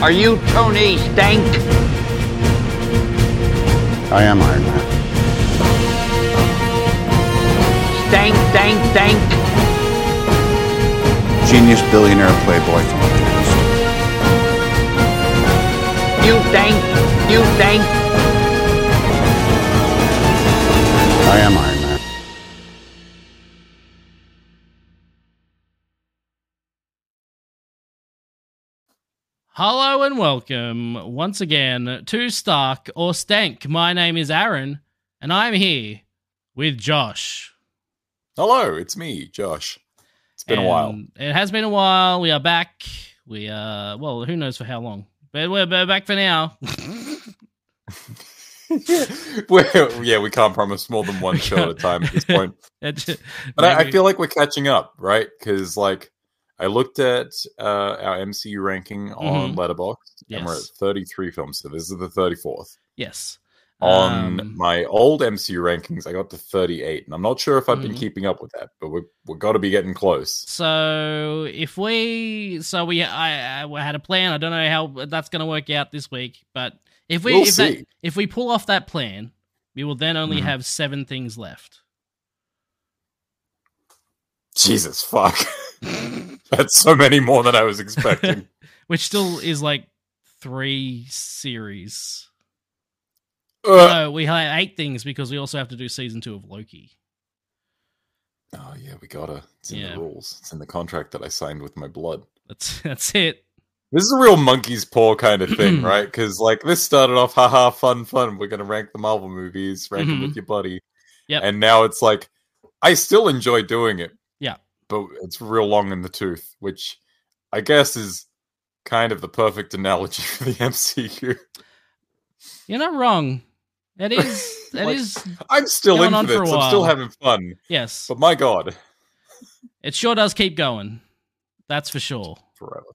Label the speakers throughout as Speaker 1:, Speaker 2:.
Speaker 1: Are you Tony Stank?
Speaker 2: I am Iron Man.
Speaker 1: Stank, stank, stank.
Speaker 2: Genius, billionaire, playboy, philanthropist.
Speaker 1: You stank, you stank.
Speaker 2: I am Iron Man.
Speaker 3: Hello and welcome once again to Stark or Stank. My name is Aaron, and I'm here with Josh.
Speaker 4: Hello, it's me, Josh. It's been a while.
Speaker 3: And It has been a while. We are back. We are well, who knows for how long, but we're we're back for now.
Speaker 4: We're- yeah, we can't promise more than one show at a time at this point.
Speaker 3: It-
Speaker 4: But I, I
Speaker 3: maybe-
Speaker 4: feel like we're catching up, right? Because like I looked at uh, our MCU ranking on
Speaker 3: Mhm.
Speaker 4: Letterboxd, and we're at
Speaker 3: Yes.
Speaker 4: 33 films. So this is the 34th.
Speaker 3: yes.
Speaker 4: On
Speaker 3: Um,
Speaker 4: my old MCU rankings, I got to 38, and I'm not sure if I've been
Speaker 3: Mhm.
Speaker 4: keeping up with that, but we've, we've got to be getting close.
Speaker 3: So if we, so we, I, I we had a plan. I don't know how that's going to work out this week, but if we,
Speaker 4: We'll
Speaker 3: if, that,
Speaker 4: see.
Speaker 3: if we pull off that plan, we will then only
Speaker 4: Mhm.
Speaker 3: have seven things left.
Speaker 4: Jesus fuck, that's so many more than I was expecting.
Speaker 3: which still is like three series.
Speaker 4: Uh,
Speaker 3: No, we had eight things because we also have to do season two of Loki.
Speaker 4: oh yeah, we gotta. It's in
Speaker 3: Yeah.
Speaker 4: the rules. It's in the contract that I signed with my blood.
Speaker 3: That's that's it.
Speaker 4: This is a real monkey's paw kind of thing, right? Because like this started off, haha, fun, fun. We're gonna rank the Marvel movies, rank them with your buddy.
Speaker 3: Mm-hmm. Yep.
Speaker 4: And now it's like, I still enjoy doing it.
Speaker 3: Yeah.
Speaker 4: But it's real long in the tooth, which I guess is kind of the perfect analogy for the MCU.
Speaker 3: You're not wrong. That is that
Speaker 4: Like-
Speaker 3: is
Speaker 4: I'm still
Speaker 3: Going
Speaker 4: in
Speaker 3: on
Speaker 4: for
Speaker 3: for a
Speaker 4: this. I'm still
Speaker 3: while.
Speaker 4: having fun.
Speaker 3: yes.
Speaker 4: But my god,
Speaker 3: It sure does keep going. That's for sure.
Speaker 4: forever.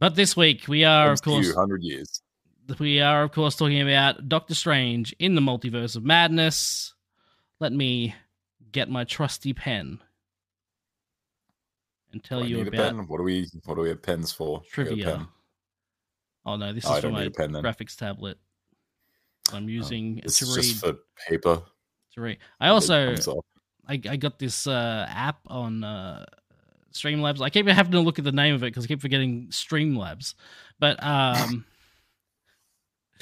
Speaker 3: But this week we are of
Speaker 4: MCU,
Speaker 3: course
Speaker 4: hundred years.
Speaker 3: we are of course talking about Doctor Strange in the Multiverse of Madness. Let me get my trusty pen and tell
Speaker 4: Do I
Speaker 3: you
Speaker 4: need a
Speaker 3: about
Speaker 4: pen? What do we? What do we have pens for? I got a
Speaker 3: trivia.
Speaker 4: pen.
Speaker 3: Oh no, this
Speaker 4: Oh, I
Speaker 3: is for
Speaker 4: don't need
Speaker 3: my
Speaker 4: a pen then. Oh,
Speaker 3: graphics tablet. I'm using
Speaker 4: This
Speaker 3: to
Speaker 4: is
Speaker 3: read
Speaker 4: just for paper.
Speaker 3: to read. I
Speaker 4: It
Speaker 3: also
Speaker 4: comes off.
Speaker 3: I, I got this uh, app on uh, Streamlabs. I keep having to look at the name of it because I keep forgetting Streamlabs, but um,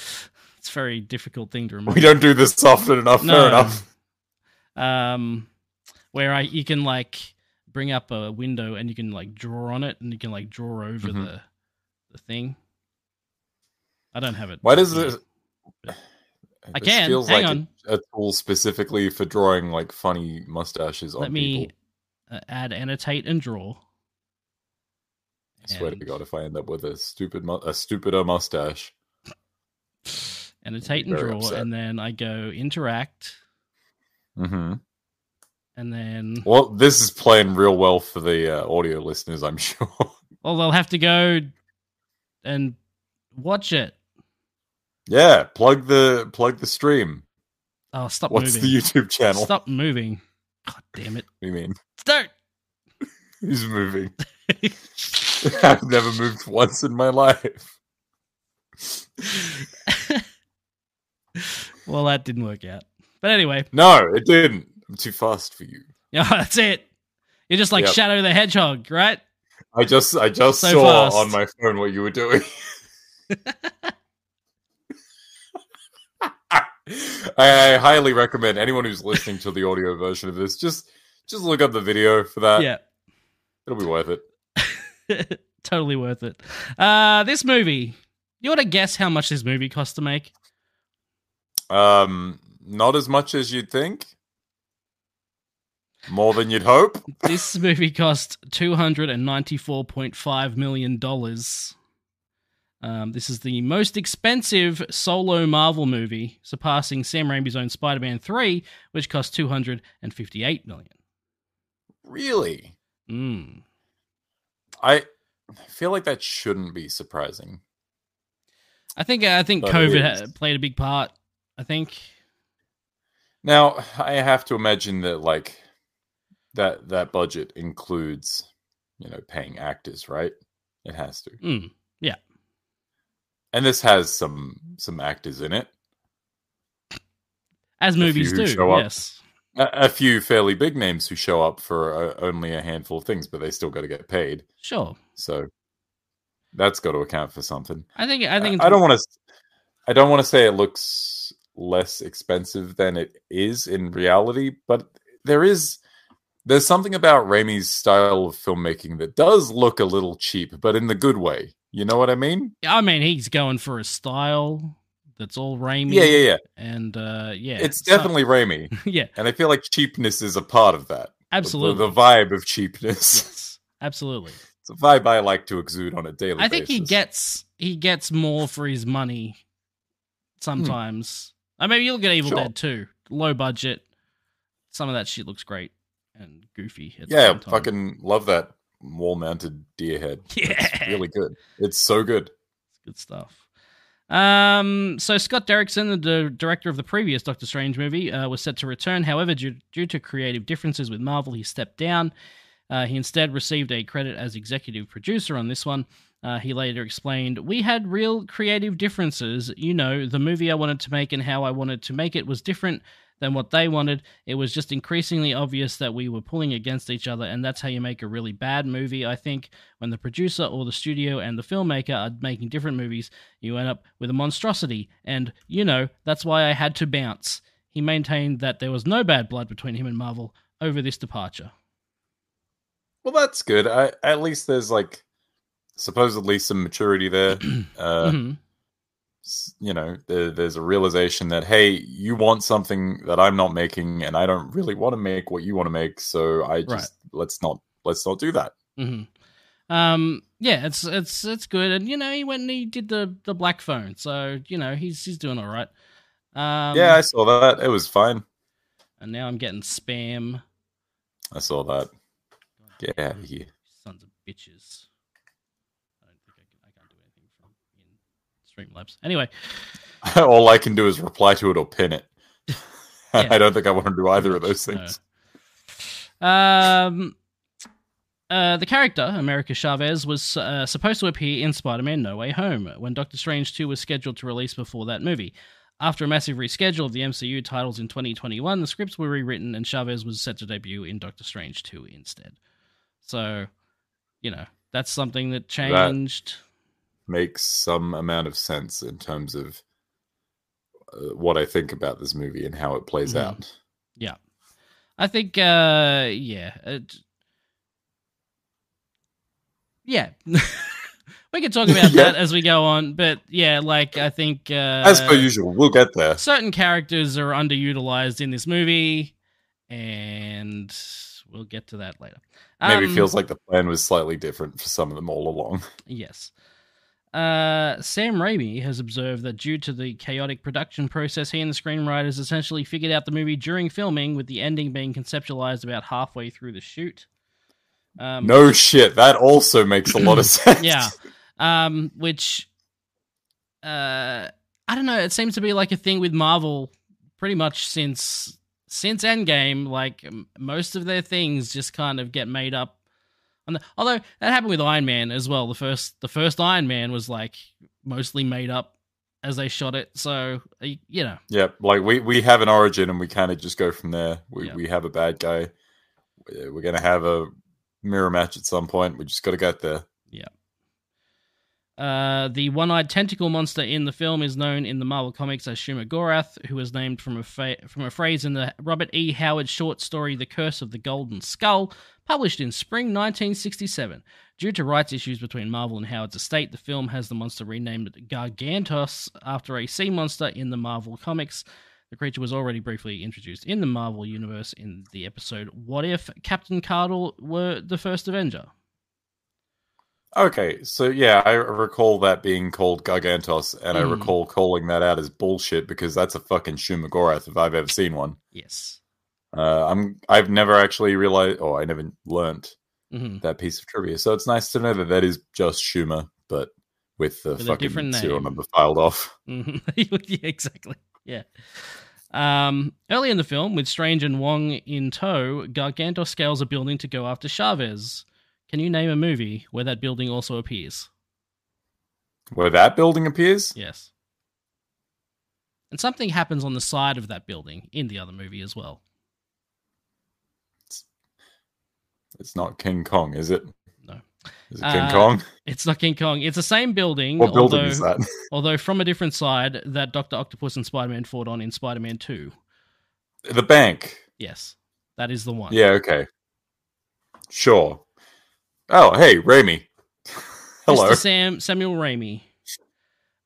Speaker 3: it's a very difficult thing to remember.
Speaker 4: We don't do this often enough. Fair enough.
Speaker 3: Um, where I you can like bring up a window and you can like draw on it and you can like draw over
Speaker 4: Mhm.
Speaker 3: the the thing. I don't have it.
Speaker 4: Why does
Speaker 3: Yeah.
Speaker 4: this?
Speaker 3: I
Speaker 4: this
Speaker 3: can.
Speaker 4: feels
Speaker 3: Hang
Speaker 4: like
Speaker 3: on.
Speaker 4: A, a tool specifically for drawing like funny mustaches on
Speaker 3: Let me
Speaker 4: people.
Speaker 3: uh, add annotate and draw.
Speaker 4: I swear to
Speaker 3: and-
Speaker 4: God, if I end up with a stupid, mu- a stupider mustache,
Speaker 3: annotate
Speaker 4: be
Speaker 3: and
Speaker 4: very
Speaker 3: draw,
Speaker 4: upset.
Speaker 3: and then I go interact,
Speaker 4: mm-hmm.
Speaker 3: and then
Speaker 4: well, this is playing real well for the uh, audio listeners, I'm sure.
Speaker 3: well they'll have to go and watch it.
Speaker 4: yeah, plug the plug the stream.
Speaker 3: Oh, stop
Speaker 4: What's
Speaker 3: moving!
Speaker 4: the YouTube channel?
Speaker 3: Stop moving! God damn it!
Speaker 4: What do you mean?
Speaker 3: Don't.
Speaker 4: Who's moving? I've never moved once in my life.
Speaker 3: well, that didn't work out. But anyway,
Speaker 4: No, it didn't. I'm too fast for you.
Speaker 3: yeah, that's it. You're just like
Speaker 4: Yep.
Speaker 3: Shadow the Hedgehog, right?
Speaker 4: I just I just
Speaker 3: So
Speaker 4: saw
Speaker 3: fast.
Speaker 4: on my phone what you were doing. I, I highly recommend anyone who's listening to the audio version of this just just look up the video for that.
Speaker 3: yeah.
Speaker 4: It'll be worth it.
Speaker 3: totally worth it. Uh, this movie. You want to guess how much this movie cost to make?
Speaker 4: Um not as much as you'd think. More than you'd hope.
Speaker 3: This movie cost two hundred and ninety-four point five million dollars. Um, this is the most expensive solo Marvel movie, surpassing Sam Raimi's own Spider-Man Three, which cost two hundred and fifty-eight million.
Speaker 4: Really?
Speaker 3: Mm.
Speaker 4: I I feel like that shouldn't be surprising.
Speaker 3: I think uh, I think
Speaker 4: But it
Speaker 3: COVID
Speaker 4: is.
Speaker 3: ha- played a big part. I think
Speaker 4: Now, I have to imagine that like that that budget includes, you know, paying actors, right? It has to.
Speaker 3: mm, Yeah.
Speaker 4: And this has some some actors in it.
Speaker 3: as movies
Speaker 4: few who
Speaker 3: do.
Speaker 4: show up.
Speaker 3: Yes,
Speaker 4: A, a few fairly big names who show up for uh, only a handful of things, but they still got to get paid.
Speaker 3: sure.
Speaker 4: So that's got to account for something.
Speaker 3: I think I think
Speaker 4: I, don't want to. I don't want to say it looks less expensive than it is in reality, but there is there's something about Raimi's style of filmmaking that does look a little cheap, but in the good way. You know what I mean?
Speaker 3: I mean, he's going for a style that's all Raimi.
Speaker 4: Yeah, yeah, yeah.
Speaker 3: And uh, yeah,
Speaker 4: It's
Speaker 3: so-
Speaker 4: definitely Raimi,
Speaker 3: yeah,
Speaker 4: and I feel like cheapness is a part of that. The-
Speaker 3: absolutely.
Speaker 4: the, vibe of cheapness.
Speaker 3: yes, absolutely.
Speaker 4: It's a vibe I like to exude on a daily.
Speaker 3: I think he
Speaker 4: basis.
Speaker 3: gets he gets more for his money sometimes. Uh, I mean, you look at Evil
Speaker 4: Hmm. Sure.
Speaker 3: Dead too. Low budget. Some of that shit looks great and goofy. At the
Speaker 4: yeah,
Speaker 3: same time.
Speaker 4: fucking love that wall-mounted deer head.
Speaker 3: yeah,
Speaker 4: It's really good. It's so good.
Speaker 3: good stuff. Um, so Scott Derrickson, the di- director of the previous Doctor Strange movie, uh, was set to return. However, due, due to creative differences with Marvel, he stepped down. Uh, he instead received a credit as executive producer on this one. Uh, he later explained, "We had real creative differences. You know, the movie I wanted to make and how I wanted to make it was different than what they wanted. It was just increasingly obvious that we were pulling against each other, and that's how you make a really bad movie. I think when the producer or the studio and the filmmaker are making different movies, you end up with a monstrosity. And, you know, that's why I had to bounce. He maintained that there was no bad blood between him and Marvel over this departure.
Speaker 4: Well, that's good. I at least there's like supposedly some maturity there. uh,
Speaker 3: Mhm.
Speaker 4: s- You know, there, there's a realization that hey, you want something that I'm not making, and I don't really want to make what you want to make. So I just let's not let's not do that.
Speaker 3: Mhm. Um, yeah, it's it's it's good, and you know he went and he did the the black phone, so you know he's he's doing all right. Um,
Speaker 4: yeah, I saw that. It was fine.
Speaker 3: and now I'm getting spam.
Speaker 4: I saw that. Get out of here.
Speaker 3: Sons of bitches. I don't think I can. I can't do anything from in Streamlabs. Anyway,
Speaker 4: All I can do is reply to it or pin it.
Speaker 3: Yeah.
Speaker 4: I don't think I want to do either of those
Speaker 3: No.
Speaker 4: things.
Speaker 3: Um, uh, the character, America Chavez, was uh, supposed to appear in Spider Man No Way Home when Doctor Strange 2 was scheduled to release before that movie. After a massive reschedule of the MCU titles in 2021, the scripts were rewritten and Chavez was set to debut in Doctor Strange 2 instead. So, you know, that's something that changed.
Speaker 4: makes some amount of sense in terms of uh, what I think about this movie and how it plays
Speaker 3: Mhm.
Speaker 4: out.
Speaker 3: I think, uh, yeah. It, yeah. we can talk about
Speaker 4: Yeah.
Speaker 3: that as we go on, but yeah, like, I think. Uh,
Speaker 4: As per usual, we'll get there.
Speaker 3: Certain characters are underutilized in this movie, and we'll get to that later.
Speaker 4: Maybe
Speaker 3: Um,
Speaker 4: it feels like the plan was slightly different for some of them all along.
Speaker 3: Yes. Uh, Sam Raimi has observed that due to the chaotic production process, he and the screenwriters essentially figured out the movie during filming, with the ending being conceptualized about halfway through the shoot. Um,
Speaker 4: No shit, that also makes a lot of sense.
Speaker 3: Yeah. Um, which, uh, I don't know. It seems to be like a thing with Marvel pretty much since since Endgame. Like m- most of their things just kind of get made up. On the, although that happened with Iron Man as well. The first the first Iron Man was like mostly made up as they shot it. So y- you know,
Speaker 4: Yeah, like we we have an origin and we kind of just go from there. We
Speaker 3: Yeah.
Speaker 4: we have a bad guy. Uh, We're gonna have a mirror match at some point. We just got to get there.
Speaker 3: Uh, the one-eyed tentacle monster in the film is known in the Marvel comics as Shumagorath, who was named from a fa- from a phrase in the Robert E. Howard short story "The Curse of the Golden Skull," published in spring 1967. Due to rights issues between Marvel and Howard's estate, the film has the monster renamed Gargantos after a sea monster in the Marvel comics. The creature was already briefly introduced in the Marvel universe in the episode "What If Captain Cardle were the first Avenger?"
Speaker 4: Okay, so yeah, I recall that being called Gargantos, and I
Speaker 3: Mhm.
Speaker 4: recall calling that out as bullshit because that's a fucking Shumagorath if I've ever seen one.
Speaker 3: Yes.
Speaker 4: Uh, I'm I've never actually realized, or I never learnt
Speaker 3: hmm
Speaker 4: that piece of trivia. So it's nice to know that that is just Shuma, but with the
Speaker 3: With a
Speaker 4: fucking
Speaker 3: different
Speaker 4: serial
Speaker 3: name.
Speaker 4: number filed off.
Speaker 3: Mhm. yeah, exactly. Yeah. Um, early in the film, with Strange and Wong in tow, Gargantos scales a building to go after Chavez. Can you name a movie where that building also appears?
Speaker 4: where that building appears.
Speaker 3: Yes. And something happens on the side of that building in the other movie as well.
Speaker 4: It's not King Kong, is it?
Speaker 3: No.
Speaker 4: Is it King
Speaker 3: Uh,
Speaker 4: Kong?
Speaker 3: It's not King Kong. It's the same building,
Speaker 4: What building
Speaker 3: although,
Speaker 4: is that?
Speaker 3: although from a different side that Doctor Octopus and Spider Man fought on in Spider Man Two.
Speaker 4: the bank.
Speaker 3: Yes, that is the one.
Speaker 4: Yeah, okay. Sure. Oh, hey, Raimi. Hello.
Speaker 3: Mr. Sam Samuel Raimi.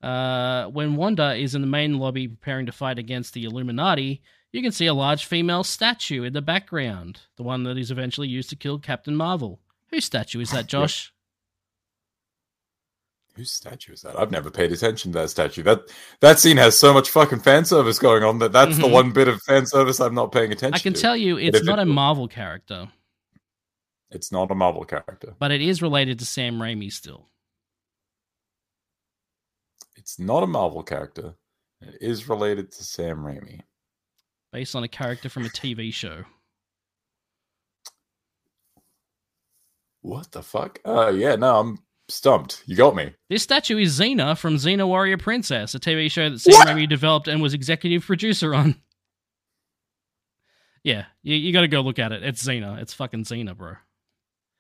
Speaker 3: Uh, when Wanda is in the main lobby preparing to fight against the Illuminati, you can see a large female statue in the background, the one that is eventually used to kill Captain Marvel. Whose statue is that, Josh?
Speaker 4: Whose statue is that? I've never paid attention to that statue. That that scene has so much fucking fan service going on that that's the
Speaker 3: Mhm.
Speaker 4: one bit of fan service I'm not paying attention
Speaker 3: I can
Speaker 4: to.
Speaker 3: tell you it's
Speaker 4: if
Speaker 3: not
Speaker 4: it-
Speaker 3: a Marvel character,
Speaker 4: It's not a Marvel character.
Speaker 3: but it is related to Sam Raimi still.
Speaker 4: It's not a Marvel character. It is related to Sam Raimi.
Speaker 3: based on a character from a TV show.
Speaker 4: What the fuck? Oh, yeah, no, I'm stumped. You got me.
Speaker 3: This statue is Xena from Xena Warrior Princess, a TV show that Sam Raimi developed and was executive producer on. Yeah, you, you got to go look at it. It's Xena. It's fucking Xena, bro.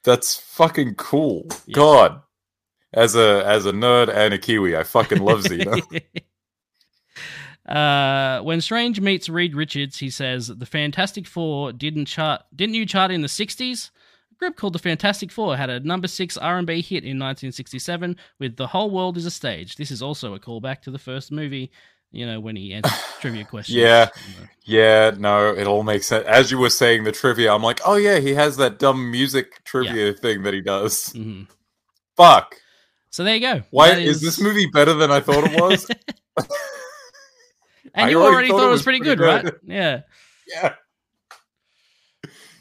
Speaker 4: That's fucking cool.
Speaker 3: Yeah.
Speaker 4: God. As a as a nerd and a Kiwi, I fucking love Xena.
Speaker 3: uh, when Strange meets Reed Richards, he says the Fantastic Four didn't chart. Didn't you chart in the '60s? A group called the Fantastic Four had a number six R&B hit in 1967 with "The Whole World Is a Stage." This is also a callback to the first movie. You know when he answers trivia questions.
Speaker 4: Yeah.
Speaker 3: You know.
Speaker 4: Yeah, no, it all makes sense. As you were saying the trivia, I'm like, oh yeah, he has that dumb music trivia thing that he does.
Speaker 3: Mhm.
Speaker 4: Fuck.
Speaker 3: So there you go.
Speaker 4: Why
Speaker 3: That
Speaker 4: is... this movie better than I thought it was?
Speaker 3: and
Speaker 4: I
Speaker 3: you already thought, it was pretty, good, right?
Speaker 4: good.
Speaker 3: Yeah.
Speaker 4: yeah.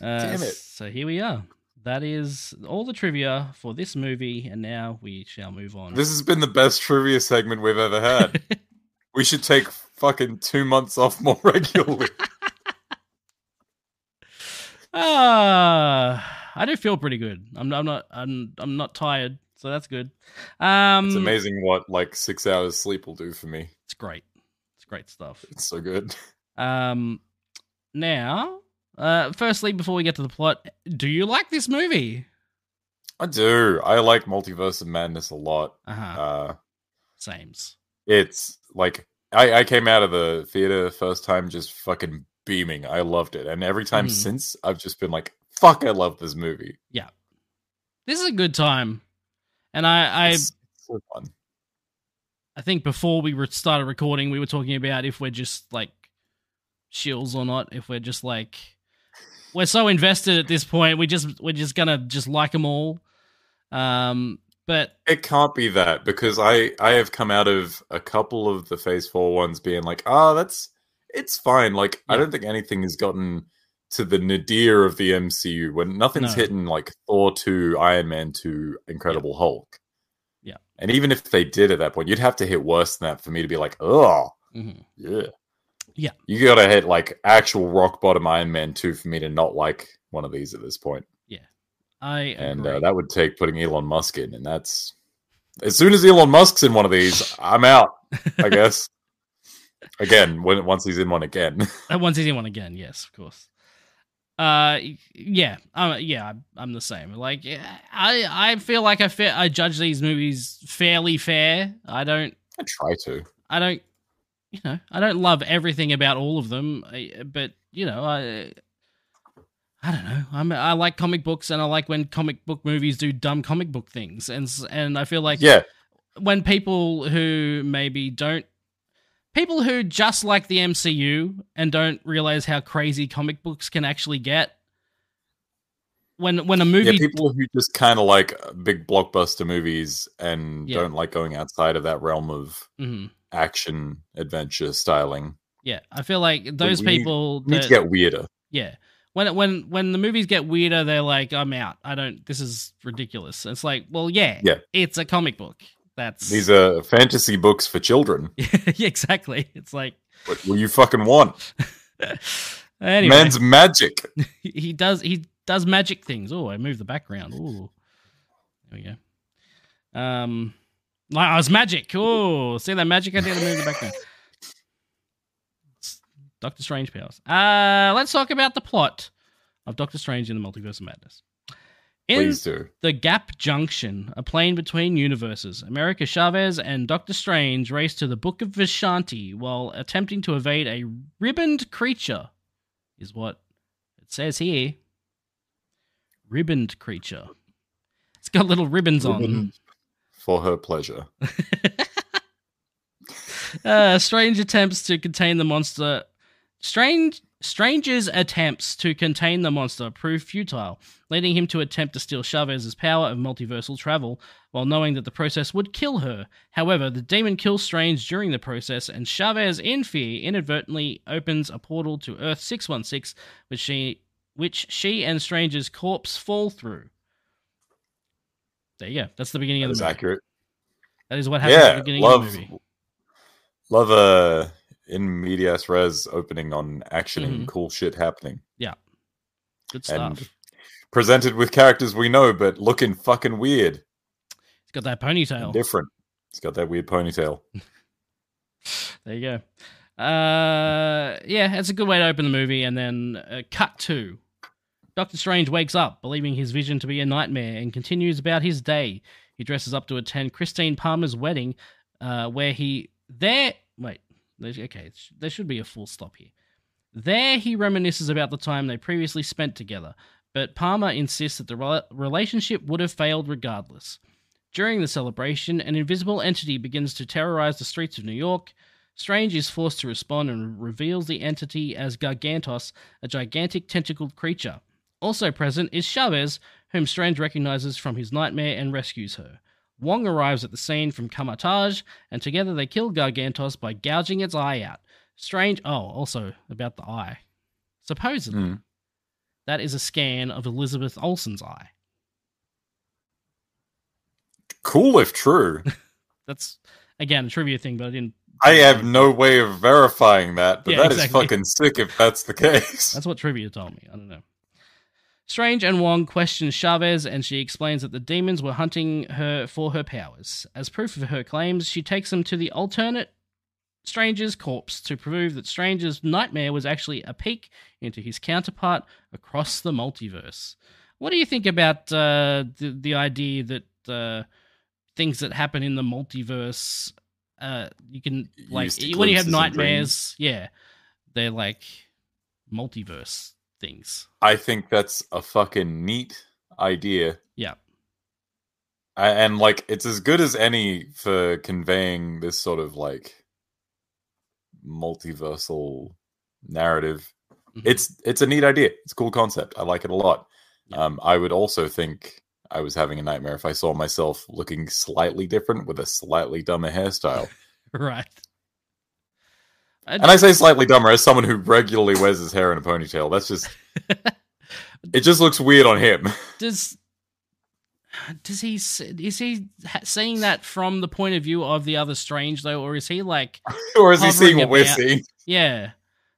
Speaker 3: Uh,
Speaker 4: Damn it.
Speaker 3: So here we are. That is all the trivia for this movie, and now we shall move on.
Speaker 4: This has been the best trivia segment we've ever had. we should take fucking two months off more regularly.
Speaker 3: Ah, I do feel pretty good. I'm, I'm not. I'm. I'm not tired, so that's good. Um,
Speaker 4: it's amazing what like six hours sleep will do for me.
Speaker 3: It's great. It's great stuff.
Speaker 4: It's so good.
Speaker 3: Um, now, uh, firstly, before we get to the plot, do you like this movie?
Speaker 4: I do. I like Multiverse of Madness a lot.
Speaker 3: Uh huh.
Speaker 4: Uh
Speaker 3: Sames.
Speaker 4: it's like I, I came out of the theater the first time just fucking beaming. I loved it, and every time
Speaker 3: Mhm.
Speaker 4: since, I've just been like, "Fuck, I love this movie."
Speaker 3: This is a good time, and I. I
Speaker 4: It's so fun.
Speaker 3: I think before we re- started recording, we were talking about if we're just like shills or not. If we're just like we're so invested at this point, we just we're just gonna just like them all. Um, but
Speaker 4: It can't be that because I I have come out of a couple of the Phase Four ones being like, "Ah, that's it's fine." Like I
Speaker 3: Yeah.
Speaker 4: don't think anything has gotten to the nadir of the MCU when nothing's
Speaker 3: No.
Speaker 4: hitting like Thor two, Iron Man two, Incredible Hulk.
Speaker 3: Yeah.
Speaker 4: and even if they did at that point, you'd have to hit worse than that for me to be like, "Oh."
Speaker 3: mhm.
Speaker 4: Yeah.
Speaker 3: Yeah.
Speaker 4: You gotta hit like actual rock bottom Iron Man 2 for me to not like one of these at this point.
Speaker 3: I
Speaker 4: And
Speaker 3: agree.
Speaker 4: uh, that would take putting Elon Musk in. And that's as soon as Elon Musk's in one of these, I'm out, I guess. again, when once he's in one again.
Speaker 3: That one's easy one again. Yes, of course. Uh, y- yeah, I'm yeah, I'm- I'm the same. Like, yeah, I I feel like I fa- I judge these movies fairly fair. I don't
Speaker 4: I try to.
Speaker 3: I don't, you know, I don't love everything about all of them, I- but you know, I, I don't know. I'm I like comic books, and I like when comic book movies do dumb comic book things, and s- and I feel like
Speaker 4: yeah.
Speaker 3: when people who maybe don't, people who just like the MCU and don't realize how crazy comic books can actually get. When when a movie
Speaker 4: yeah, people who just kind of like big blockbuster movies and
Speaker 3: Yeah.
Speaker 4: don't like going outside of that realm of
Speaker 3: Mhm.
Speaker 4: action adventure styling.
Speaker 3: yeah, I feel like those
Speaker 4: we need-
Speaker 3: people
Speaker 4: We need
Speaker 3: that-
Speaker 4: to get weirder.
Speaker 3: Yeah. When when when the movies get weirder, they're like, I'm out. I don't. This is ridiculous. It's like, well, yeah,
Speaker 4: Yeah.
Speaker 3: It's a comic book. That's
Speaker 4: These are fantasy books for children.
Speaker 3: yeah, exactly. It's like
Speaker 4: What will you fucking want?
Speaker 3: anyway.
Speaker 4: Man's magic.
Speaker 3: he- he does he does magic things. Oh, I moved the background. Ooh, there we go. Um, Like, oh, it's magic. Oh, see that magic I did in the movie back then. It's Doctor Strange powers. Uh, let's talk about the plot of Doctor Strange in the Multiverse of Madness. In
Speaker 4: Please do.
Speaker 3: the Gap Junction, a plane between universes, America Chavez and Doctor Strange race to the Book of Vishanti while attempting to evade a ribboned creature, is what it says here. Ribboned creature. It's got little ribbons on.
Speaker 4: Ribbon. For her pleasure.
Speaker 3: uh, strange attempts to contain the monster. Strange Stranger's attempts to contain the monster prove futile, leading him to attempt to steal Chavez's power of multiversal travel, while knowing that the process would kill her. However, the demon kills Strange during the process, and Chavez, in fear, inadvertently opens a portal to Earth 616, which she which she and Stranger's corpse fall through. There you go. That's the beginning
Speaker 4: That
Speaker 3: of
Speaker 4: is
Speaker 3: the movie.
Speaker 4: accurate.
Speaker 3: That is what happens at the
Speaker 4: Yeah,
Speaker 3: beginning of
Speaker 4: love,
Speaker 3: the movie.
Speaker 4: love a in medias res opening on action
Speaker 3: Mm-hmm.
Speaker 4: and cool shit happening.
Speaker 3: Good
Speaker 4: and
Speaker 3: stuff.
Speaker 4: presented with characters we know, but looking fucking weird,
Speaker 3: It's got that
Speaker 4: and
Speaker 3: ponytail.
Speaker 4: different. It's got that weird ponytail.
Speaker 3: There you go. Uh, yeah, it's a good way to open the movie, and then uh, cut to Doctor Strange wakes up, believing his vision to be a nightmare, and continues about his day. He dresses up to attend Christine Palmer's wedding, uh, where he there. Wait, there's- okay, it's- there should be a full stop here. There, he reminisces about the time they previously spent together, but Palmer insists that the rela- relationship would have failed regardless. During the celebration, an invisible entity begins to terrorize the streets of New York. Strange is forced to respond and reveals the entity as Gargantos, a gigantic tentacled creature. Also present is Chavez, whom Strange recognizes from his nightmare and rescues her. Wong arrives at the scene from Kamatage, and together they kill Gargantos by gouging its eye out. Strange. Oh, also about the eye. Supposedly,
Speaker 4: Mm.
Speaker 3: that is a scan of Elizabeth Olsen's eye.
Speaker 4: Cool if true.
Speaker 3: That's, again, a trivia thing, but I didn't
Speaker 4: I have no way of verifying that, but
Speaker 3: Yeah,
Speaker 4: that is
Speaker 3: exactly.
Speaker 4: fucking sick if that's the case.
Speaker 3: That's what trivia told me. I don't know. Strange and Wong question Chavez, and she explains that the demons were hunting her for her powers. As proof of her claims, she takes them to the alternate Stranger's corpse to prove that Stranger's nightmare was actually a peek into his counterpart across the multiverse. What do you think about uh, the the idea that uh, things that happen in the multiverse, uh, you can like
Speaker 4: Used to
Speaker 3: when you have
Speaker 4: glimpses and dreams.
Speaker 3: nightmares, yeah, they're like multiverse things.
Speaker 4: I think that's a fucking neat idea.
Speaker 3: Yeah.
Speaker 4: I, and like it's as good as any for conveying this sort of like multiversal narrative.
Speaker 3: Mhm.
Speaker 4: It's it's a neat idea. It's a cool concept. I like it a lot.
Speaker 3: Yeah.
Speaker 4: Um, I would also think I was having a nightmare if I saw myself looking slightly different with a slightly dumber hairstyle.
Speaker 3: right. Uh,
Speaker 4: And I say slightly dumber as someone who regularly wears his hair in a ponytail. That's just it just looks weird on him.
Speaker 3: does does he s- is he ha- seeing that from the point of view of the other strange though, or is he like,
Speaker 4: or is he seeing
Speaker 3: Hovering
Speaker 4: what we're
Speaker 3: about.
Speaker 4: seeing?
Speaker 3: yeah,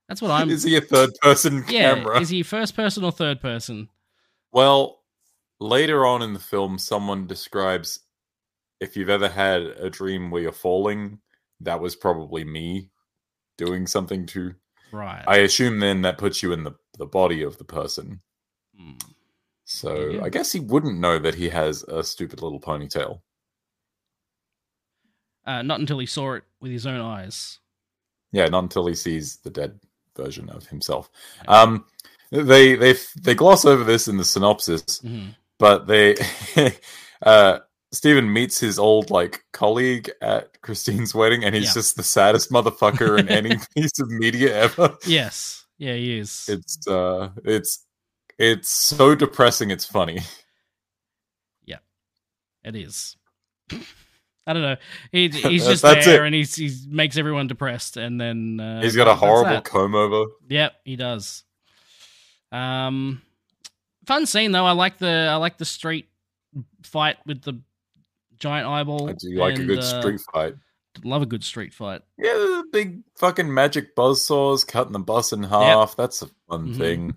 Speaker 3: that's what I'm.
Speaker 4: Is he a third person
Speaker 3: yeah,
Speaker 4: camera?
Speaker 3: is he first person or third person?
Speaker 4: Well, later on in the film, someone describes if you've ever had a dream where you're falling, that was probably me doing something to.
Speaker 3: Right.
Speaker 4: I assume then that puts you in the, the body of the person.
Speaker 3: Mm.
Speaker 4: So
Speaker 3: Yeah.
Speaker 4: I guess he wouldn't know that he has a stupid little ponytail.
Speaker 3: Uh, not until he saw it with his own eyes.
Speaker 4: Yeah, not until he sees the dead version of himself. Um, they they they gloss over this in the synopsis,
Speaker 3: Mhm.
Speaker 4: but they uh Stephen meets his old like colleague at Christine's wedding and he's
Speaker 3: Yeah.
Speaker 4: just the saddest motherfucker in any piece of media ever.
Speaker 3: Yes. Yeah, he is.
Speaker 4: It's uh it's it's so depressing it's funny.
Speaker 3: It is. I don't know. He, he's
Speaker 4: That's-
Speaker 3: just
Speaker 4: that's
Speaker 3: there
Speaker 4: it.
Speaker 3: and he's, he makes everyone depressed, and then uh,
Speaker 4: he's got a
Speaker 3: that's
Speaker 4: horrible
Speaker 3: that.
Speaker 4: comb over.
Speaker 3: Yep, he does. Um, fun scene though. I like the I like the street fight with the giant eyeball.
Speaker 4: I do like a
Speaker 3: and,
Speaker 4: good
Speaker 3: uh,
Speaker 4: street fight.
Speaker 3: love a good street fight.
Speaker 4: Yeah, the big fucking magic buzzsaws cutting the bus in half. That's a fun
Speaker 3: Mhm.
Speaker 4: thing.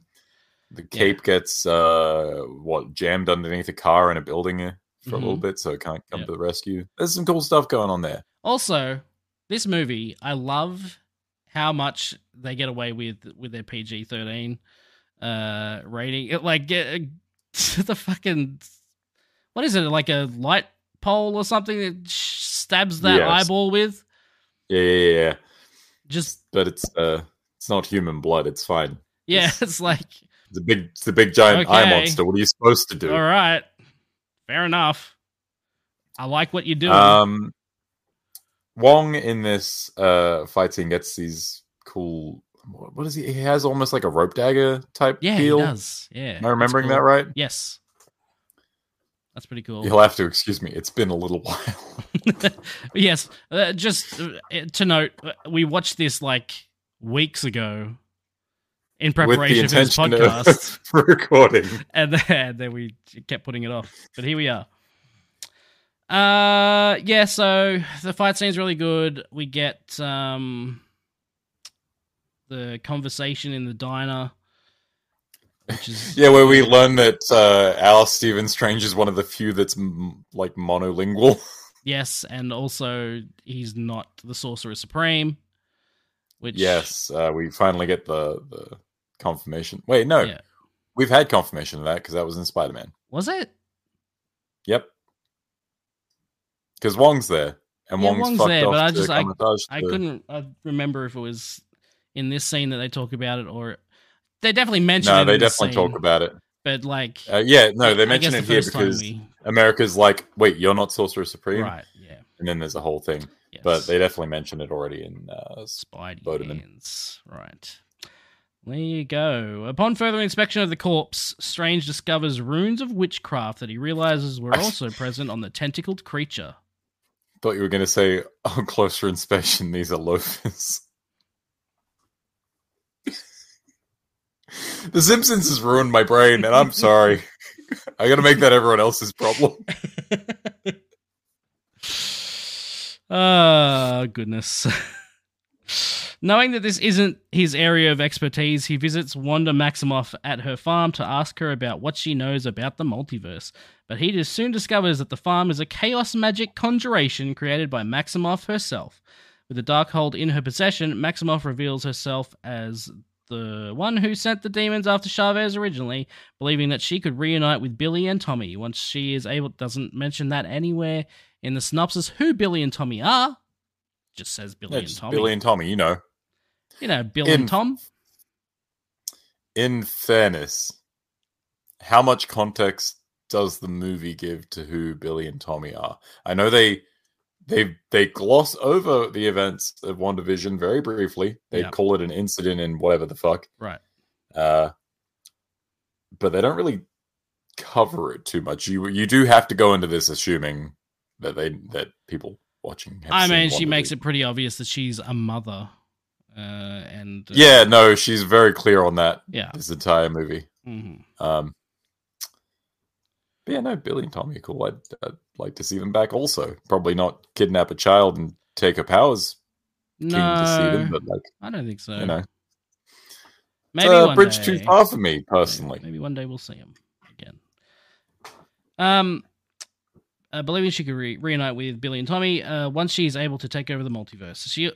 Speaker 4: The cape gets uh what jammed underneath a car in a building. for a little bit, so it can't
Speaker 3: Mm-hmm.
Speaker 4: come
Speaker 3: Yep.
Speaker 4: to the rescue. There's some cool stuff going on there.
Speaker 3: Also, this movie, I love how much they get away with with their PG thirteen uh rating. It, like get, the fucking what is it? Like a light pole or something that sh- stabs that
Speaker 4: Yes.
Speaker 3: eyeball with?
Speaker 4: Yeah, yeah, yeah.
Speaker 3: Just
Speaker 4: But it's uh, it's not human blood. It's fine.
Speaker 3: yeah,
Speaker 4: Yes.
Speaker 3: it's like
Speaker 4: It's a big, it's a big giant eye
Speaker 3: Okay.
Speaker 4: monster. What are you supposed to do?
Speaker 3: all right, fair enough. I like what you're doing.
Speaker 4: Um, Wong in this uh fight scene gets these cool. What what is he? He has almost like a rope dagger type
Speaker 3: yeah,
Speaker 4: deal.
Speaker 3: he does. Yeah,
Speaker 4: Am I remembering that
Speaker 3: right?
Speaker 4: right?
Speaker 3: Yes, that's pretty cool.
Speaker 4: You'll have to excuse me. It's been a little while.
Speaker 3: yes, uh, just uh, to note, uh, we watched this like weeks ago in preparation for this podcast,
Speaker 4: of recording.
Speaker 3: and then, then we kept putting it off. But here we are. Uh, yeah. So the fight scene's really good. We get um the conversation in the diner, which is
Speaker 4: Yeah, where we learn that uh, Alice Stephen Strange is one of the few that's m- like monolingual.
Speaker 3: yes, and also he's not the sorcerer supreme. Which
Speaker 4: yes, uh, we finally get the, the confirmation. Wait, no,
Speaker 3: Yeah.
Speaker 4: we've had confirmation of that because that was in Spider Man.
Speaker 3: was it?
Speaker 4: Yep. Because Wong's there, and
Speaker 3: Yeah,
Speaker 4: Wong's,
Speaker 3: Wong's
Speaker 4: fucked
Speaker 3: there,
Speaker 4: off
Speaker 3: but I
Speaker 4: to
Speaker 3: just- I-
Speaker 4: Kamutage
Speaker 3: I
Speaker 4: to-
Speaker 3: couldn't I remember if it was in this scene that they talk about it or they definitely mention it.
Speaker 4: No,
Speaker 3: in
Speaker 4: they
Speaker 3: this
Speaker 4: definitely
Speaker 3: scene,
Speaker 4: talk about it.
Speaker 3: But like,
Speaker 4: Uh, yeah, no, they
Speaker 3: I guess
Speaker 4: mention it
Speaker 3: the
Speaker 4: here
Speaker 3: first time
Speaker 4: because
Speaker 3: we-
Speaker 4: America's like, wait, you're not Sorcerer Supreme,
Speaker 3: right, yeah,
Speaker 4: and then there's a whole thing.
Speaker 3: yes.
Speaker 4: But they definitely mention it already in uh,
Speaker 3: Spidey
Speaker 4: Bodeman.
Speaker 3: hands. Right. There you go. Upon further inspection of the corpse, Strange discovers runes of witchcraft that he realizes were also present on the tentacled creature.
Speaker 4: Thought you were going to say, on closer inspection, these are loafers. the Simpsons has ruined my brain, and I'm sorry. I got to make that everyone else's problem.
Speaker 3: Oh, goodness. Knowing that this isn't his area of expertise, he visits Wanda Maximoff at her farm to ask her about what she knows about the multiverse. But he just soon discovers that the farm is a chaos magic conjuration created by Maximoff herself. With the Darkhold in her possession, Maximoff reveals herself as the one who sent the demons after Chavez originally, believing that she could reunite with Billy and Tommy once she is able. Doesn't mention that anywhere in the synopsis who Billy and Tommy are. Just says Billy
Speaker 4: Yeah,
Speaker 3: and
Speaker 4: just
Speaker 3: Tommy.
Speaker 4: Billy and Tommy, you know.
Speaker 3: You know, Bill
Speaker 4: In-
Speaker 3: and Tom.
Speaker 4: in fairness, how much context does the movie give to who Billy and Tommy are? I know they they they gloss over the events of WandaVision very briefly. They
Speaker 3: Yep.
Speaker 4: call it an incident and whatever the fuck.
Speaker 3: Right.
Speaker 4: Uh but they don't really cover it too much. You you do have to go into this assuming that they that people watching have
Speaker 3: I
Speaker 4: seen
Speaker 3: mean, she makes
Speaker 4: WandaVision.
Speaker 3: it pretty obvious that she's a mother. Uh, and uh,
Speaker 4: Yeah, no, she's very clear on that
Speaker 3: yeah.
Speaker 4: this entire movie.
Speaker 3: hmm
Speaker 4: Um, but yeah, no, Billy and Tommy are cool. I'd, I'd like to see them back also. Probably not kidnap a child and take her powers. Keen to see
Speaker 3: No,
Speaker 4: them, but like,
Speaker 3: I don't think so.
Speaker 4: you know,
Speaker 3: Maybe
Speaker 4: it's a
Speaker 3: one
Speaker 4: Uh, bridge
Speaker 3: day.
Speaker 4: too far for me personally.
Speaker 3: Maybe one day we'll see him again. Um, uh, believing she could re- reunite with Billy and Tommy uh, once she's able to take over the multiverse. She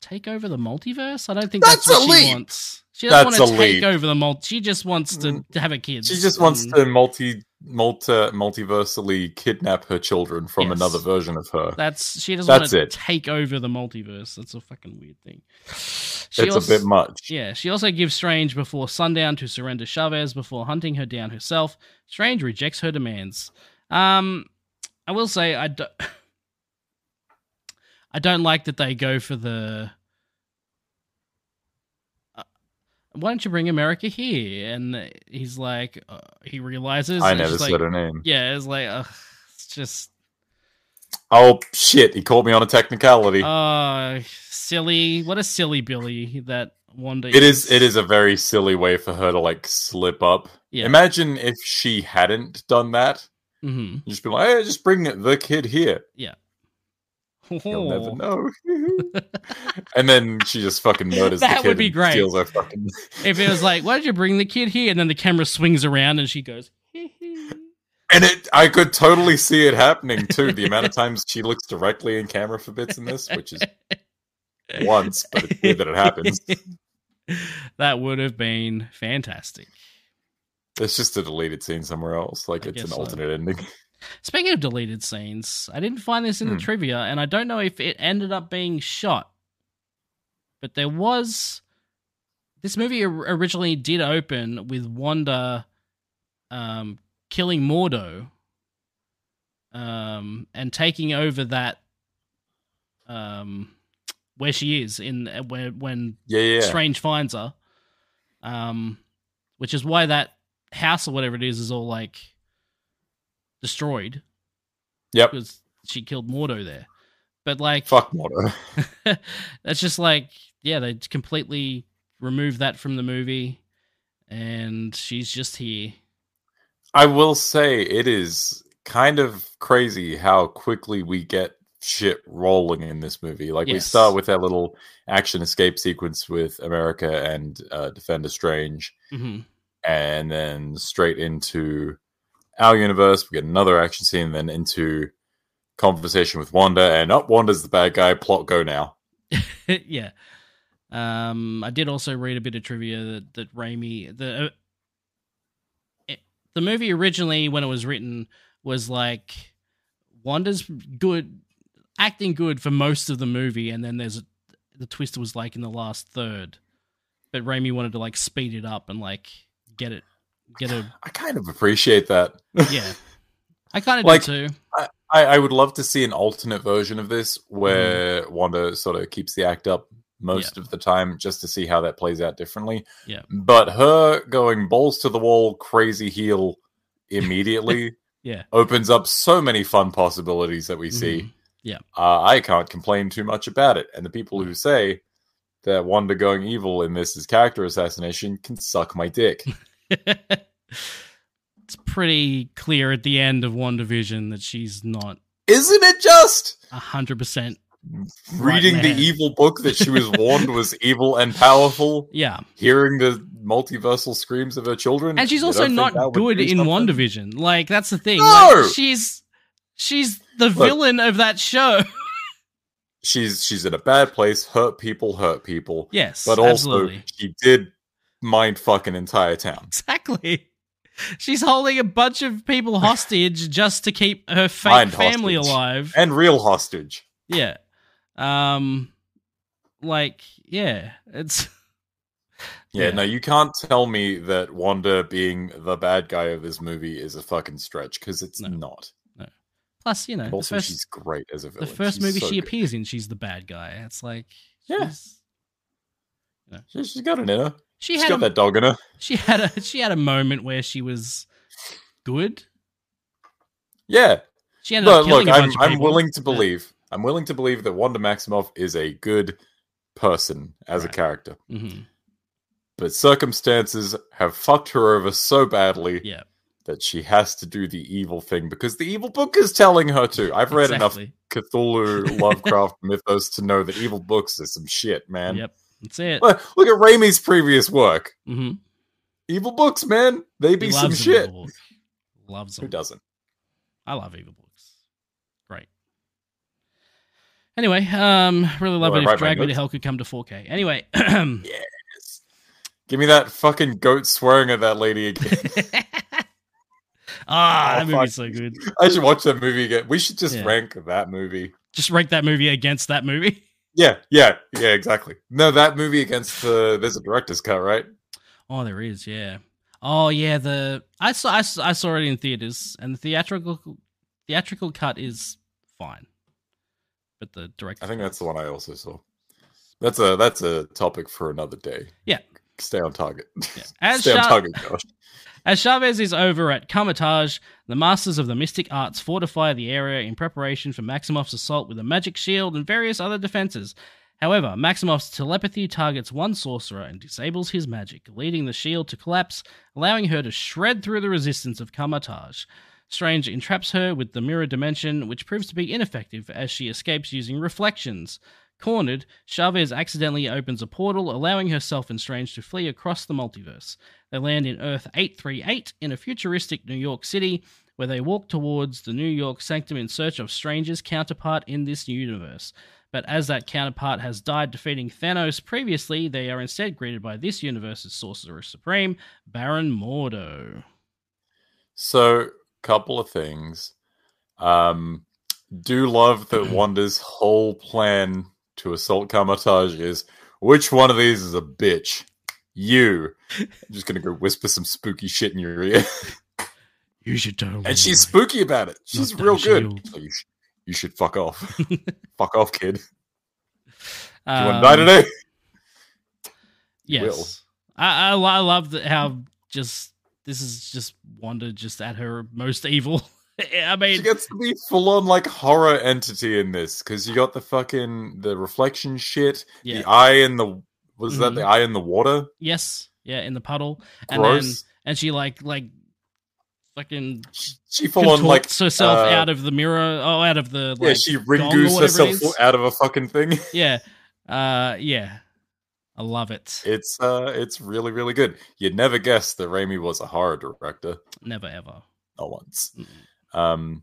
Speaker 3: take over the multiverse? I don't think that's,
Speaker 4: That's a
Speaker 3: what she
Speaker 4: leap.
Speaker 3: wants. She doesn't
Speaker 4: That's
Speaker 3: want to
Speaker 4: a
Speaker 3: take
Speaker 4: leap. Mm.
Speaker 3: over the multi. She just wants to, to have a kid.
Speaker 4: She just wants
Speaker 3: and
Speaker 4: to multi, multi, multiversally kidnap her children from
Speaker 3: Yes.
Speaker 4: another version of her.
Speaker 3: That's she doesn't
Speaker 4: That's
Speaker 3: want
Speaker 4: it.
Speaker 3: to take over the multiverse. That's a fucking weird thing. She
Speaker 4: it's
Speaker 3: also-
Speaker 4: a bit much.
Speaker 3: Yeah, she also gives Strange before sundown to surrender Chavez before hunting her down herself. Strange rejects her demands. Um, I will say I don't, I don't like that they go for the. Uh, Why don't you bring America here? And he's like, uh, he realizes.
Speaker 4: I
Speaker 3: and
Speaker 4: never
Speaker 3: she's
Speaker 4: said
Speaker 3: like,
Speaker 4: her name.
Speaker 3: Yeah, it's like, ugh, it's just,
Speaker 4: Oh shit! He caught me on a technicality.
Speaker 3: uh, silly. What a silly Billy that Wanda.
Speaker 4: it is. It is a very silly way for her to like slip up.
Speaker 3: Yeah.
Speaker 4: Imagine if she hadn't done that.
Speaker 3: hmm
Speaker 4: You just be like, hey, just bring the kid here. You'll
Speaker 3: Oh.
Speaker 4: never know. and then she just fucking murders the
Speaker 3: That
Speaker 4: kid
Speaker 3: would be
Speaker 4: and
Speaker 3: great.
Speaker 4: Steals her fucking.
Speaker 3: if it was like, why did you bring the kid here? And then the camera swings around and she goes,
Speaker 4: And it, I could totally see it happening too. The amount of times she looks directly in camera for bits in this, which is once, but it's weird that it happens.
Speaker 3: that would have been fantastic.
Speaker 4: It's just a deleted scene somewhere else. Like
Speaker 3: I
Speaker 4: it's
Speaker 3: guess
Speaker 4: an
Speaker 3: so.
Speaker 4: alternate ending.
Speaker 3: Speaking of deleted scenes, I didn't find this in
Speaker 4: Hmm.
Speaker 3: the trivia, and I don't know if it ended up being shot. But there was. This movie or- originally did open with Wanda um, killing Mordo um, and taking over that. Um, where she is in where when
Speaker 4: Yeah, yeah.
Speaker 3: Strange finds her. Um, which is why that house or whatever it is is all like destroyed
Speaker 4: Yep.
Speaker 3: because she killed Mordo there. But like,
Speaker 4: Fuck Mordo.
Speaker 3: that's just like, yeah, they completely removed that from the movie, and she's just here.
Speaker 4: I will say it is kind of crazy how quickly we get shit rolling in this movie. Like we
Speaker 3: Yes.
Speaker 4: start with that little action escape sequence with America and uh, Defender Strange,
Speaker 3: hmm
Speaker 4: and then straight into our universe. We get another action scene, then into conversation with Wanda, and up oh, Wanda's the bad guy. Plot go now.
Speaker 3: yeah. Um, I did also read a bit of trivia that that Raimi the uh, it- the movie originally when it was written was like Wanda's good acting good for most of the movie, and then there's a, the twist was like in the last third, but Raimi wanted to like speed it up and like get it get a
Speaker 4: I kind of appreciate that.
Speaker 3: yeah. I kind of
Speaker 4: Like-
Speaker 3: do too.
Speaker 4: I, I would love to see an alternate version of this
Speaker 3: Hmm.
Speaker 4: where Wanda sort of keeps the act up most of the time just to see how that plays out differently.
Speaker 3: Yeah.
Speaker 4: But her going balls to the wall, crazy heel immediately
Speaker 3: Yeah.
Speaker 4: opens up so many fun possibilities that we see.
Speaker 3: Mhm. Yeah.
Speaker 4: Uh, I can't complain too much about it. And the people who say that Wanda going evil in this is character assassination can suck my dick.
Speaker 3: Mm-hmm. it's pretty clear at the end of WandaVision that she's not
Speaker 4: Isn't it just?
Speaker 3: hundred percent.
Speaker 4: Reading the
Speaker 3: man.
Speaker 4: evil book that she was warned was evil and powerful.
Speaker 3: Yeah,
Speaker 4: hearing the multiversal screams of her children.
Speaker 3: and she's
Speaker 4: you
Speaker 3: also
Speaker 4: don't Hmm. think
Speaker 3: not
Speaker 4: that would
Speaker 3: good
Speaker 4: do
Speaker 3: in
Speaker 4: something?
Speaker 3: One Division. Like that's the thing.
Speaker 4: No!
Speaker 3: Like, she's she's the villain of that show.
Speaker 4: She's she's in a bad place. Hurt people, hurt people.
Speaker 3: yes,
Speaker 4: but also
Speaker 3: absolutely,
Speaker 4: she did mind fuck an entire town.
Speaker 3: exactly. She's holding a bunch of people hostage just to keep her fake
Speaker 4: Mind
Speaker 3: family
Speaker 4: hostage.
Speaker 3: alive.
Speaker 4: And real hostage.
Speaker 3: Yeah. Um like yeah, it's
Speaker 4: Yeah,
Speaker 3: Yeah.
Speaker 4: no, you can't tell me that Wanda being the bad guy of this movie is a fucking stretch because it's
Speaker 3: No.
Speaker 4: not.
Speaker 3: plus, you know,
Speaker 4: And
Speaker 3: the
Speaker 4: also,
Speaker 3: first
Speaker 4: she's great as a
Speaker 3: the
Speaker 4: villain.
Speaker 3: first
Speaker 4: She's
Speaker 3: movie
Speaker 4: so
Speaker 3: she
Speaker 4: good.
Speaker 3: appears in, she's the bad guy. It's like
Speaker 4: Yeah.
Speaker 3: she's-
Speaker 4: She- She's got it in her.
Speaker 3: she
Speaker 4: She's
Speaker 3: had
Speaker 4: got
Speaker 3: a-
Speaker 4: that dog in her.
Speaker 3: she had a she had a moment where she was good.
Speaker 4: Yeah,
Speaker 3: She ended up
Speaker 4: Look,
Speaker 3: killing
Speaker 4: look,
Speaker 3: a
Speaker 4: I'm,
Speaker 3: bunch of
Speaker 4: I'm
Speaker 3: people.
Speaker 4: willing to
Speaker 3: but-
Speaker 4: believe. I'm willing to believe that Wanda Maximoff is a good person as a
Speaker 3: Right.
Speaker 4: character,
Speaker 3: Mhm.
Speaker 4: but circumstances have fucked her over so badly
Speaker 3: Yeah,
Speaker 4: that she has to do the evil thing because the evil book is telling her to. I've read enough
Speaker 3: exactly.
Speaker 4: Cthulhu, Lovecraft mythos to know that evil books are some shit, man.
Speaker 3: Yep, that's it.
Speaker 4: Look, look at Raimi's previous work.
Speaker 3: hmm
Speaker 4: Evil books, man. They be some shit.
Speaker 3: Loves
Speaker 4: Who
Speaker 3: them.
Speaker 4: doesn't?
Speaker 3: I love evil books. Great. Anyway, um, really love
Speaker 4: Well,
Speaker 3: it
Speaker 4: I
Speaker 3: if
Speaker 4: write my
Speaker 3: Drag Me to
Speaker 4: notes.
Speaker 3: Hell could come to 4K. Anyway, Ah,
Speaker 4: Give me that fucking goat swearing at that lady again.
Speaker 3: ah,
Speaker 4: Oh,
Speaker 3: that
Speaker 4: fuck.
Speaker 3: movie's so good.
Speaker 4: I should watch that movie again. We should just
Speaker 3: Yeah.
Speaker 4: rank that movie.
Speaker 3: Just rank that movie against that movie.
Speaker 4: Yeah, yeah, yeah, exactly. No, that movie against the there's a director's cut, right?
Speaker 3: Oh, there is, yeah. Oh, yeah. The I saw I saw, I saw it in theaters, and the theatrical theatrical cut is fine, but the direct.
Speaker 4: I think that's the one I also saw. That's a that's a topic for another day.
Speaker 3: Yeah.
Speaker 4: Stay on target.
Speaker 3: Yeah. As,
Speaker 4: Stay on
Speaker 3: Sha-
Speaker 4: target, Josh.
Speaker 3: as Chavez is over at Kamatage, the masters of the mystic arts fortify the area in preparation for Maximov's assault with a magic shield and various other defenses. However, Maximov's telepathy targets one sorcerer and disables his magic, leading the shield to collapse, allowing her to shred through the resistance of Kamatage. Strange entraps her with the mirror dimension, which proves to be ineffective as she escapes using reflections. Cornered, Chavez accidentally opens a portal, allowing herself and Strange to flee across the multiverse. They land in Earth 838 in a futuristic New York City, where they walk towards the New York Sanctum in search of Stranger's counterpart in this universe. But as that counterpart has died defeating Thanos previously, they are instead greeted by this universe's Sorcerer Supreme, Baron Mordo.
Speaker 4: So, couple of things. Um, do love that Wanda's whole plan to assault Carmitage is which one of these is a bitch? You. I'm just gonna go whisper some spooky shit in your ear,
Speaker 3: You should totally.
Speaker 4: and she's spooky about it. She's
Speaker 3: Not
Speaker 4: real
Speaker 3: that
Speaker 4: good.
Speaker 3: shield.
Speaker 4: So you, sh- you should fuck off. fuck off, kid. You want to
Speaker 3: Um,
Speaker 4: die today?
Speaker 3: Yes,
Speaker 4: Will.
Speaker 3: I, I lo- I love that how just this is just Wanda just at her most evil. I
Speaker 4: She
Speaker 3: mean,
Speaker 4: gets to be full on like horror entity in this because you got the fucking the reflection shit,
Speaker 3: yeah,
Speaker 4: the eye in the was that the eye in the water?
Speaker 3: yes, yeah, in the puddle, and then
Speaker 4: Gross.
Speaker 3: and she like like fucking
Speaker 4: she, she full on
Speaker 3: contorts
Speaker 4: like
Speaker 3: herself
Speaker 4: uh,
Speaker 3: out of the mirror. Oh, out of the like,
Speaker 4: yeah, she
Speaker 3: gong or
Speaker 4: Ringu's
Speaker 3: whatever it
Speaker 4: herself
Speaker 3: is.
Speaker 4: out of a fucking thing.
Speaker 3: yeah, uh, yeah. I love it.
Speaker 4: It's uh, it's really really good. You'd never guess that Raimi was a horror director,
Speaker 3: Never ever.
Speaker 4: not once.
Speaker 3: Mm.
Speaker 4: Um,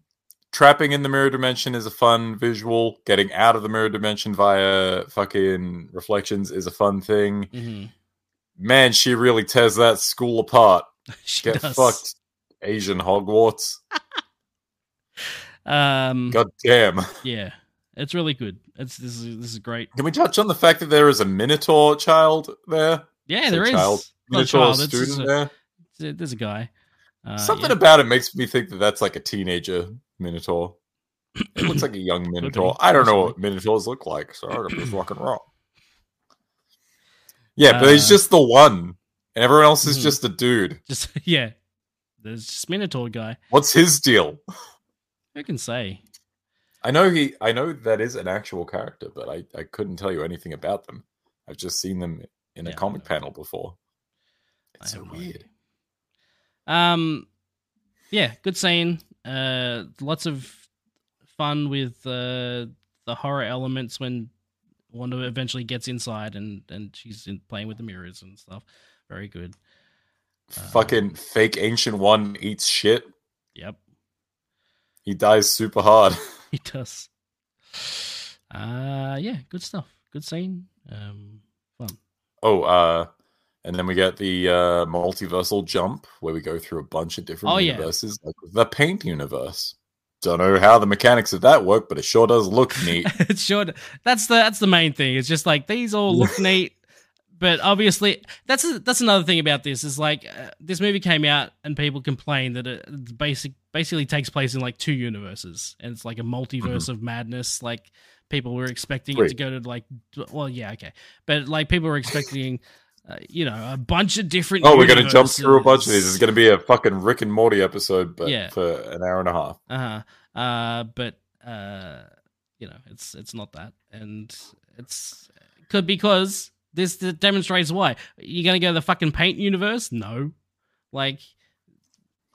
Speaker 4: trapping in the mirror dimension is a fun visual. Getting out of the mirror dimension via fucking reflections is a fun thing.
Speaker 3: Mhm.
Speaker 4: Man, she really tears that school apart.
Speaker 3: She
Speaker 4: Get
Speaker 3: does.
Speaker 4: fucked, Asian Hogwarts.
Speaker 3: Um,
Speaker 4: God damn.
Speaker 3: yeah, it's really good. It's this is this is great.
Speaker 4: Can we touch on the fact that there is a Minotaur child there?
Speaker 3: Yeah,
Speaker 4: It's a
Speaker 3: there is.
Speaker 4: child-
Speaker 3: Not a
Speaker 4: Minotaur
Speaker 3: Oh, child, it's just
Speaker 4: student
Speaker 3: a-
Speaker 4: there.
Speaker 3: Th- there's a guy. Uh,
Speaker 4: Something
Speaker 3: yeah.
Speaker 4: about it makes me think that that's like a teenager minotaur. It looks like a young minotaur.
Speaker 3: be,
Speaker 4: I don't know what
Speaker 3: possibly.
Speaker 4: minotaurs look like, so I'm just fucking wrong. Yeah, but he's
Speaker 3: Uh,
Speaker 4: just the one, and everyone else is
Speaker 3: mhm.
Speaker 4: just a dude.
Speaker 3: just yeah. There's just Minotaur guy.
Speaker 4: What's his deal?
Speaker 3: Who can say?
Speaker 4: I know he. I know that is an actual character, but I I couldn't tell you anything about them. I've just seen them in a
Speaker 3: Yeah, I
Speaker 4: comic
Speaker 3: know.
Speaker 4: panel before.
Speaker 3: I
Speaker 4: It's so
Speaker 3: have no
Speaker 4: weird.
Speaker 3: idea. Um, yeah, good scene. Uh, lots of fun with uh, the horror elements when Wanda eventually gets inside and and she's in, playing with the mirrors and stuff. Very good. Uh,
Speaker 4: Fucking fake ancient one eats shit.
Speaker 3: Yep,
Speaker 4: He dies super hard.
Speaker 3: he does. Uh, yeah, good stuff. Good scene. Um, fun.
Speaker 4: Oh, uh, and then we get the uh, multiversal jump where we go through a bunch of different
Speaker 3: Oh, yeah.
Speaker 4: universes, like the paint universe. Don't know how the mechanics of that work, but it sure does look neat.
Speaker 3: it's sure that's the that's the main thing. It's just like these all look neat, but obviously that's that's another thing about this is like uh, this movie came out and people complain that it it's basic basically takes place in like two universes and it's like a multiverse
Speaker 4: Mm-hmm.
Speaker 3: of madness. Like people were expecting it to
Speaker 4: Wait.
Speaker 3: go to like d- well yeah okay, but like people were expecting. Uh, you know, a bunch of different.
Speaker 4: oh, we're gonna jump through a bunch of these.
Speaker 3: universes.
Speaker 4: It's gonna be a fucking Rick and Morty episode, but
Speaker 3: Yeah.
Speaker 4: for an hour and a half.
Speaker 3: Uh-huh. Uh but uh you know, it's it's not that. And it's could because this d- demonstrates why. You're going to go to the fucking paint universe? No. Like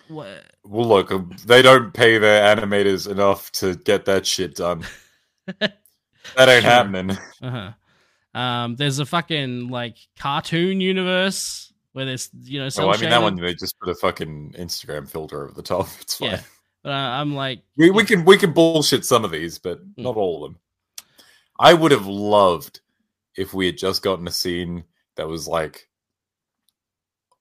Speaker 3: what
Speaker 4: Well, look, um, they don't pay their animators enough to get that shit done. That ain't
Speaker 3: Sure.
Speaker 4: happening.
Speaker 3: uh-huh. Um there's a fucking like cartoon universe where there's you know
Speaker 4: Oh, I mean, that
Speaker 3: cel-shaded.
Speaker 4: one they just put a fucking Instagram filter over the top. It's fine.
Speaker 3: Yeah. But uh, I'm like
Speaker 4: We, we can we can bullshit some of these, but
Speaker 3: Hmm.
Speaker 4: not all of them. I would have loved if we had just gotten a scene that was like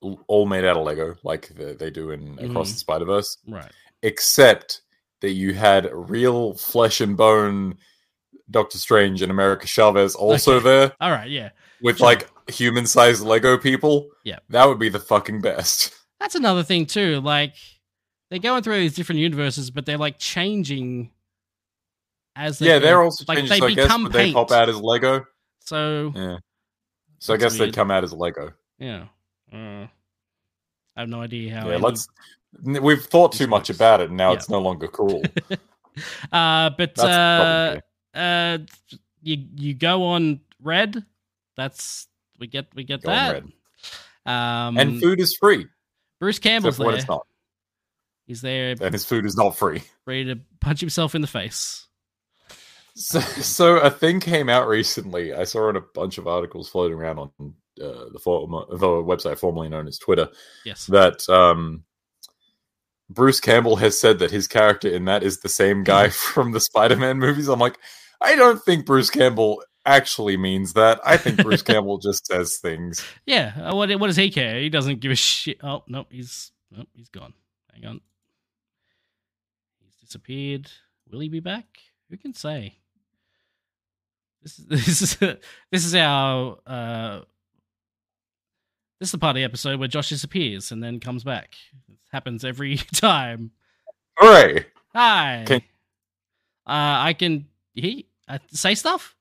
Speaker 4: l- all made out of Lego, like the, they do in Across
Speaker 3: Mhm.
Speaker 4: the Spider Verse,
Speaker 3: right.
Speaker 4: except that you had a real flesh and bone Doctor Strange and America Chavez also
Speaker 3: Okay.
Speaker 4: there
Speaker 3: All right, yeah.
Speaker 4: with
Speaker 3: Sure.
Speaker 4: like human sized Lego people.
Speaker 3: Yeah.
Speaker 4: that would be the fucking best.
Speaker 3: That's another thing too. Like they're going through these different universes, but they're like changing as they
Speaker 4: yeah,
Speaker 3: go.
Speaker 4: they're also
Speaker 3: like,
Speaker 4: changed.
Speaker 3: they
Speaker 4: so I guess
Speaker 3: become
Speaker 4: would they pop
Speaker 3: paint.
Speaker 4: out as Lego.
Speaker 3: so
Speaker 4: Yeah. So I
Speaker 3: That's
Speaker 4: guess
Speaker 3: weird.
Speaker 4: they'd come out as Lego.
Speaker 3: yeah. Uh, I have no idea how.
Speaker 4: yeah,
Speaker 3: any-
Speaker 4: let's. n- We've thought
Speaker 3: this
Speaker 4: too much
Speaker 3: works.
Speaker 4: about it, and now
Speaker 3: Yeah.
Speaker 4: it's no longer cool.
Speaker 3: Uh, but
Speaker 4: That's
Speaker 3: uh,
Speaker 4: the
Speaker 3: uh, you you go on red. That's we get we get
Speaker 4: Go on
Speaker 3: that. Um,
Speaker 4: problem here. And food is free,
Speaker 3: Bruce
Speaker 4: except
Speaker 3: Campbell's
Speaker 4: for when
Speaker 3: there.
Speaker 4: it's not.
Speaker 3: He's there
Speaker 4: And his food is not free.
Speaker 3: ready to punch himself in the face.
Speaker 4: So, so a thing came out recently. I saw in a bunch of articles floating around on uh, the form, the website formerly known as Twitter
Speaker 3: Yes.
Speaker 4: that um, Bruce Campbell has said that his character in that is the same guy from the Spider-Man movies. I'm like, I don't think Bruce Campbell actually means that. I think Bruce Campbell just says things.
Speaker 3: Yeah. uh, What what does he care? He doesn't give a shit. Oh no, he's no, he's gone. Hang on. He's disappeared. Will he be back? Who can say? This is this is this is our uh this is the part of the episode where Josh disappears and then comes back. It happens every time.
Speaker 4: Hooray!
Speaker 3: Hi.
Speaker 4: Can-
Speaker 3: uh, I can he uh, say stuff.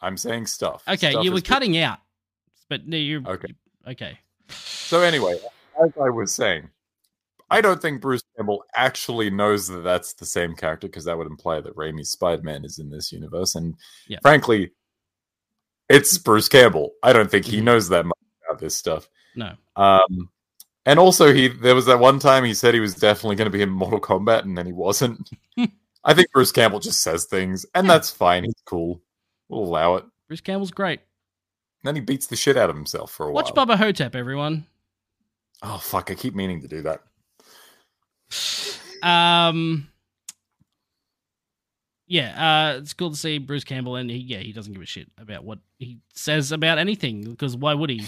Speaker 4: I'm saying stuff.
Speaker 3: Okay,
Speaker 4: Stuff
Speaker 3: you were
Speaker 4: is good.
Speaker 3: cutting out, but no, you
Speaker 4: Okay.
Speaker 3: okay.
Speaker 4: So anyway, as I was saying, I don't think Bruce Campbell actually knows that that's the same character because that would imply that Raimi's Spider-Man is in this universe, and
Speaker 3: Yeah.
Speaker 4: frankly, it's Bruce Campbell. I don't think he
Speaker 3: Mhm.
Speaker 4: knows that much about this stuff.
Speaker 3: No.
Speaker 4: Um, and also, he there was that one time he said he was definitely going to be in Mortal Kombat, and then he wasn't. I think Bruce Campbell just says things, and
Speaker 3: Yeah.
Speaker 4: that's fine. He's cool. We'll allow it.
Speaker 3: Bruce Campbell's great.
Speaker 4: Then he beats the shit out of himself for a
Speaker 3: Watch
Speaker 4: while.
Speaker 3: Bubba Hotep, everyone.
Speaker 4: oh fuck! I keep meaning to do that.
Speaker 3: Um, yeah, uh, it's cool to see Bruce Campbell, and he, yeah, he doesn't give a shit about what he says about anything because why would he?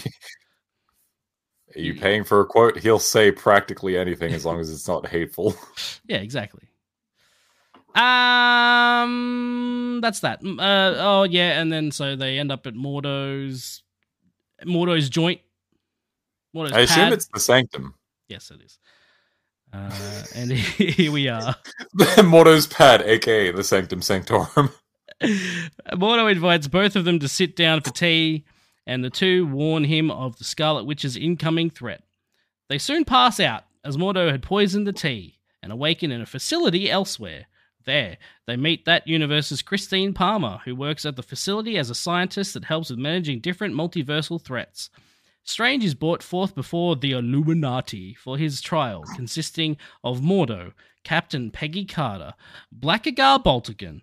Speaker 4: Are you
Speaker 3: Yeah.
Speaker 4: paying for a quote? He'll say practically anything as long as it's not hateful.
Speaker 3: yeah, exactly. Um, that's that. Mm, Uh, oh yeah, and then so they end up at Mordo's, Mordo's joint. Mordo's
Speaker 4: I assume
Speaker 3: pad.
Speaker 4: it's the Sanctum.
Speaker 3: yes, it is. Uh, and here we are.
Speaker 4: Mordo's pad, aka the Sanctum Sanctorum.
Speaker 3: Mordo invites both of them to sit down for tea, and the two warn him of the Scarlet Witch's incoming threat. They soon pass out, as Mordo had poisoned the tea, and awaken in a facility elsewhere. There, they meet that universe's Christine Palmer, who works at the facility as a scientist that helps with managing different multiversal threats. Strange is brought forth before the Illuminati for his trial, consisting of Mordo, Captain Peggy Carter, Blackagar Baltigan,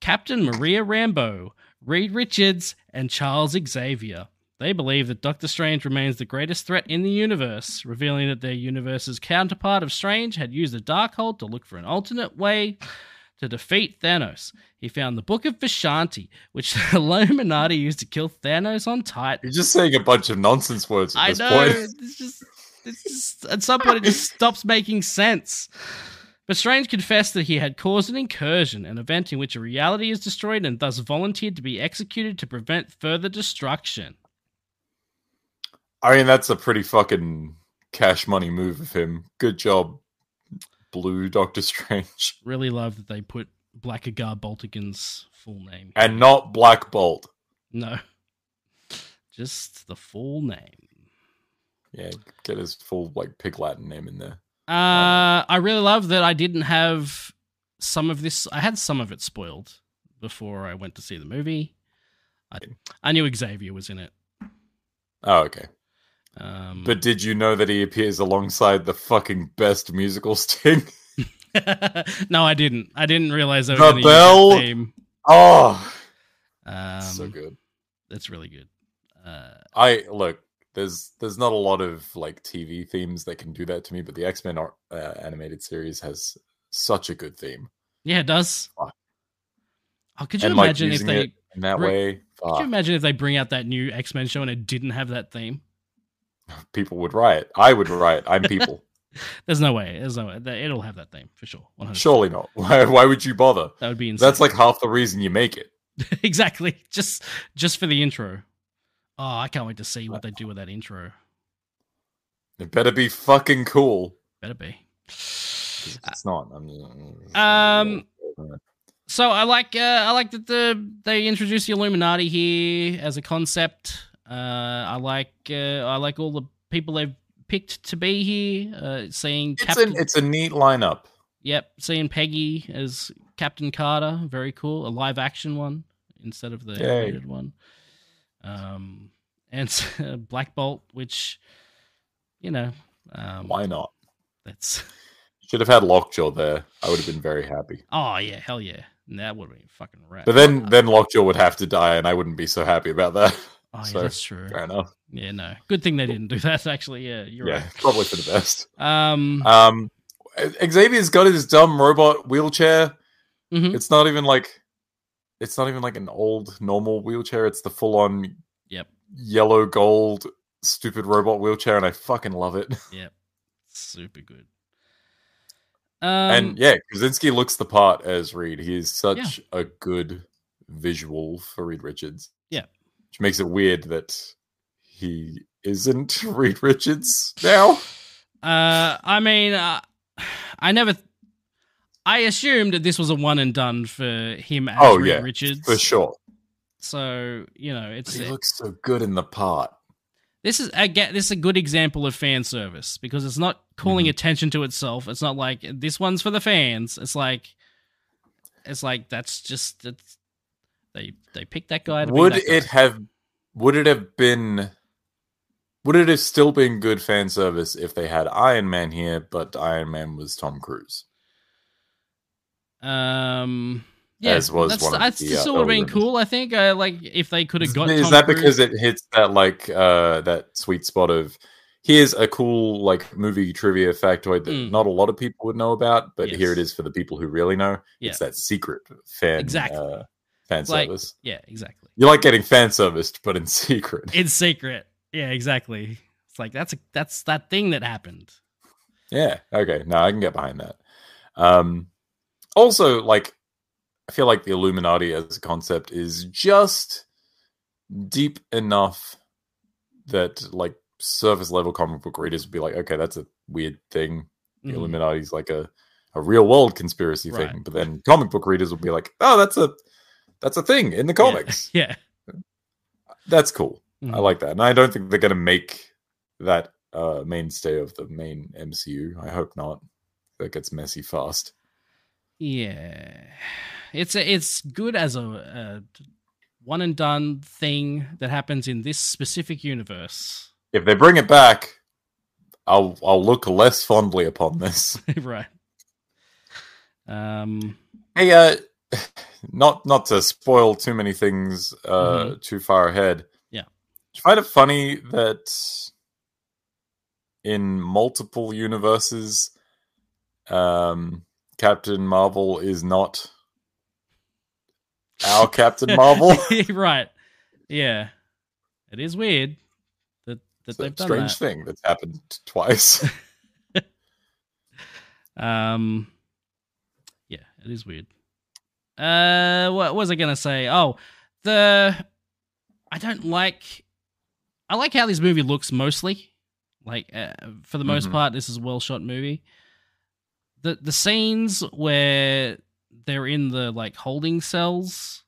Speaker 3: Captain Maria Rambo, Reed Richards, and Charles Xavier. They believe that Doctor Strange remains the greatest threat in the universe, revealing that their universe's counterpart of Strange had used the Darkhold to look for an alternate way to defeat Thanos. He found the Book of Vishanti, which the Illuminati used to kill Thanos on Titan.
Speaker 4: You're just saying a bunch of nonsense words at
Speaker 3: I
Speaker 4: this
Speaker 3: know.
Speaker 4: point.
Speaker 3: It's just, it's just at some point it just stops making sense. But Strange confessed that he had caused an incursion, an event in which a reality is destroyed, and thus volunteered to be executed to prevent further destruction.
Speaker 4: I mean, that's a pretty fucking cash money move of him. Good job, Blue Doctor Strange.
Speaker 3: Really love that they put Blackagar Baltigan's full name.
Speaker 4: And not Black Bolt.
Speaker 3: No, just the full name.
Speaker 4: Yeah, get his full, like, pig Latin name in there.
Speaker 3: Uh, I really love that I didn't have some of this. I had some of it spoiled before I went to see the movie. I, I knew Xavier was in it.
Speaker 4: Oh, okay.
Speaker 3: Um,
Speaker 4: But did you know that he appears alongside the fucking best musical sting?
Speaker 3: no, I didn't. I didn't realize I was
Speaker 4: The
Speaker 3: gonna use that
Speaker 4: bell-
Speaker 3: theme.
Speaker 4: Oh,
Speaker 3: Um,
Speaker 4: so good.
Speaker 3: That's really good. Uh,
Speaker 4: I look. There's there's not a lot of like TV themes that can do that to me, but the X Men uh, animated series has such a good theme.
Speaker 3: yeah, it does.
Speaker 4: Fuck.
Speaker 3: Oh, could you
Speaker 4: And, like,
Speaker 3: imagine if
Speaker 4: using
Speaker 3: they?
Speaker 4: it uh, In that
Speaker 3: Re-
Speaker 4: way,
Speaker 3: Could you
Speaker 4: fuck,
Speaker 3: imagine if they bring out that new X Men show and it didn't have that theme?
Speaker 4: ah, people would riot. I would riot. I'm people.
Speaker 3: There's no way. There's no way. That- It'll have that theme for sure. 100%.
Speaker 4: Surely not. Why, why would you bother?
Speaker 3: That would be insane.
Speaker 4: That's like half the reason you make it.
Speaker 3: exactly just just for the intro. Oh, I can't wait to see what
Speaker 4: Uh,
Speaker 3: they do with that intro.
Speaker 4: It better be fucking cool.
Speaker 3: Better be.
Speaker 4: 'Cause It's not. I'm,
Speaker 3: Uh, Um,
Speaker 4: uh,
Speaker 3: So I like uh, I like that the they introduced the Illuminati here as a concept. Uh, I like uh, I like all the people they've picked to be here. Uh, seeing
Speaker 4: it's
Speaker 3: Captain,
Speaker 4: an, it's a neat lineup.
Speaker 3: yep, seeing Peggy as Captain Carter, very cool. A live action one instead of the
Speaker 4: Yay.
Speaker 3: animated one. Um, and Black Bolt, which you know, um,
Speaker 4: Why not?
Speaker 3: that's
Speaker 4: Should have had Lockjaw there. I would have been very happy.
Speaker 3: oh yeah, hell yeah, that would have been fucking rad.
Speaker 4: But then then Lockjaw would have to die, and I wouldn't be so happy about that.
Speaker 3: oh yeah,
Speaker 4: so,
Speaker 3: that's true.
Speaker 4: Fair enough.
Speaker 3: Yeah, no. Good thing they didn't do that. Actually, yeah, you're
Speaker 4: yeah,
Speaker 3: right.
Speaker 4: probably for the best.
Speaker 3: Um,
Speaker 4: Um, Xavier's got his dumb robot wheelchair.
Speaker 3: Mhm.
Speaker 4: It's not even like it's not even like an old normal wheelchair. It's the full on
Speaker 3: Yep.
Speaker 4: yellow gold stupid robot wheelchair, and I fucking love it.
Speaker 3: Super good. Um,
Speaker 4: and yeah, Krasinski looks the part as Reed. He is such a good visual for Reed Richards.
Speaker 3: Yeah.
Speaker 4: Which makes it weird that he isn't Reed Richards now.
Speaker 3: Uh, I mean, uh, I never. I assumed that this was a one and done for him as
Speaker 4: Oh,
Speaker 3: Reed
Speaker 4: yeah,
Speaker 3: Richards.
Speaker 4: For sure.
Speaker 3: So you know, it's
Speaker 4: He looks so good in the part.
Speaker 3: this is again this is a good example of fan service because it's not
Speaker 4: Mm-hmm.
Speaker 3: calling attention to itself. It's not like this one's for the fans. It's like, it's like that's just it's, they they picked that guy. To be
Speaker 4: Would
Speaker 3: that
Speaker 4: it
Speaker 3: guy.
Speaker 4: have would it have been would it have still been good fan service if they had Iron Man here, but Iron Man was Tom Cruise?
Speaker 3: Um. Yeah,
Speaker 4: As was
Speaker 3: that's,
Speaker 4: one of
Speaker 3: that's
Speaker 4: the, uh,
Speaker 3: still would have
Speaker 4: early
Speaker 3: been
Speaker 4: ones.
Speaker 3: cool. I think, uh, like, if they could have
Speaker 4: Is,
Speaker 3: got.
Speaker 4: is
Speaker 3: Tom
Speaker 4: that
Speaker 3: Cruise-
Speaker 4: because it hits that like uh that sweet spot of here's a cool like movie trivia factoid that
Speaker 3: Mm.
Speaker 4: not a lot of people would know about, but here
Speaker 3: Yes.
Speaker 4: it is for the people who really know.
Speaker 3: Yeah.
Speaker 4: It's that secret fan
Speaker 3: Exactly.
Speaker 4: uh, fan
Speaker 3: Like-
Speaker 4: service.
Speaker 3: Yeah, exactly.
Speaker 4: You like getting fan serviced, but in secret.
Speaker 3: in secret. Yeah, exactly. It's like that's a, that's that thing that happened.
Speaker 4: Yeah. Okay. No, I can get behind that. Um, also, like, I feel like the Illuminati as a concept is just deep enough that, like, surface level comic book readers would be like, okay, that's a weird thing. The
Speaker 3: Mhm.
Speaker 4: Illuminati's like a, a real world conspiracy
Speaker 3: Right.
Speaker 4: thing. But then comic book readers will be like, oh, that's a that's a thing in the comics.
Speaker 3: Yeah.
Speaker 4: That's cool. I
Speaker 3: Mhm.
Speaker 4: like that. And I don't think they're going to make that uh, mainstay of the main MCU. I hope not. That gets messy fast.
Speaker 3: Yeah. It's a, it's good as a, a one and done thing that happens in this specific universe.
Speaker 4: If they bring it back, I'll I'll look less fondly upon this.
Speaker 3: right. Um
Speaker 4: hey, uh, not not to spoil too many things uh, too far ahead.
Speaker 3: Mm-hmm. Yeah.
Speaker 4: Do you find it funny that in multiple universes, um, Captain Marvel is not our Captain Marvel?
Speaker 3: right. Yeah. It is weird that that
Speaker 4: It's
Speaker 3: they've
Speaker 4: a
Speaker 3: done
Speaker 4: strange
Speaker 3: that.
Speaker 4: thing that's happened twice.
Speaker 3: Um, yeah, it is weird. Uh, what was I gonna say? Oh, the I don't like. I like how this movie looks mostly. Like uh, for the most
Speaker 4: Mhm.
Speaker 3: part, this is a well shot movie. The the scenes where they're in the like holding cells.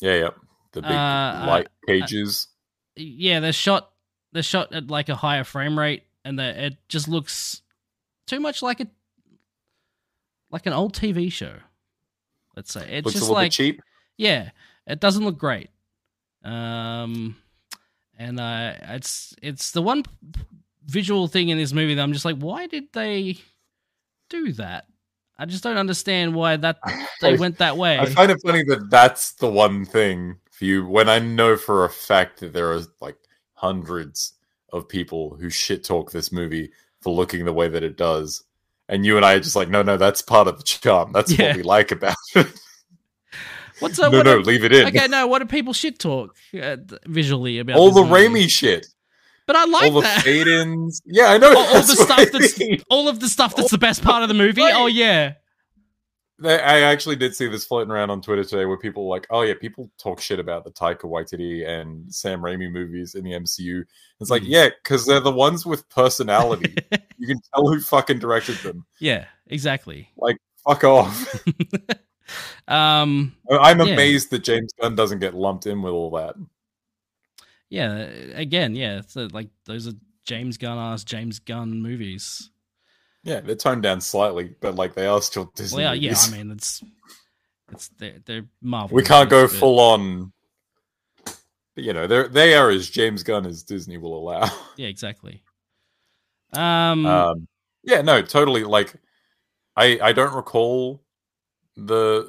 Speaker 4: yeah, yeah. The big
Speaker 3: Uh,
Speaker 4: light cages.
Speaker 3: yeah, they're shot they're shot at like a higher frame rate, and they- it just looks too much like a like an old TV show. Let's say it's
Speaker 4: Looks a
Speaker 3: just
Speaker 4: little
Speaker 3: like
Speaker 4: bit cheap.
Speaker 3: yeah, it doesn't look great. Um, and uh, it's it's the one visual thing in this movie that I'm just like, why did they do that? I just don't understand why that they went that way.
Speaker 4: I find it funny that that's the one thing for you when I know for a fact that there are like hundreds of people who shit talk this movie for looking the way that it does. And you and I are just like, no, no, that's part of the charm. That's
Speaker 3: Yeah.
Speaker 4: what we like about it.
Speaker 3: What's
Speaker 4: no,
Speaker 3: up? what
Speaker 4: no,
Speaker 3: do-
Speaker 4: leave it in.
Speaker 3: Okay, no. What do people shit talk uh, th- visually about
Speaker 4: all
Speaker 3: this
Speaker 4: the
Speaker 3: movie?
Speaker 4: Raimi shit,
Speaker 3: But I like
Speaker 4: all the
Speaker 3: that.
Speaker 4: fade ins. Yeah, I know.
Speaker 3: all, all the
Speaker 4: that's what
Speaker 3: stuff
Speaker 4: I
Speaker 3: that's
Speaker 4: mean.
Speaker 3: all of the stuff that's the best part of the movie. Oh yeah,
Speaker 4: They- I actually did see this floating around on Twitter today where people were like, oh yeah, people talk shit about the Taika Waititi and Sam Raimi movies in the MCU. It's like,
Speaker 3: Mhm.
Speaker 4: yeah, because they're the ones with personality. you can tell who fucking directed them.
Speaker 3: yeah, exactly.
Speaker 4: Fuck off.
Speaker 3: Um,
Speaker 4: I'm
Speaker 3: Yeah.
Speaker 4: amazed that James Gunn doesn't get lumped in with all that.
Speaker 3: yeah, again, yeah. It's uh, like those are James Gunn ass James Gunn movies.
Speaker 4: Yeah, they're toned down slightly, but like they are still Disney.
Speaker 3: Well, yeah, yeah,
Speaker 4: movies.
Speaker 3: I mean, it's it's they're, they're Marvel.
Speaker 4: we can't go
Speaker 3: movies, but-
Speaker 4: full on. But, you know, they're they are as James Gunn as Disney will allow.
Speaker 3: Yeah, exactly. Um,
Speaker 4: um yeah no totally like i i don't recall the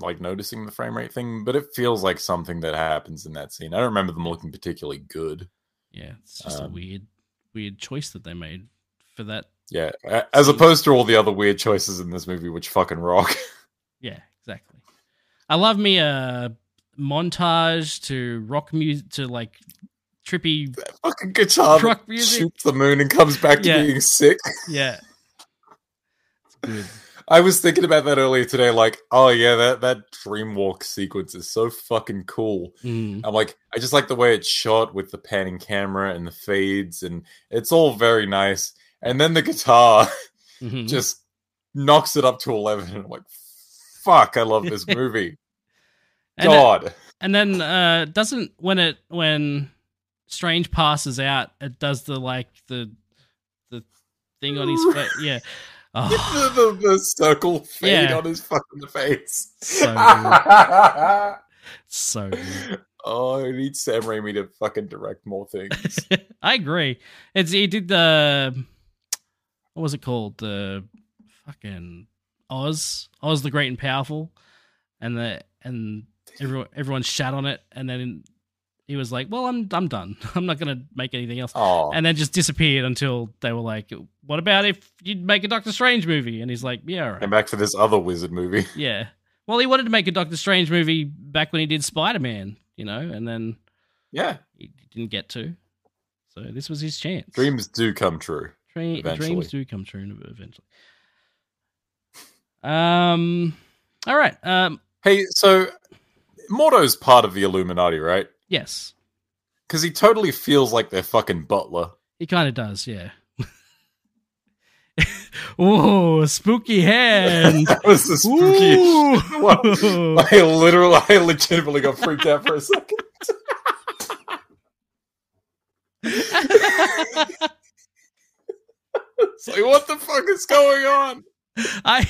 Speaker 4: like noticing the frame rate thing but it feels like something that happens in that scene i don't remember them looking particularly good
Speaker 3: yeah, it's just a
Speaker 4: um,
Speaker 3: weird, weird choice that they made for that
Speaker 4: Yeah, a- as
Speaker 3: See.
Speaker 4: opposed to all the other weird choices in this movie, which fucking rock.
Speaker 3: Yeah, exactly. I love me a montage to rock music to like trippy.
Speaker 4: fucking guitar that
Speaker 3: Rock music.
Speaker 4: shoots the moon and comes back to
Speaker 3: Yeah.
Speaker 4: being sick.
Speaker 3: Yeah, it's good.
Speaker 4: I was thinking about that earlier today. Like, oh yeah, that that dreamwalk sequence is so fucking cool.
Speaker 3: Mm.
Speaker 4: I'm like, I just like the way it's shot with the panning camera and the fades, and it's all very nice. And then the guitar
Speaker 3: Mhm.
Speaker 4: just knocks it up to eleven. And I'm like, fuck, I love this movie.
Speaker 3: uh, And, uh,
Speaker 4: God,
Speaker 3: and then uh, doesn't when it when Strange passes out, it does the like the the thing on his face. Yeah. Oh,
Speaker 4: the, the, the circle fade
Speaker 3: Yeah.
Speaker 4: on his fucking face.
Speaker 3: So so good.
Speaker 4: oh, I need Sam Raimi to fucking direct more things.
Speaker 3: I agree. It's he did the what was it called? The fucking Oz, Oz the Great and Powerful, and the and everyone everyone shat on it, and then he was like, "Well, I'm I'm done. I'm not gonna make anything else."
Speaker 4: Oh,
Speaker 3: And uh, then just disappeared until they were like, "What about if you'd make a Doctor Strange movie?" And he's like, "Yeah, all right.
Speaker 4: and back for this other wizard movie.
Speaker 3: yeah." Well, he wanted to make a Doctor Strange movie back when he did Spider Man, you know, and then
Speaker 4: Yeah,
Speaker 3: he didn't get to. So this was his chance.
Speaker 4: dreams do come true.
Speaker 3: Dream,
Speaker 4: Eventually.
Speaker 3: Dreams do come true ev- eventually. Um. All right. Um.
Speaker 4: Hey, so Mordo's part of the Illuminati, right?
Speaker 3: Yes,
Speaker 4: Because he totally feels like their fucking butler.
Speaker 3: he kind of does. Yeah. oh, spooky hand.
Speaker 4: That was the spooky.
Speaker 3: Ooh.
Speaker 4: Whoa. I literally, I legitimately got freaked out for a second. It's like, what the fuck is going on?
Speaker 3: I.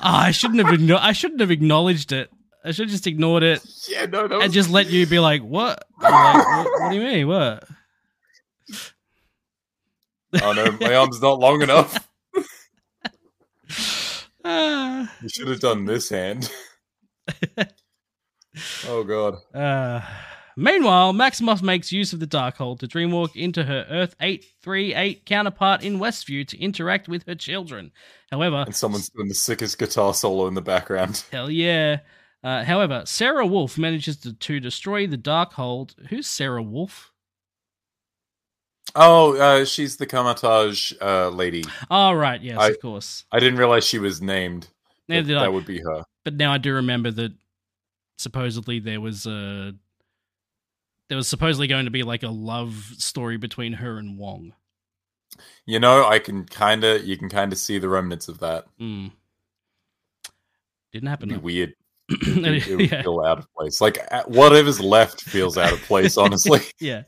Speaker 3: Ah, I shouldn't have. Igno- I shouldn't have acknowledged it. I should have just ignored it
Speaker 4: Yeah, no, that
Speaker 3: and
Speaker 4: was
Speaker 3: just let you be like, "What? I'm like, what, what do you mean? What?"
Speaker 4: Oh no, my arm's not long enough.
Speaker 3: Ah.
Speaker 4: You should have done this hand. oh god.
Speaker 3: Uh, meanwhile, Maximoff makes use of the Darkhold to dreamwalk into her Earth 838 counterpart in Westview to interact with her children. However,
Speaker 4: And someone's doing the sickest guitar solo in the background.
Speaker 3: hell yeah. Uh, however, Sarah Wolf manages to, to destroy the Darkhold. Who's Sarah Wolf?
Speaker 4: Oh, uh, she's the Kamatage uh, lady.
Speaker 3: Oh, right. Yes,
Speaker 4: I-
Speaker 3: of course.
Speaker 4: I didn't realize she was named.
Speaker 3: Neither
Speaker 4: That-
Speaker 3: did I.
Speaker 4: That would be her.
Speaker 3: but now I do remember that supposedly there was a. There was supposedly going to be like a love story between her and Wong.
Speaker 4: You know, I can kind of, you can kind of see the remnants of that.
Speaker 3: Mm. Didn't happen.
Speaker 4: It'd
Speaker 3: though.
Speaker 4: be weird. It, it would
Speaker 3: yeah.
Speaker 4: feel out of place. Like uh, whatever's left feels out of place. Honestly,
Speaker 3: yeah.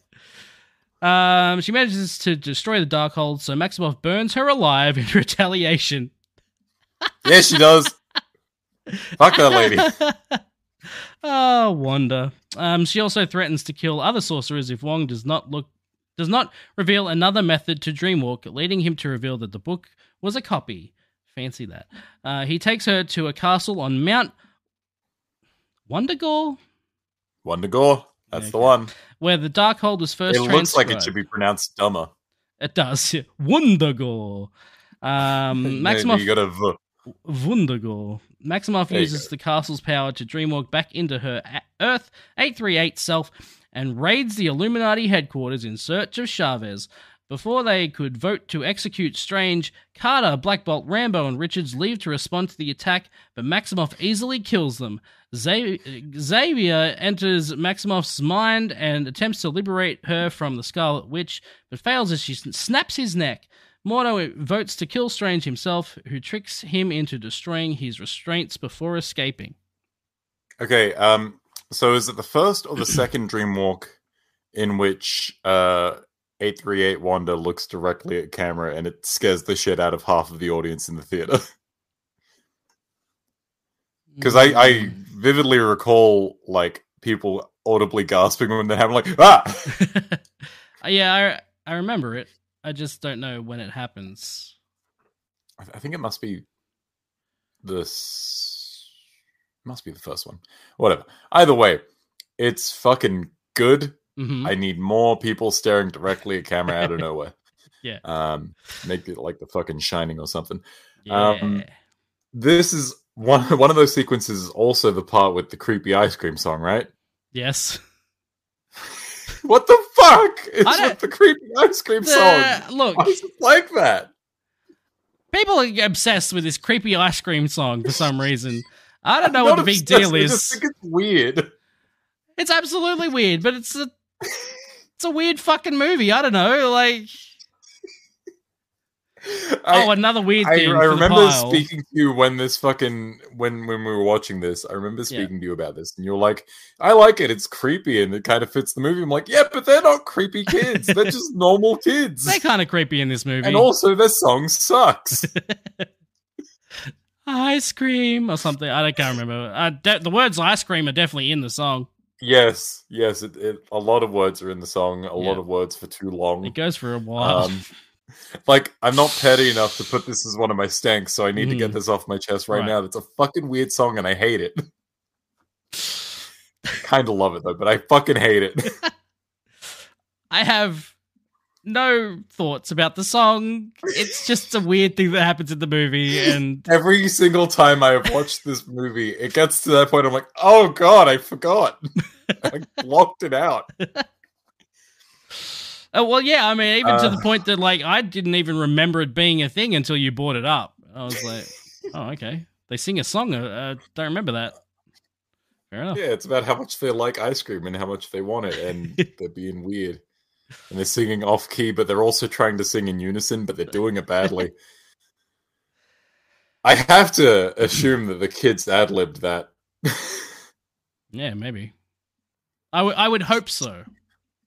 Speaker 3: Um, she manages to destroy the Darkhold, so Maximoff burns her alive in retaliation.
Speaker 4: yeah, she does. Fuck that lady.
Speaker 3: oh, wonder. Um, she also threatens to kill other sorcerers if Wong does not look does not reveal another method to dreamwalk, leading him to reveal that the book was a copy. Fancy that. Uh, he takes her to a castle on Mount Wondergore,
Speaker 4: One to go. That's the
Speaker 3: Okay.
Speaker 4: one.
Speaker 3: where the Darkhold was first.
Speaker 4: it looks like it
Speaker 3: transcribed.
Speaker 4: should be pronounced dumber.
Speaker 3: It does. Wundergore. Um,
Speaker 4: No, no,
Speaker 3: Maximoff
Speaker 4: you got a v.
Speaker 3: Wundergore. Maximoff
Speaker 4: There you
Speaker 3: uses the castle's power to dreamwalk back into her a- Earth 838 self and raids the Illuminati headquarters in search of Chavez. Before they could vote to execute Strange, Carter, Black Bolt, Rambo, and Richards leave to respond to the attack, but Maximoff easily kills them. Za- Xavier enters Maximoff's mind and attempts to liberate her from the Scarlet Witch, but fails as she sn- snaps his neck. Mordo votes to kill Strange himself, who tricks him into destroying his restraints before escaping.
Speaker 4: Okay. Um. So is it the first or the second Dreamwalk in which uh, eight three eight Wanda looks directly at camera and it scares the shit out of half of the audience in the theater? Because I,
Speaker 3: Mm.
Speaker 4: I vividly recall like people audibly gasping when they happened, like ah.
Speaker 3: I, Uh, yeah, I, I remember it. I just don't know when it happens.
Speaker 4: I th- I think it must be this. Must be the first one. Whatever. Either way, it's fucking good.
Speaker 3: hmm
Speaker 4: I need more people staring directly at camera out of nowhere.
Speaker 3: Yeah.
Speaker 4: Um, make it like the fucking Shining or something.
Speaker 3: Yeah.
Speaker 4: Um, This is one one of those sequences. Is also, the part with the creepy ice cream song, right?
Speaker 3: yes.
Speaker 4: What the fuck is
Speaker 3: I don't-
Speaker 4: with the creepy ice cream
Speaker 3: The-
Speaker 4: song?
Speaker 3: look,
Speaker 4: Why is it like that?
Speaker 3: people are obsessed with this creepy ice cream song for some reason. I don't know what the
Speaker 4: Not
Speaker 3: big
Speaker 4: obsessed,
Speaker 3: deal
Speaker 4: I
Speaker 3: is.
Speaker 4: just think it's weird.
Speaker 3: It's absolutely weird, but it's a it's a weird fucking movie. I don't know, like
Speaker 4: I-
Speaker 3: oh, another weird
Speaker 4: I,
Speaker 3: thing.
Speaker 4: I
Speaker 3: for the
Speaker 4: remember
Speaker 3: pile.
Speaker 4: speaking to you when this fucking when when we were watching this. I remember
Speaker 3: Yeah.
Speaker 4: speaking to you about this, and you were like, "I like it. It's creepy, and it kind of fits the movie." I'm like, "Yeah, but they're not creepy kids. they're just normal kids."
Speaker 3: They're kind of creepy in this movie.
Speaker 4: And also, their song sucks.
Speaker 3: ice cream or something. I don't can't remember. Uh, de- the words ice cream are definitely in the song.
Speaker 4: yes, yes. It, it, a lot of words are in the song. A lot
Speaker 3: Yeah.
Speaker 4: of words for too long.
Speaker 3: It goes for a while.
Speaker 4: Um, like I'm not petty enough to put this as one of my stanks, so I need to get
Speaker 3: Mm.
Speaker 4: this off my chest right,
Speaker 3: Right.
Speaker 4: now. That's a fucking weird song, and I hate it. kind of love it though, but I fucking hate it.
Speaker 3: I have no thoughts about the song. It's just a weird thing that happens in the movie, and
Speaker 4: Every single time I have watched this movie, it gets to that point. I'm like, oh god, I forgot. I blocked it out.
Speaker 3: oh well, yeah. I mean, even to
Speaker 4: Uh.
Speaker 3: the point that like I didn't even remember it being a thing until you brought it up. I was like, oh okay, they sing a song. uh, uh, don't remember that. Fair enough.
Speaker 4: Yeah, it's about how much they like ice cream and how much they want it, and they're being weird. And they're singing off key, but they're also trying to sing in unison, but they're doing it badly. I have to assume that the kids ad libbed that.
Speaker 3: Yeah, maybe. I would I would hope so.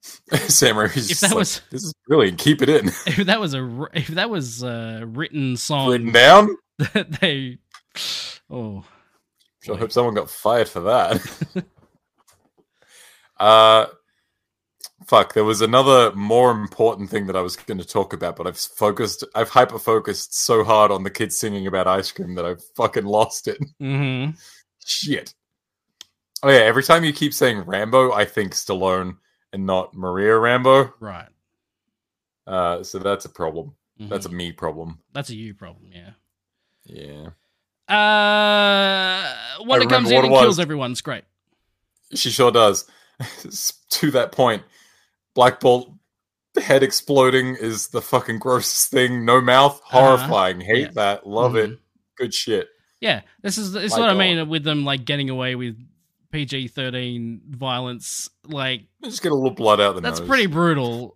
Speaker 4: Sam Raimi's
Speaker 3: If
Speaker 4: just
Speaker 3: that
Speaker 4: like,
Speaker 3: was-
Speaker 4: this is brilliant. Keep it in.
Speaker 3: If that was a r- if that was a written song
Speaker 4: Written down.
Speaker 3: that they oh
Speaker 4: Sure hope someone got fired for that. uh fuck, there was another more important thing that I was going to talk about, but I've focused I've hyper focused so hard on the kids singing about ice cream that I've fucking lost it.
Speaker 3: hmm
Speaker 4: Shit. Oh yeah, every time you keep saying Rambo, I think Stallone and not Maria Rambo.
Speaker 3: right
Speaker 4: Uh so that's a problem. That's a
Speaker 3: Mhm.
Speaker 4: me problem.
Speaker 3: that's a you problem yeah
Speaker 4: Yeah.
Speaker 3: uh one
Speaker 4: I
Speaker 3: that comes in
Speaker 4: remember what
Speaker 3: and
Speaker 4: it was.
Speaker 3: kills everyone's great
Speaker 4: She sure does. to that point, Black Bolt head exploding is the fucking grossest thing. No mouth, horrifying. Hate
Speaker 3: Uh-huh. Yeah.
Speaker 4: that. Love
Speaker 3: Mhm.
Speaker 4: it. uh, Good shit.
Speaker 3: yeah this is this is
Speaker 4: My
Speaker 3: what i
Speaker 4: God.
Speaker 3: mean with them like getting away with pg-13 violence like
Speaker 4: I just get a little blood out the
Speaker 3: that's
Speaker 4: nose.
Speaker 3: pretty brutal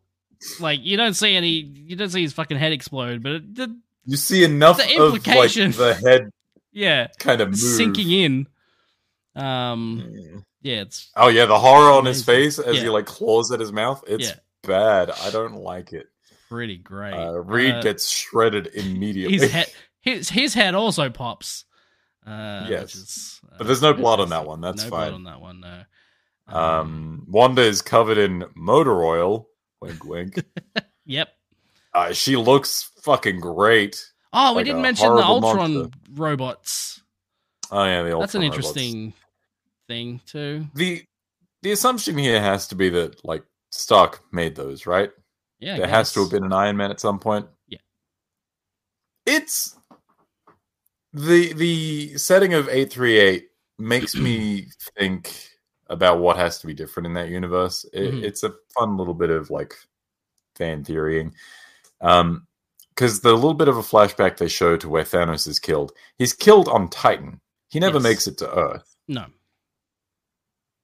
Speaker 3: like you don't see any you don't see his fucking head explode but it, the,
Speaker 4: You see enough
Speaker 3: The
Speaker 4: of like
Speaker 3: implication.
Speaker 4: the head
Speaker 3: yeah
Speaker 4: kind of move.
Speaker 3: sinking in um yeah it's
Speaker 4: Oh yeah, the horror on his face
Speaker 3: Amazing.
Speaker 4: as he
Speaker 3: Yeah.
Speaker 4: like claws at his mouth. It's
Speaker 3: Yeah.
Speaker 4: bad. I don't like it.
Speaker 3: pretty great
Speaker 4: Uh, Reed
Speaker 3: Uh,
Speaker 4: gets shredded immediately.
Speaker 3: his head his his head also pops. Uh, which
Speaker 4: Yes.
Speaker 3: is, uh,
Speaker 4: But there's no blood on that
Speaker 3: fantastic.
Speaker 4: one, that's
Speaker 3: no
Speaker 4: fine.
Speaker 3: blood on that one. No.
Speaker 4: um, Wanda is covered in motor oil. Wink, wink.
Speaker 3: Yep.
Speaker 4: Uh, she looks fucking great.
Speaker 3: Oh, we
Speaker 4: like
Speaker 3: didn't
Speaker 4: a
Speaker 3: mention the
Speaker 4: horrible
Speaker 3: Ultron
Speaker 4: monster.
Speaker 3: robots.
Speaker 4: Oh yeah, the
Speaker 3: That's an
Speaker 4: Ultron robots.
Speaker 3: interesting thing too.
Speaker 4: The the assumption here has to be that like Stark made those, right?
Speaker 3: Yeah. I
Speaker 4: there has to
Speaker 3: guess.
Speaker 4: have been an Iron Man at some point.
Speaker 3: Yeah.
Speaker 4: It's the the setting of eight three eight makes me think about what has to be different in that universe. It,
Speaker 3: Mhm.
Speaker 4: It's a fun little bit of like fan theorying. Um, because the little bit of a flashback they show to where Thanos is killed, he's killed on Titan. He never
Speaker 3: Yes.
Speaker 4: makes it to Earth.
Speaker 3: No.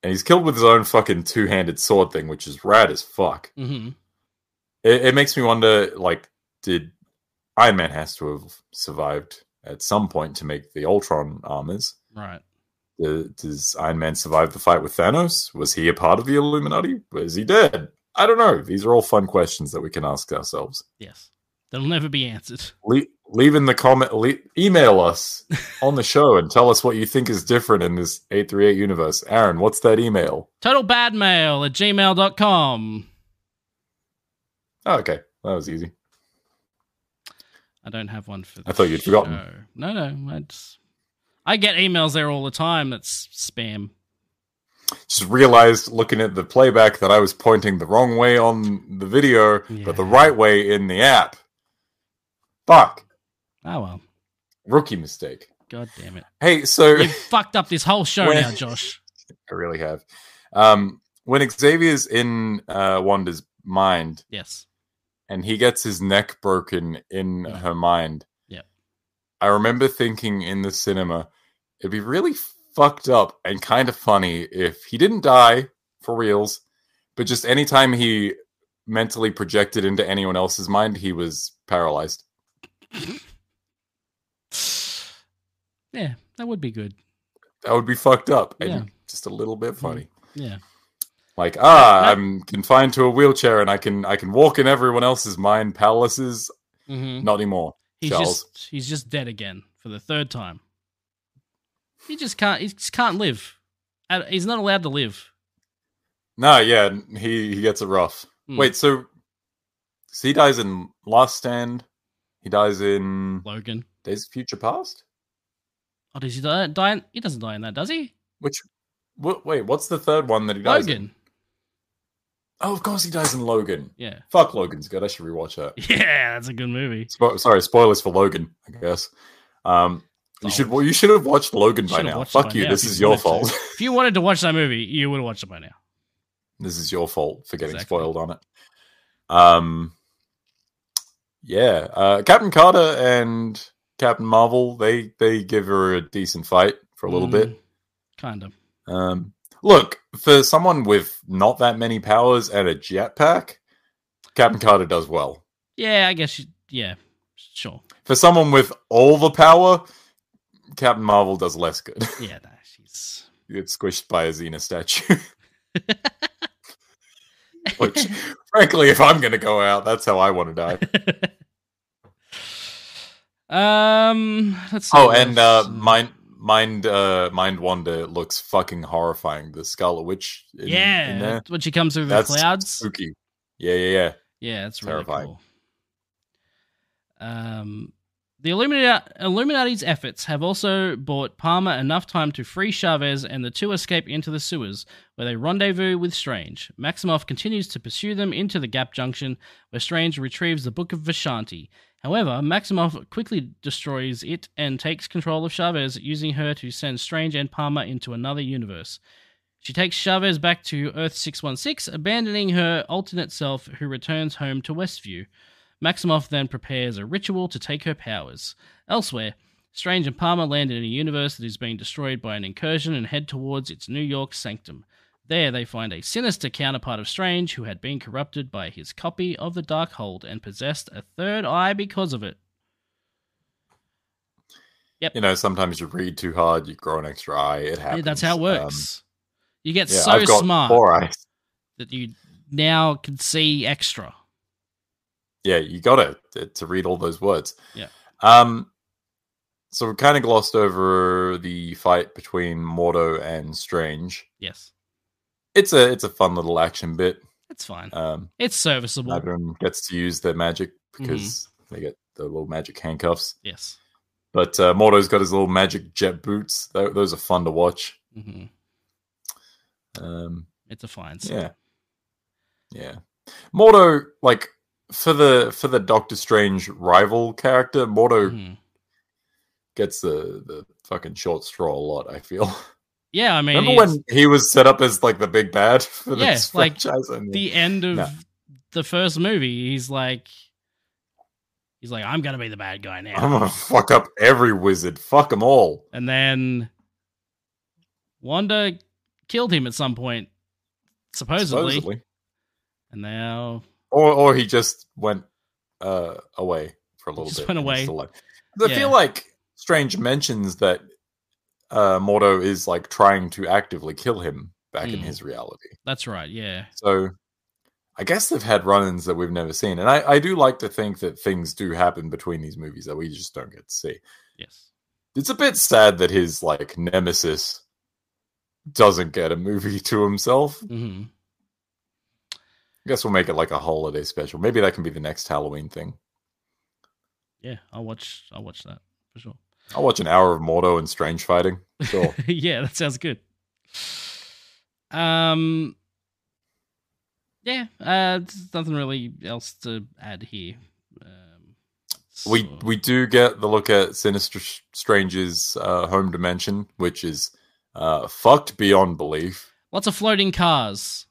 Speaker 4: and he's killed with his own fucking two-handed sword thing, which is rad as fuck.
Speaker 3: hmm
Speaker 4: It, it makes me wonder, like, did Iron Man has to have survived at some point to make the Ultron armors?
Speaker 3: Right.
Speaker 4: Uh, Does Iron Man survive the fight with Thanos? Was he a part of the Illuminati? Is he dead? I don't know. These are all fun questions that we can ask ourselves.
Speaker 3: Yes. That'll never be answered.
Speaker 4: Le- leave in the comment, le- email us on the show and tell us what you think is different in this 838 universe. Aaron, what's that email?
Speaker 3: Total badmail at gmail.com.
Speaker 4: Oh, okay. That was easy.
Speaker 3: I don't have one for.
Speaker 4: I thought you'd forgotten.
Speaker 3: show. No, no. I just I get emails there all the time. That's spam.
Speaker 4: just realized looking at the playback that I was pointing the wrong way on the video, but the
Speaker 3: Yeah.
Speaker 4: right way in the app. Fuck.
Speaker 3: Oh well.
Speaker 4: Rookie mistake.
Speaker 3: God damn it.
Speaker 4: Hey, so
Speaker 3: You fucked up this whole show
Speaker 4: When-
Speaker 3: now, Josh.
Speaker 4: I really have. Um, when Xavier's in uh, Wanda's mind
Speaker 3: Yes.
Speaker 4: and he gets his neck broken in
Speaker 3: Yeah.
Speaker 4: her mind,
Speaker 3: Yep.
Speaker 4: I remember thinking in the cinema, it'd be really fucked up and kind of funny if he didn't die for reals, but just anytime he mentally projected into anyone else's mind, he was paralyzed.
Speaker 3: Yeah, that would be good.
Speaker 4: That would be fucked up and
Speaker 3: Yeah.
Speaker 4: just a little bit funny.
Speaker 3: Yeah.
Speaker 4: like ah
Speaker 3: that-
Speaker 4: i'm confined to a wheelchair and i can i can walk in everyone else's mind palaces
Speaker 3: hmm
Speaker 4: not anymore
Speaker 3: He's
Speaker 4: Charles.
Speaker 3: just he's just dead again for the third time. He just can't he just can't live. And He's not allowed to live.
Speaker 4: no yeah n- he he gets it rough
Speaker 3: Hmm.
Speaker 4: wait so, so he dies in last stand he dies in
Speaker 3: Logan.
Speaker 4: days of future past
Speaker 3: Oh, does he die? die in- he doesn't die in that, does he?
Speaker 4: which wh- wait what's the third one that he dies in?
Speaker 3: Logan.
Speaker 4: oh of course he dies in logan
Speaker 3: Yeah.
Speaker 4: fuck logan's good i should rewatch that
Speaker 3: Yeah, that's a good movie.
Speaker 4: Spo- sorry spoilers for logan i guess um you
Speaker 3: Oh.
Speaker 4: should well, you should have watched logan by
Speaker 3: Should've
Speaker 4: now
Speaker 3: watched it
Speaker 4: fuck
Speaker 3: by
Speaker 4: you
Speaker 3: now
Speaker 4: this
Speaker 3: if
Speaker 4: is
Speaker 3: you
Speaker 4: your
Speaker 3: wanted to.
Speaker 4: fault
Speaker 3: If you wanted to watch that movie, you would have watched it by now.
Speaker 4: This is your fault for getting
Speaker 3: Exactly.
Speaker 4: spoiled on it. Um, yeah, uh, Captain Carter and Captain Marvel they they give her a decent fight for a little
Speaker 3: Mm,
Speaker 4: bit.
Speaker 3: Kind of.
Speaker 4: Um, look, for someone with not that many powers and a jetpack, Captain Carter does well.
Speaker 3: Yeah, I guess. You, yeah, sure.
Speaker 4: For someone with all the power, Captain Marvel does less good.
Speaker 3: Yeah, nah, she's.
Speaker 4: You get squished by a Xena statue. Which, frankly, if I'm going to go out, that's how I want to die.
Speaker 3: um. Let's see
Speaker 4: Oh,
Speaker 3: what
Speaker 4: and uh,
Speaker 3: else.
Speaker 4: mind, mind, uh, mind wonder looks fucking horrifying. The Scarlet Witch, in, in
Speaker 3: yeah,
Speaker 4: there.
Speaker 3: when she comes through the
Speaker 4: that's
Speaker 3: clouds.
Speaker 4: spooky. Yeah, yeah, yeah.
Speaker 3: Yeah, it's
Speaker 4: Terrifying.
Speaker 3: really cool. Um, the Illuminati, Illuminati's efforts have also bought Palmer enough time to free Chavez, and the two escape into the sewers, where they rendezvous with Strange. Maximoff continues to pursue them into the Gap Junction, where Strange retrieves the Book of Vishanti. However, Maximoff quickly destroys it and takes control of Chavez, using her to send Strange and Palmer into another universe. She takes Chavez back to Earth 616, abandoning her alternate self, who returns home to Westview. Maximoff then prepares a ritual to take her powers. Elsewhere, Strange and Palmer land in a universe that is being destroyed by an incursion and head towards its New York sanctum. There, they find a sinister counterpart of Strange who had been corrupted by his copy of the Darkhold and possessed a third eye because of it.
Speaker 4: You know, sometimes you read too hard, you grow an extra eye. It happens.
Speaker 3: Yeah, that's how it works. you get
Speaker 4: Um, yeah,
Speaker 3: so
Speaker 4: I've got
Speaker 3: smart
Speaker 4: four eyes.
Speaker 3: that you now can see extra.
Speaker 4: Yeah, you got it uh, to read all those words.
Speaker 3: Yeah.
Speaker 4: Um. So we kind of glossed over the fight between Mordo and Strange.
Speaker 3: Yes,
Speaker 4: It's a it's a fun little action bit.
Speaker 3: it's fine.
Speaker 4: Um,
Speaker 3: It's serviceable.
Speaker 4: Neither of them gets to use their magic
Speaker 3: Mm-hmm.
Speaker 4: because they get the little magic handcuffs.
Speaker 3: Yes.
Speaker 4: But uh, Mordo's got his little magic jet boots. Tho- Those are fun to watch.
Speaker 3: hmm
Speaker 4: Um,
Speaker 3: It's a fine scene.
Speaker 4: yeah, yeah. Mordo, like for the for the Doctor Strange rival character, Mordo
Speaker 3: Mhm.
Speaker 4: gets the the fucking short straw a lot. I feel.
Speaker 3: Yeah, I mean,
Speaker 4: Remember
Speaker 3: it's
Speaker 4: when he was set up as like the big bad for
Speaker 3: Yeah,
Speaker 4: this
Speaker 3: like,
Speaker 4: franchise? And
Speaker 3: the end of
Speaker 4: No.
Speaker 3: the first movie, he's like, he's like, I'm gonna be the bad guy now,
Speaker 4: I'm gonna fuck up every wizard. Fuck them all.
Speaker 3: and then Wanda killed him at some point, supposedly,
Speaker 4: supposedly.
Speaker 3: and now
Speaker 4: or or he just went uh away for a little
Speaker 3: Just
Speaker 4: bit.
Speaker 3: went
Speaker 4: and he's
Speaker 3: away.
Speaker 4: still alive. 'Cause I
Speaker 3: Yeah.
Speaker 4: feel like Strange mentions that uh Mordo is like trying to actively kill him back in
Speaker 3: Hmm.
Speaker 4: his reality.
Speaker 3: that's right, yeah,
Speaker 4: So I guess they've had run-ins that we've never seen, and I, I do like to think that things do happen between these movies that we just don't get to see.
Speaker 3: yes,
Speaker 4: It's a bit sad that his like nemesis doesn't get a movie to himself.
Speaker 3: hmm
Speaker 4: I guess we'll make it like a holiday special. Maybe that can be the next Halloween thing.
Speaker 3: yeah. I'll watch, I'll watch that for sure.
Speaker 4: I'll watch an hour of Mordo and Strange fighting. Sure.
Speaker 3: yeah, that sounds good. Um, yeah, uh, there's nothing really else to add here. Um,
Speaker 4: We
Speaker 3: so-
Speaker 4: we do get the look at Sinister Sh- Strange's uh, home dimension, which is uh, fucked beyond belief.
Speaker 3: lots of floating cars.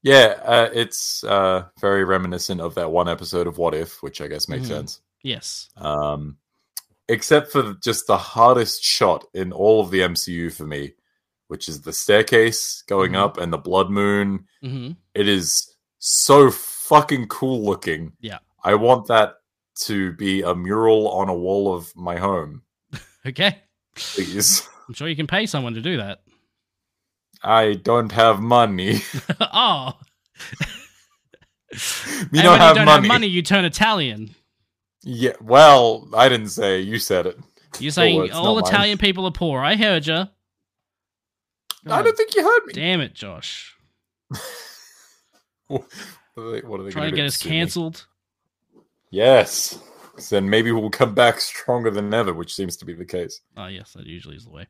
Speaker 4: Yeah, uh, it's uh, very reminiscent of that one episode of What If, which I guess makes
Speaker 3: Mhm.
Speaker 4: sense.
Speaker 3: Yes,
Speaker 4: Um, except for just the hardest shot in all of the MCU for me, which is the staircase going
Speaker 3: Mhm.
Speaker 4: up and the blood moon.
Speaker 3: hmm
Speaker 4: It is so fucking cool looking.
Speaker 3: Yeah.
Speaker 4: I want that to be a mural on a wall of my home,
Speaker 3: okay.
Speaker 4: please.
Speaker 3: I'm sure you can pay someone to do that.
Speaker 4: I don't have money.
Speaker 3: oh,
Speaker 4: you
Speaker 3: and
Speaker 4: don't,
Speaker 3: when
Speaker 4: have,
Speaker 3: you don't
Speaker 4: money.
Speaker 3: have money, you turn Italian.
Speaker 4: Yeah, well, I didn't say it. You said it.
Speaker 3: You're
Speaker 4: Well,
Speaker 3: saying
Speaker 4: Oh, it's not
Speaker 3: all
Speaker 4: mine.
Speaker 3: Italian people are poor. I heard you.
Speaker 4: I don't think you heard me.
Speaker 3: damn it, Josh!
Speaker 4: What are they, what are they
Speaker 3: Trying to
Speaker 4: gonna do?
Speaker 3: get us
Speaker 4: Sue me?
Speaker 3: cancelled.
Speaker 4: Yes. Then maybe we'll come back stronger than ever, which seems to be the case.
Speaker 3: Oh yes, that usually is the way.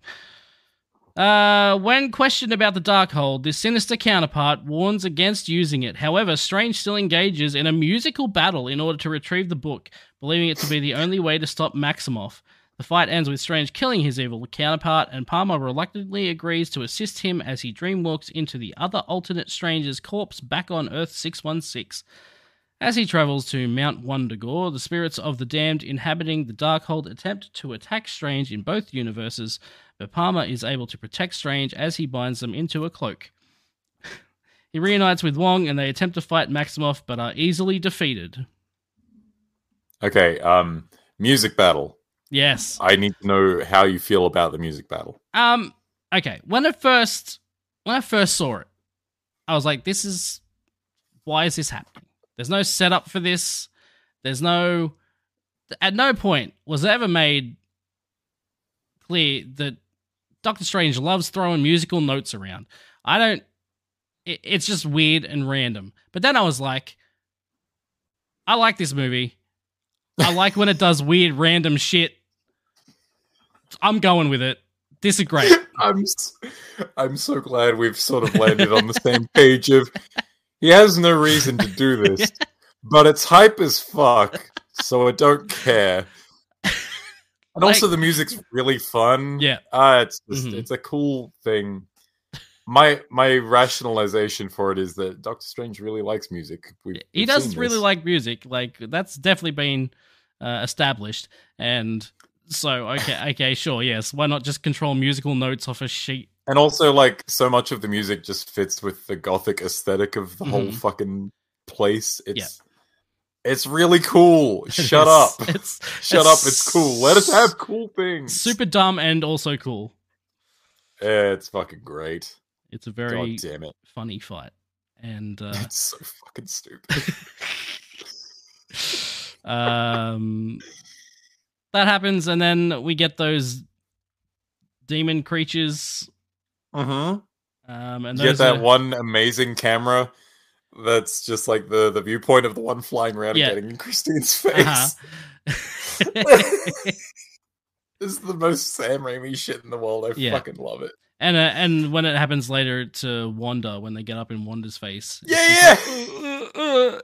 Speaker 3: Uh, when questioned about the Darkhold, this sinister counterpart warns against using it. However, Strange still engages in a musical battle in order to retrieve the book, believing it to be the only way to stop Maximoff. The fight ends with Strange killing his evil counterpart, and Palmer reluctantly agrees to assist him as he dreamwalks into the other alternate Strange's corpse back on Earth 616. As he travels to Mount Wondergore, the spirits of the damned inhabiting the Darkhold attempt to attack Strange in both universes, but Palmer is able to protect Strange as he binds them into a cloak. he reunites with Wong and they attempt to fight Maximoff but are easily defeated.
Speaker 4: Okay, um music battle.
Speaker 3: Yes.
Speaker 4: I need to know how you feel about the music battle.
Speaker 3: Um okay, when I first when I first saw it, I was like this is why is this happening? There's no setup for this. There's no at no point was it ever made clear that Doctor Strange loves throwing musical notes around. I don't it, it's just weird and random. But then I was like I like this movie. I like when it does weird random shit. I'm going with it. This is great.
Speaker 4: I'm s- I'm so glad we've sort of landed on the same page of he has no reason to do this, but it's hype as fuck, so I don't care. And also
Speaker 3: Like-
Speaker 4: the music's really fun.
Speaker 3: Yeah.
Speaker 4: Uh, it's just,
Speaker 3: Mhm.
Speaker 4: it's a cool thing. My my rationalization for it is that Doctor Strange really likes music. We've,
Speaker 3: he
Speaker 4: we've
Speaker 3: does
Speaker 4: seen
Speaker 3: really
Speaker 4: this.
Speaker 3: like music. Like that's definitely been uh, established. And so, okay, okay, sure, yes. Why not just control musical notes off a sheet?
Speaker 4: and also like so much of the music just fits with the gothic aesthetic of the whole
Speaker 3: Mhm.
Speaker 4: fucking place. It's it's really cool. Shut
Speaker 3: It's-
Speaker 4: up.
Speaker 3: It's
Speaker 4: Shut
Speaker 3: it's
Speaker 4: up. It's cool. Let us have cool things.
Speaker 3: super dumb and also cool.
Speaker 4: Yeah, it's fucking great.
Speaker 3: It's a very
Speaker 4: God damn it.
Speaker 3: funny fight, and uh,
Speaker 4: It's so fucking stupid.
Speaker 3: um, that happens, and then we get those demon creatures.
Speaker 4: mm-hmm.
Speaker 3: Um, and
Speaker 4: You get
Speaker 3: those
Speaker 4: that
Speaker 3: are-
Speaker 4: one amazing camera that's just like the the viewpoint of the one flying around
Speaker 3: Yeah.
Speaker 4: and getting in Christine's face.
Speaker 3: Uh-huh.
Speaker 4: This is the most Sam Raimi shit in the world. I
Speaker 3: Yeah.
Speaker 4: fucking love it.
Speaker 3: and uh, and when it happens later to Wanda, when they get up in Wanda's face, it's
Speaker 4: Yeah,
Speaker 3: just
Speaker 4: yeah.
Speaker 3: like, "Uh, uh, uh."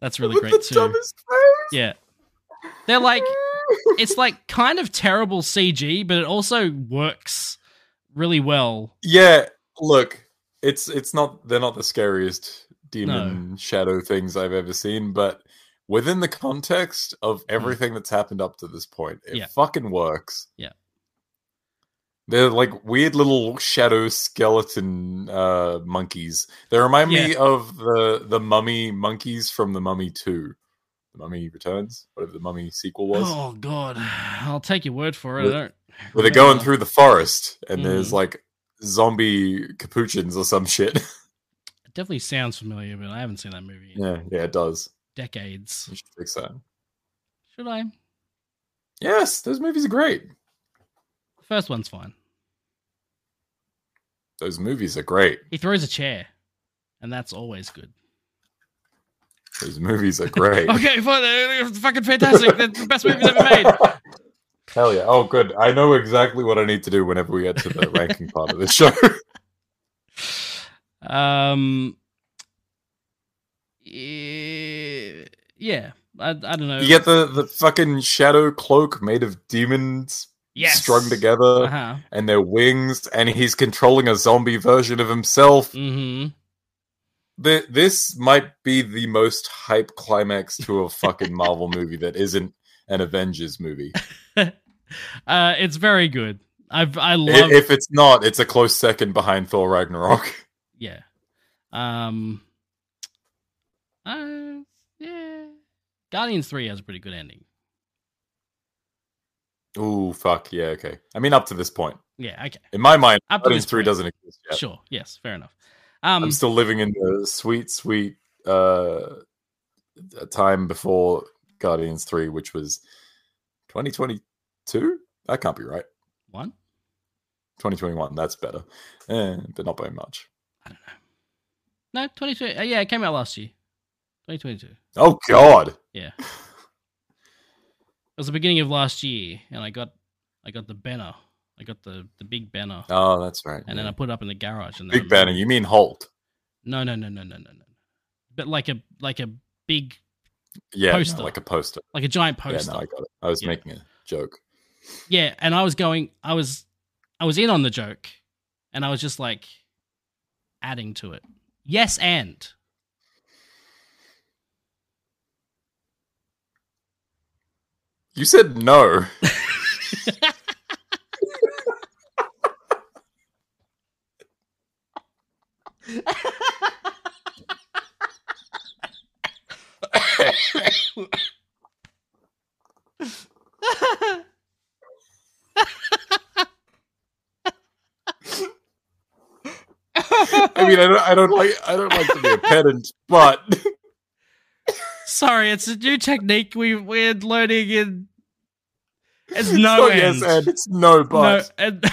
Speaker 3: that's really
Speaker 4: With
Speaker 3: great
Speaker 4: the
Speaker 3: too.
Speaker 4: dumbest face.
Speaker 3: Yeah, they're like it's like kind of terrible CG, but it also works really well.
Speaker 4: Yeah, look, it's it's not they're not the scariest demon shadow things I've ever seen, but within the context of everything that's happened up to this point, it
Speaker 3: Hmm. Yeah.
Speaker 4: fucking works.
Speaker 3: Yeah.
Speaker 4: They're like weird little shadow skeleton uh monkeys. They remind me of the the mummy monkeys from the mummy 2. The mummy returns, whatever the mummy sequel was.
Speaker 3: Oh god, I'll take your word for it.
Speaker 4: With-
Speaker 3: I don't
Speaker 4: Where they're going
Speaker 3: remember.
Speaker 4: through the forest and
Speaker 3: Mhm.
Speaker 4: there's like zombie capuchins or some shit.
Speaker 3: It definitely sounds familiar, but I haven't seen that movie in
Speaker 4: Yeah, yeah, it does.
Speaker 3: decades.
Speaker 4: You should fix that.
Speaker 3: Should I?
Speaker 4: Yes, those movies are great.
Speaker 3: The first one's fine.
Speaker 4: Those movies are great.
Speaker 3: He throws a chair, and that's always good.
Speaker 4: Those movies are great.
Speaker 3: Okay, fine. uh, Fucking fantastic. That's the best movie ever made.
Speaker 4: Hell yeah. Oh, good. I know exactly what I need to do whenever we get to the ranking part of the show.
Speaker 3: Um, eh, yeah, I, I don't know.
Speaker 4: You get the, the fucking shadow cloak made of demons
Speaker 3: Yes.
Speaker 4: strung together
Speaker 3: Uh-huh.
Speaker 4: and their wings, and he's controlling a zombie version of himself.
Speaker 3: hmm
Speaker 4: Th- this might be the most hype climax to a fucking Marvel movie that isn't an Avengers movie.
Speaker 3: Uh, it's very good. I've I
Speaker 4: I-
Speaker 3: love
Speaker 4: if it's not, it's a close second behind Thor Ragnarok.
Speaker 3: yeah. Um. Uh, yeah. Guardians Three has a pretty good ending.
Speaker 4: Ooh, fuck. Yeah, okay. I mean, up to this point.
Speaker 3: Yeah. Okay.
Speaker 4: In my mind,
Speaker 3: Up to
Speaker 4: Guardians
Speaker 3: this
Speaker 4: 3
Speaker 3: point.
Speaker 4: doesn't exist yet.
Speaker 3: Sure. Yes. Fair enough. Um.
Speaker 4: I'm still living in the sweet, sweet uh, time before Guardians 3, which was 2022? That can't be right.
Speaker 3: one.
Speaker 4: 2021, that's better. Eh, but not by much.
Speaker 3: I don't know. No. Twenty two. Uh, yeah. It came out last year. Twenty twenty two. It
Speaker 4: Oh, God.
Speaker 3: was the beginning of last year, and I got I got the banner. I got the the big banner,
Speaker 4: Oh, that's right.
Speaker 3: and then I put it up in the garage. And then I
Speaker 4: Big Banner, you mean Hulk.
Speaker 3: No, no, no, no, no, no, no. But like a like a big
Speaker 4: Yeah, no,
Speaker 3: Poster.
Speaker 4: like a poster.
Speaker 3: like a giant poster.
Speaker 4: Yeah, no, I got it. I was
Speaker 3: Yeah.
Speaker 4: making a joke.
Speaker 3: yeah, and I was going I was I was in on the joke and I was just like adding to it. Yes and
Speaker 4: You said no. I mean, I don't, I don't like, I don't like to be a pedant, but
Speaker 3: Sorry, it's a new technique we we're learning in It's
Speaker 4: It's
Speaker 3: no
Speaker 4: not yes,
Speaker 3: end.
Speaker 4: and it's no, but
Speaker 3: No, and-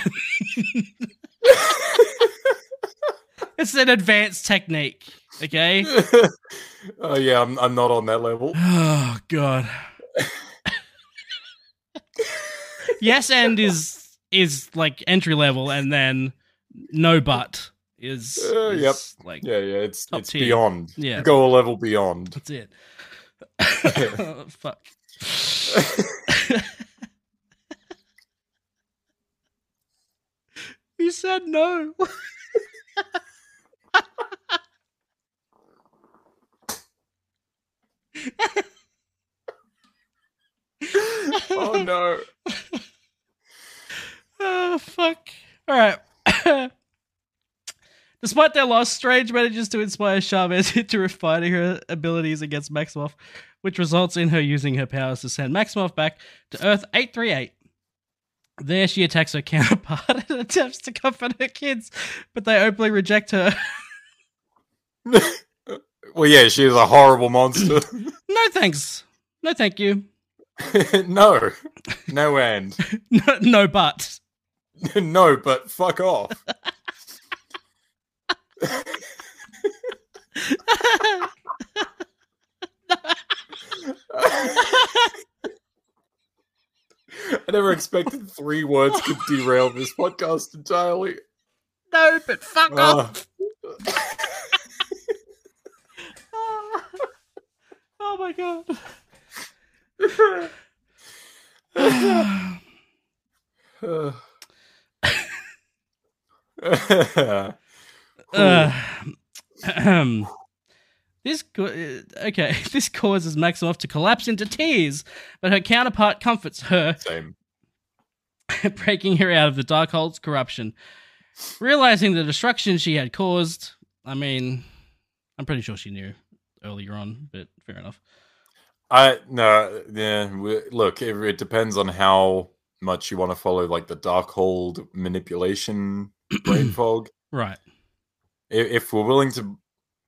Speaker 3: it's an advanced technique, okay?
Speaker 4: oh yeah, I'm, I'm not on that level.
Speaker 3: Oh god. yes and is is like entry level and then no but is,
Speaker 4: Uh, yep.
Speaker 3: is, like
Speaker 4: Yeah, yeah, it's
Speaker 3: Top
Speaker 4: it's
Speaker 3: tier.
Speaker 4: beyond.
Speaker 3: Yeah.
Speaker 4: go a level beyond.
Speaker 3: that's it. Fuck. you said no.
Speaker 4: oh no,
Speaker 3: Oh, fuck. All right. Despite their loss, Strange manages to inspire Chavez into refining her abilities against Maximoff, which results in her using her powers to send Maximoff back to Earth 838. There, she attacks her counterpart and attempts to comfort her kids, but they openly reject her.
Speaker 4: well yeah, she is a horrible monster.
Speaker 3: No thanks. No thank you.
Speaker 4: no, no end.
Speaker 3: No, no but.
Speaker 4: no, but fuck off. I never expected three words could derail this podcast entirely.
Speaker 3: No, but fuck
Speaker 4: Ah.
Speaker 3: off. Oh my god. Uh, ahem. Uh, this co- uh, okay. This causes Maximoff to collapse into tears, but her counterpart comforts her,
Speaker 4: Same.
Speaker 3: breaking her out of the Darkhold's corruption. Realizing the destruction she had caused, I mean, I'm pretty sure she knew earlier on, but fair enough.
Speaker 4: I no, yeah. We, look, it, it depends on how much you want to follow, like the Darkhold manipulation brain fog.
Speaker 3: Right.
Speaker 4: I- If, we're willing to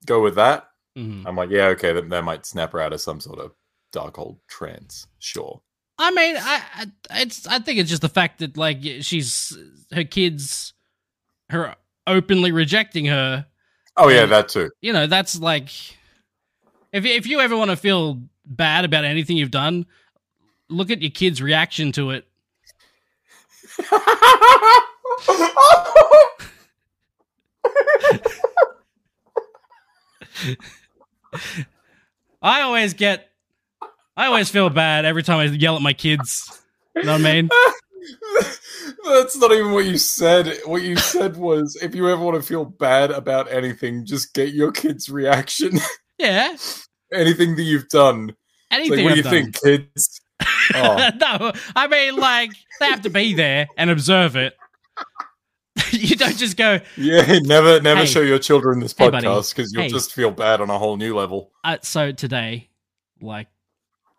Speaker 4: go with that,
Speaker 3: Mhm.
Speaker 4: I'm like, yeah, okay, that, that might snap her out of some sort of Darkhold trance. Sure.
Speaker 3: I mean, I, I it's I think it's just the fact that like she's her kids, her openly rejecting her.
Speaker 4: Oh yeah,
Speaker 3: Um,
Speaker 4: that too.
Speaker 3: You know, that's like if if you ever want to feel bad about anything you've done, look at your kids' reaction to it. I always get, I always feel bad every time I yell at my kids. You know what I mean?
Speaker 4: That's not even what you said. What you said was if you ever want to feel bad about anything, just get your kid's reaction.
Speaker 3: Yeah.
Speaker 4: anything that you've done. It's
Speaker 3: Anything.
Speaker 4: Like, what do
Speaker 3: I've
Speaker 4: you
Speaker 3: done.
Speaker 4: think, kids? Oh,
Speaker 3: no, I mean like they have to be there and observe it. you don't just go,
Speaker 4: yeah. Never, never
Speaker 3: Hey.
Speaker 4: show your children this
Speaker 3: Hey, buddy.
Speaker 4: podcast because you'll
Speaker 3: Hey.
Speaker 4: just feel bad on a whole new level.
Speaker 3: uh, so today, like,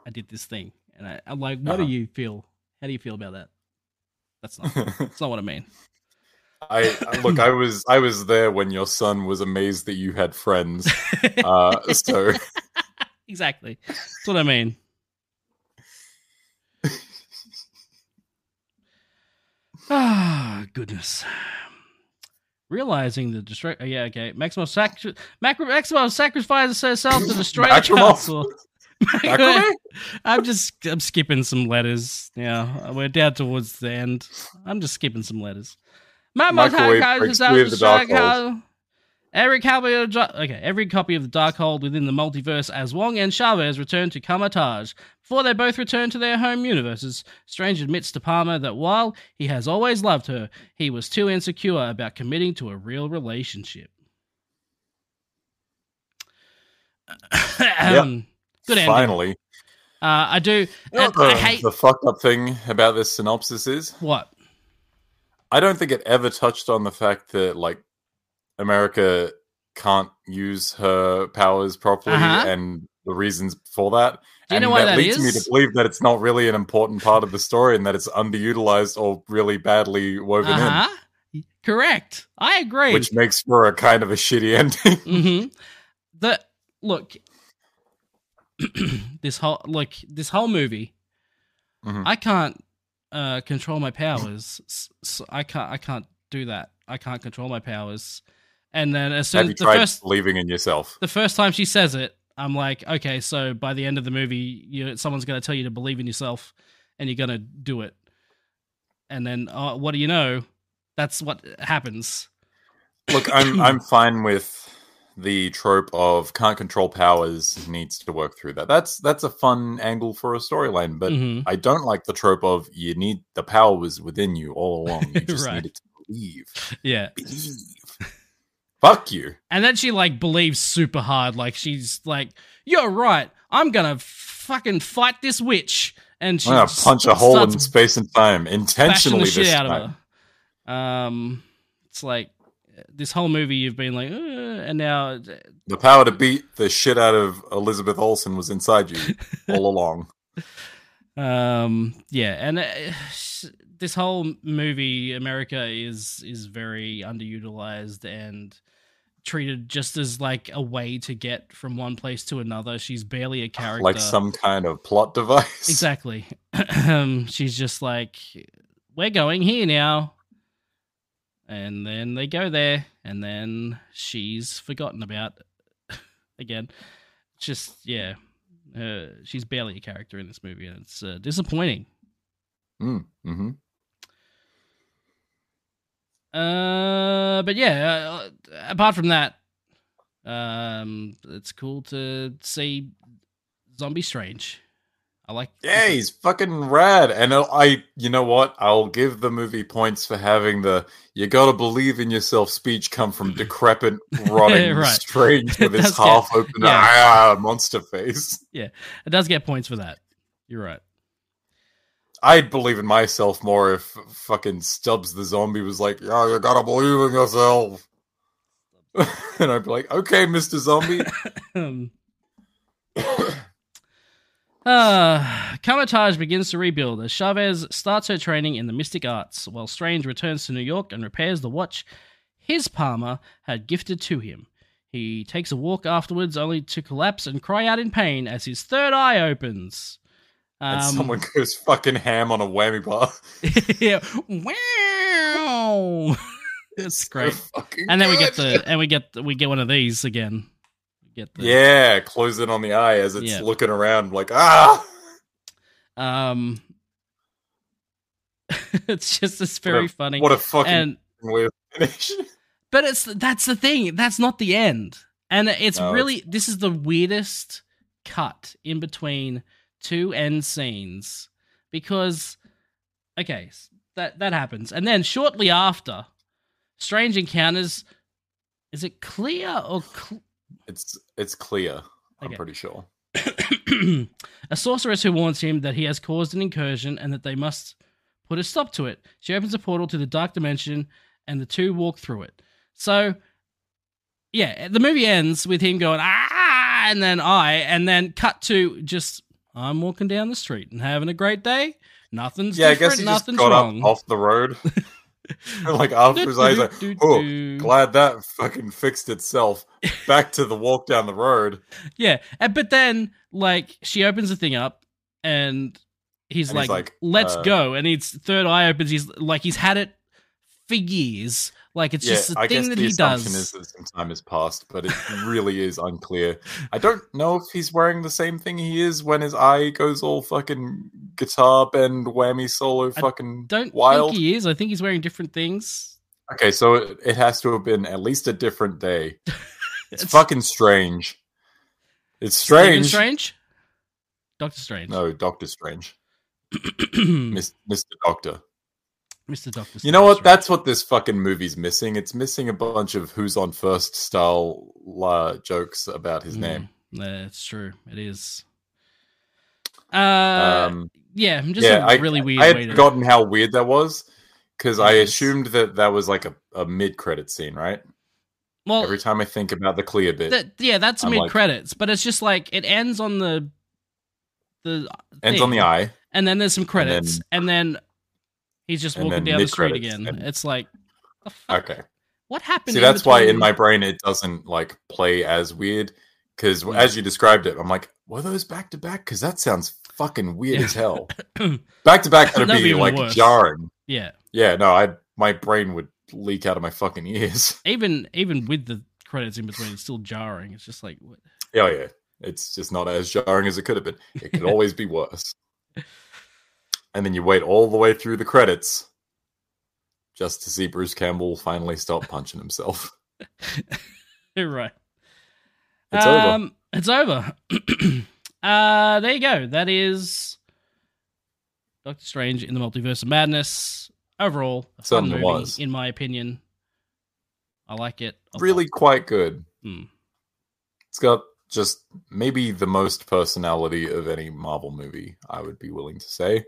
Speaker 3: I did this thing, and I, I'm like, what do
Speaker 4: Uh-huh.
Speaker 3: you feel? How do you feel about that? That's not. That's not what I mean.
Speaker 4: I I- look, I was, I was there when your son was amazed that you had friends. Uh, so
Speaker 3: exactly. That's what I mean. Ah, goodness. Realizing the destroy. Oh, yeah, okay. Maximum sacri- macro- maximum sacrifices herself to destroy the
Speaker 4: Macrame?
Speaker 3: council.
Speaker 4: Macrame?
Speaker 3: I'm just I'm skipping some letters. Yeah, we're down towards the end. I'm just skipping some letters. Mama
Speaker 4: Microwave
Speaker 3: Taco
Speaker 4: breaks
Speaker 3: is
Speaker 4: free of the dark
Speaker 3: Every copy of the, okay, every copy of the Darkhold within the multiverse as Wong and Chavez return to Kamatage. Before they both return to their home universes, Strange admits to Palmer that while he has always loved her, he was too insecure about committing to a real relationship. Good ending.
Speaker 4: finally,
Speaker 3: Uh, I do.
Speaker 4: You know
Speaker 3: and
Speaker 4: what
Speaker 3: I
Speaker 4: the,
Speaker 3: hate
Speaker 4: the fucked up thing about this synopsis is
Speaker 3: what.
Speaker 4: I don't think it ever touched on the fact that like America can't use her powers properly
Speaker 3: Uh-huh.
Speaker 4: and the reasons for that.
Speaker 3: Do you
Speaker 4: and
Speaker 3: know why that
Speaker 4: leads me
Speaker 3: is?
Speaker 4: to believe that it's not really an important part of the story and that it's underutilized or really badly woven
Speaker 3: Uh huh. Correct. I
Speaker 4: in,
Speaker 3: agree.
Speaker 4: which makes for a kind of a shitty ending.
Speaker 3: hmm The look. this whole look. This whole movie.
Speaker 4: Mhm.
Speaker 3: I can't uh, control my powers. S- so I can't. I can't do that. I can't control my powers. And then as
Speaker 4: Have
Speaker 3: soon
Speaker 4: you
Speaker 3: as the
Speaker 4: tried
Speaker 3: first
Speaker 4: believing in yourself?
Speaker 3: the first time she says it, I'm like, okay, so by the end of the movie, you someone's going to tell you to believe in yourself, and you're going to do it. And then, uh, what do you know? That's what happens.
Speaker 4: Look, I'm I'm fine with the trope of can't control powers needs to work through that. That's that's a fun angle for a storyline, but
Speaker 3: Mhm.
Speaker 4: I don't like the trope of you need the power was within you all along. You just
Speaker 3: Right.
Speaker 4: needed to believe.
Speaker 3: Yeah.
Speaker 4: Believe. Fuck you.
Speaker 3: And then she like believes super hard, like she's like, "You're right. I'm gonna fucking fight this witch." And she
Speaker 4: I'm gonna
Speaker 3: just
Speaker 4: punch a hole in
Speaker 3: starts
Speaker 4: space and time
Speaker 3: bashing
Speaker 4: intentionally
Speaker 3: the shit
Speaker 4: this
Speaker 3: out
Speaker 4: time.
Speaker 3: of her. Um, it's like this whole movie you've been like, "Uh," and now
Speaker 4: The power to beat the shit out of Elizabeth Olsen was inside you all along.
Speaker 3: um yeah and uh, this whole movie america is is very underutilized and treated just as like a way to get from one place to another she's barely a character
Speaker 4: Like some kind of plot device.
Speaker 3: exactly um she's just like we're going here now and then they go there and then she's forgotten about again just yeah uh, she's barely a character in this movie and it's uh, disappointing
Speaker 4: Mm, hmm
Speaker 3: Uh, but yeah, uh, apart from that, um, it's cool to see Zombie Strange. I like.
Speaker 4: Yeah, he's fucking rad. And I- I, you know what? I'll give the movie points for having the "you gotta believe in yourself" speech come from decrepit, rotting
Speaker 3: Right.
Speaker 4: strange with his
Speaker 3: That's good.
Speaker 4: half open
Speaker 3: Yeah.
Speaker 4: ah, monster face.
Speaker 3: It does get points for that. You're right.
Speaker 4: I'd believe in myself more if fucking Stubbs the zombie was like, "Yeah, you gotta believe in yourself," and I'd be like, "Okay, Mister Zombie."
Speaker 3: Um, uh, Kamatage begins to rebuild as Chavez starts her training in the mystic arts, while Strange returns to New York and repairs the watch his Palmer had gifted to him. He takes a walk afterwards, only to collapse and cry out in pain as his third eye opens.
Speaker 4: and
Speaker 3: Um,
Speaker 4: someone goes fucking ham on a whammy bar.
Speaker 3: yeah, wow, that's great.
Speaker 4: Fucking
Speaker 3: And then we get
Speaker 4: good.
Speaker 3: the and we get we get one of these again. We get the,
Speaker 4: Yeah, close in on the eye as it's
Speaker 3: Yeah.
Speaker 4: looking around like, ah!
Speaker 3: Um, it's just it's very funny.
Speaker 4: What a fucking
Speaker 3: and
Speaker 4: way of finishing.
Speaker 3: but it's that's the thing. That's not the end. And it's
Speaker 4: No,
Speaker 3: really this is the weirdest cut in between two end scenes because okay, s- that that happens. And then shortly after Strange Encounters is it clear or cl-
Speaker 4: It's it's clear. I'm
Speaker 3: Okay.
Speaker 4: pretty sure.
Speaker 3: a sorceress who warns him that he has caused an incursion and that they must put a stop to it. She opens a portal to the dark dimension and the two walk through it. So, yeah, the movie ends with him going, ah, and then I, and then cut to just, I'm walking down the street and having a great day. Nothing's
Speaker 4: yeah, I
Speaker 3: different,
Speaker 4: guess he just
Speaker 3: nothing's
Speaker 4: got
Speaker 3: wrong.
Speaker 4: up off the road. like after his eyes, like,
Speaker 3: Do, do,
Speaker 4: oh,
Speaker 3: do.
Speaker 4: glad that fucking fixed itself. Back to the walk down the road.
Speaker 3: Yeah, and, but then like she opens the thing up, and he's,
Speaker 4: And
Speaker 3: like,
Speaker 4: he's like,
Speaker 3: "Let's
Speaker 4: uh,
Speaker 3: go!" And his third eye opens. He's like, he's had it for years. Like it's
Speaker 4: yeah,
Speaker 3: just a
Speaker 4: I guess
Speaker 3: thing that
Speaker 4: the
Speaker 3: he
Speaker 4: assumption
Speaker 3: does.
Speaker 4: is that some time has passed, but it really is unclear. I don't know if he's wearing the same thing he is when his eye goes all fucking guitar bend, whammy solo, fucking
Speaker 3: Don't
Speaker 4: wild.
Speaker 3: think he is. I think he's wearing different things.
Speaker 4: Okay, so it, it has to have been at least a different day. It's,
Speaker 3: It's-
Speaker 4: fucking strange. It's
Speaker 3: Stephen
Speaker 4: strange.
Speaker 3: Strange. Doctor Strange.
Speaker 4: No, Doctor Strange.
Speaker 3: Mr.
Speaker 4: Mis- Mr. Doctor.
Speaker 3: Hmm. Doctor. Strange.
Speaker 4: You know what?
Speaker 3: right.
Speaker 4: That's what this fucking movie's missing. It's missing a bunch of who's on first style uh, jokes about his
Speaker 3: Mm,
Speaker 4: name.
Speaker 3: That's true. It is. Uh,
Speaker 4: Um,
Speaker 3: yeah, just
Speaker 4: yeah, I-
Speaker 3: a really weird
Speaker 4: I
Speaker 3: way
Speaker 4: had
Speaker 3: to.
Speaker 4: forgotten how weird that was because I
Speaker 3: Yes.
Speaker 4: assumed that that was like a, a mid credit scene, right?
Speaker 3: well,
Speaker 4: Every time I think about the clear bit,
Speaker 3: that yeah, that's
Speaker 4: I'm
Speaker 3: mid
Speaker 4: like-
Speaker 3: credits, but it's just like it ends on the the
Speaker 4: ends on
Speaker 3: thing.
Speaker 4: the eye.
Speaker 3: and then there's some credits, and then, he's just
Speaker 4: and
Speaker 3: walking
Speaker 4: then
Speaker 3: down the street
Speaker 4: mid-credits,
Speaker 3: again.
Speaker 4: and-
Speaker 3: It's like the fuck?
Speaker 4: Okay.
Speaker 3: what happened?
Speaker 4: See, that's why in
Speaker 3: between-
Speaker 4: my brain it doesn't like play as weird because
Speaker 3: Mm.
Speaker 4: as you described it, I'm like, were those back to back? Because that sounds fucking weird
Speaker 3: Yeah.
Speaker 4: as hell. Back to back, that'd
Speaker 3: That'd be
Speaker 4: be
Speaker 3: even
Speaker 4: like
Speaker 3: worse.
Speaker 4: jarring.
Speaker 3: yeah,
Speaker 4: Yeah, no, I my brain would leak out of my fucking ears.
Speaker 3: even even with the credits in between, it's still jarring. It's just like what?
Speaker 4: Yeah, oh, yeah, it's just not as jarring as it could have been. It could always be worse. And then you wait all the way through the credits just to see Bruce Campbell finally stop punching himself.
Speaker 3: right. Um,
Speaker 4: It's over.
Speaker 3: It's over. uh, there you go. That is Doctor Strange in the Multiverse of Madness. Overall, a fun
Speaker 4: Certainly
Speaker 3: movie,
Speaker 4: was.
Speaker 3: in my opinion. I like it. a lot.
Speaker 4: Really quite good.
Speaker 3: Mm.
Speaker 4: It's got just maybe the most personality of any Marvel movie, I would be willing to say.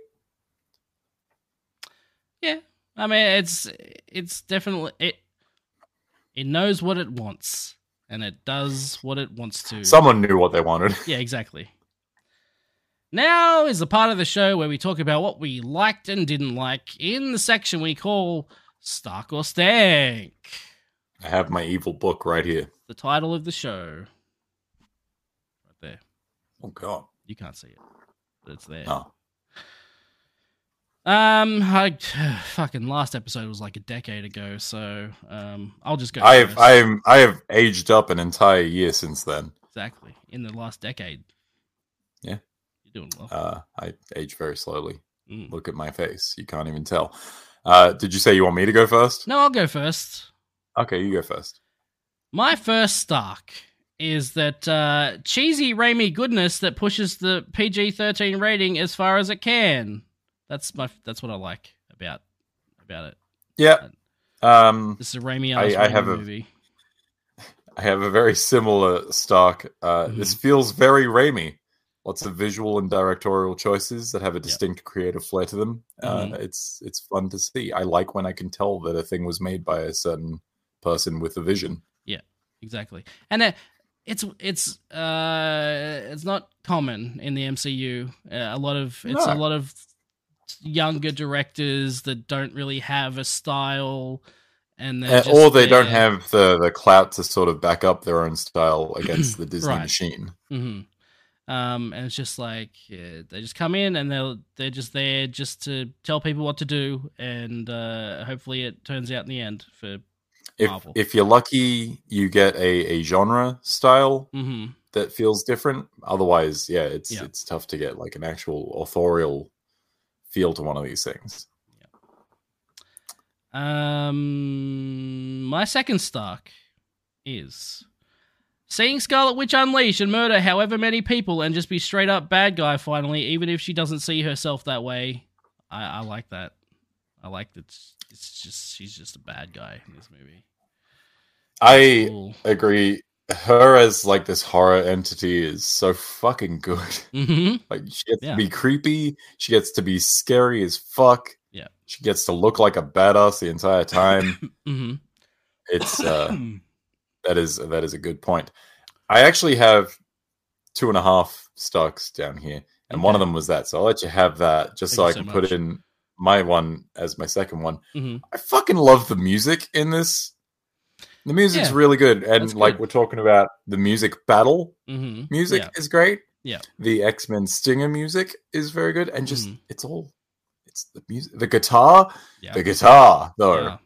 Speaker 3: I mean, it's it's definitely it. It knows what it wants, and it does what it wants to.
Speaker 4: Someone knew what they wanted.
Speaker 3: Yeah, exactly. Now is the part of the show where we talk about what we liked and didn't like in the section we call Stark or Stank,
Speaker 4: I have my evil book right here.
Speaker 3: the title of the show. Right there.
Speaker 4: Oh, God.
Speaker 3: You can't see it, but it's there.
Speaker 4: No.
Speaker 3: Um, I fucking last episode was like a decade ago, so um, I'll just go.
Speaker 4: I have,
Speaker 3: first.
Speaker 4: I am, I have aged up an entire year since then.
Speaker 3: exactly in the last decade.
Speaker 4: Yeah.
Speaker 3: you're doing well.
Speaker 4: Uh, I age very slowly.
Speaker 3: Mm.
Speaker 4: Look at my face; you can't even tell. Uh, did you say you want me to go first?
Speaker 3: No, I'll go first.
Speaker 4: Okay, you go first.
Speaker 3: My first Stark is that uh, cheesy Raimi goodness that pushes the PG thirteen rating as far as it can. That's my. That's what I like about about it.
Speaker 4: Yeah. Um,
Speaker 3: This is a Raimi.
Speaker 4: I- I have a-
Speaker 3: movie.
Speaker 4: I have a very similar stock. Uh, This feels very Raimi. Lots of visual and directorial choices that have a distinct creative flair to them. Uh,
Speaker 3: Mhm.
Speaker 4: it's it's fun to see. I like when I can tell that a thing was made by a certain person with a vision.
Speaker 3: exactly. And it, it's it's uh it's not common in the MCU. Uh, a lot of it's
Speaker 4: No.
Speaker 3: a lot of younger directors that don't really have a style, and they're
Speaker 4: Uh,
Speaker 3: just
Speaker 4: or they don't
Speaker 3: there.
Speaker 4: have the, the clout to sort of back up their own style against the Disney
Speaker 3: Right.
Speaker 4: machine.
Speaker 3: hmm Um, and it's just like yeah, they just come in and they're they're just there just to tell people what to do, and uh, hopefully it turns out in the end for.
Speaker 4: if
Speaker 3: Marvel.
Speaker 4: if you're lucky you get a, a genre style
Speaker 3: hmm
Speaker 4: that feels different otherwise yeah it's
Speaker 3: Yeah.
Speaker 4: it's tough to get like an actual authorial feel to one of these things
Speaker 3: Um, my second Stark is Seeing Scarlet Witch unleash and murder however many people and just be straight up bad guy finally, even if she doesn't see herself that way, I, I like that. I like that. It's, it's just she's just a bad guy in this movie.
Speaker 4: I
Speaker 3: Cool.
Speaker 4: agree. Her as like this horror entity is so fucking good.
Speaker 3: hmm
Speaker 4: Like she gets
Speaker 3: Yeah.
Speaker 4: to be creepy. She gets to be scary as fuck.
Speaker 3: Yeah.
Speaker 4: She gets to look like a badass the entire time.
Speaker 3: hmm
Speaker 4: it's uh that is that is a good point. I actually have two and a half stocks down here, and one of them was that. So I'll let you have that just
Speaker 3: Thank
Speaker 4: so
Speaker 3: you
Speaker 4: I
Speaker 3: so
Speaker 4: can
Speaker 3: much.
Speaker 4: put in my one as my second one.
Speaker 3: Mhm.
Speaker 4: I fucking love the music in this. The music's
Speaker 3: Yeah.
Speaker 4: really good, and
Speaker 3: That's
Speaker 4: like
Speaker 3: good.
Speaker 4: we're talking about, the music battle
Speaker 3: hmm
Speaker 4: music
Speaker 3: Yeah.
Speaker 4: is great.
Speaker 3: Yeah.
Speaker 4: The X Men Stinger music is very good, and just
Speaker 3: Mhm.
Speaker 4: it's all it's the music, the guitar,
Speaker 3: Yeah.
Speaker 4: the guitar though.
Speaker 3: Yeah.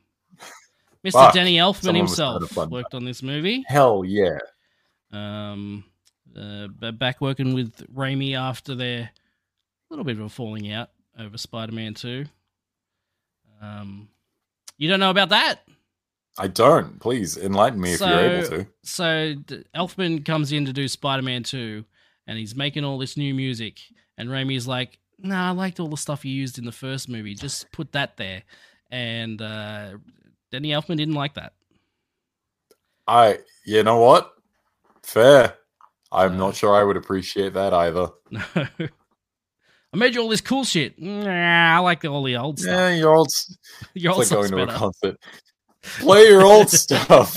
Speaker 3: Mr.
Speaker 4: Oh. Fuck.
Speaker 3: Danny Elfman
Speaker 4: Someone was trying to
Speaker 3: himself
Speaker 4: fund that.
Speaker 3: worked on this movie.
Speaker 4: Hell yeah,
Speaker 3: Um, uh, b- back working with Raimi after their little bit of a falling out over Spider-Man Two. Um, you don't know about that?
Speaker 4: I don't. Please enlighten me if you're able
Speaker 3: So-
Speaker 4: to.
Speaker 3: so d- Elfman comes in to do Spider Man 2, and he's making all this new music. And Raimi's like, nah, I liked all the stuff you used in the first movie. Just put that there. And uh, Danny Elfman didn't like that.
Speaker 4: I, you know what? Fair. I'm
Speaker 3: Uh,
Speaker 4: not sure I would appreciate that either.
Speaker 3: No. I made you all this cool shit. Nah, I like all the old stuff.
Speaker 4: Yeah, your old. s-
Speaker 3: Your
Speaker 4: It's
Speaker 3: old
Speaker 4: like
Speaker 3: stuff's
Speaker 4: going to a
Speaker 3: better.
Speaker 4: concert. Play your old stuff.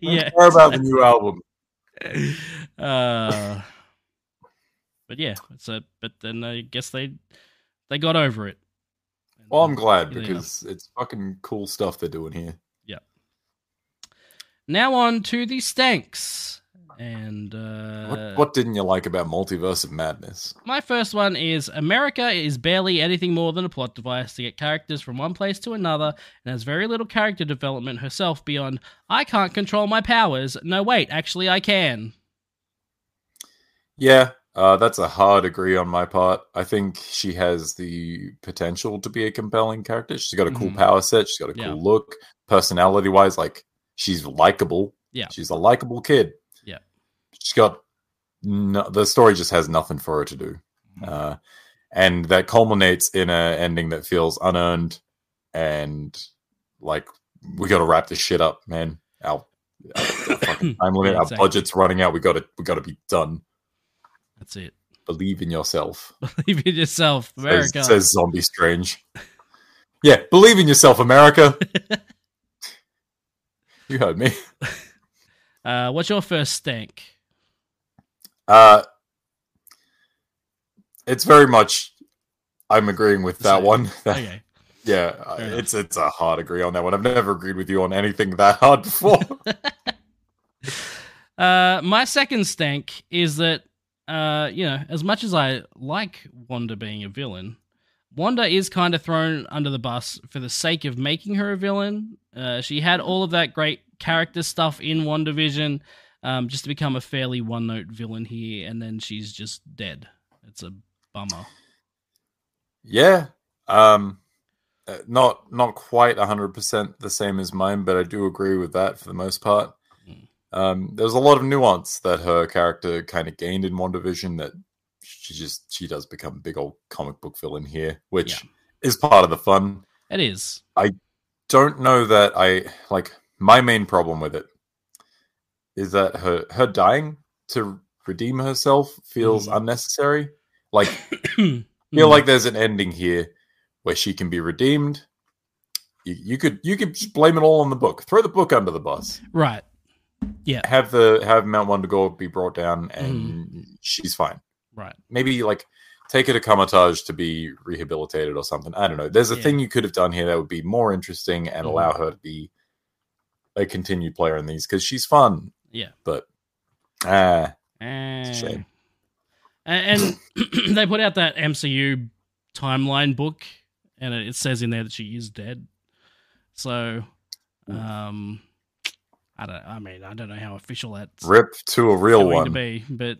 Speaker 3: yeah.
Speaker 4: Care about the new album.
Speaker 3: Uh, but yeah, so but then I guess they they got over it.
Speaker 4: Well, Oh, I'm glad
Speaker 3: Yeah.
Speaker 4: because it's fucking cool stuff they're doing here.
Speaker 3: Now on to the stanks. And uh,
Speaker 4: what, what didn't you like about Multiverse of Madness?
Speaker 3: my first one is America is barely anything more than a plot device to get characters from one place to another and has very little character development herself beyond I can't control my powers. No, wait, actually, I can.
Speaker 4: Yeah, uh, that's a hard agree on my part. I think she has the potential to be a compelling character. She's got a cool
Speaker 3: Mhm.
Speaker 4: power set. She's got a cool
Speaker 3: Yeah.
Speaker 4: look. Personality wise, like she's likable.
Speaker 3: Yeah.
Speaker 4: she's a likable kid.
Speaker 3: Yeah.
Speaker 4: she's got. No, the story just has nothing for her to do,
Speaker 3: Mm-hmm.
Speaker 4: uh, and that culminates in a ending that feels unearned, and like we got to wrap this shit up, man. Our, our, our fucking time limit,
Speaker 3: Yeah, exactly.
Speaker 4: our budget's running out. We got to, we got to be done
Speaker 3: That's it.
Speaker 4: believe in yourself.
Speaker 3: Believe in yourself,
Speaker 4: Says,
Speaker 3: America.
Speaker 4: says Zombie Strange. Yeah, believe in yourself, America. you heard me.
Speaker 3: Uh, what's your first stank?
Speaker 4: Uh, it's very much. I'm agreeing with that
Speaker 3: Same.
Speaker 4: one.
Speaker 3: Okay.
Speaker 4: yeah, uh,
Speaker 3: enough.
Speaker 4: it's it's a hard agree on that one. I've never agreed with you on anything that hard before.
Speaker 3: Uh, my second stank is that, uh, you know, as much as I like Wanda being a villain, Wanda is kind of thrown under the bus for the sake of making her a villain. Uh, she had all of that great character stuff in WandaVision um, just to become a fairly one note villain here, and then she's just dead. It's a bummer.
Speaker 4: yeah, um, uh, not not quite hundred percent the same as mine, but I do agree with that for the most part.
Speaker 3: Mm.
Speaker 4: um, there's a lot of nuance that her character kind of gained in WandaVision that she just she does become a big old comic book villain here, which
Speaker 3: Yeah.
Speaker 4: is part of the fun.
Speaker 3: It is.
Speaker 4: Don't know that I like my main problem with it is that her her dying to redeem herself feels
Speaker 3: Mhm.
Speaker 4: unnecessary. Like
Speaker 3: feel
Speaker 4: feel like there's an ending here where she can be redeemed. You, you could you could just blame it all on the book. Throw the book under the bus.
Speaker 3: Right.
Speaker 4: have the have Mount Wondergore be brought down
Speaker 3: Hmm.
Speaker 4: and she's fine.
Speaker 3: Mm. Right.
Speaker 4: Maybe like take her to Comatage to be rehabilitated or something. I don't know. There's a
Speaker 3: Yeah.
Speaker 4: thing you could have done here that would be more interesting and
Speaker 3: Mhm.
Speaker 4: allow her to be a continued player in these because she's fun.
Speaker 3: Yeah.
Speaker 4: But ah,
Speaker 3: It's
Speaker 4: a shame.
Speaker 3: And, and they put out that MCU timeline book, and it, it says in there that she is dead. So, um, I don't. I mean, I don't know how official that's
Speaker 4: rip to a real
Speaker 3: going to
Speaker 4: one.
Speaker 3: be, but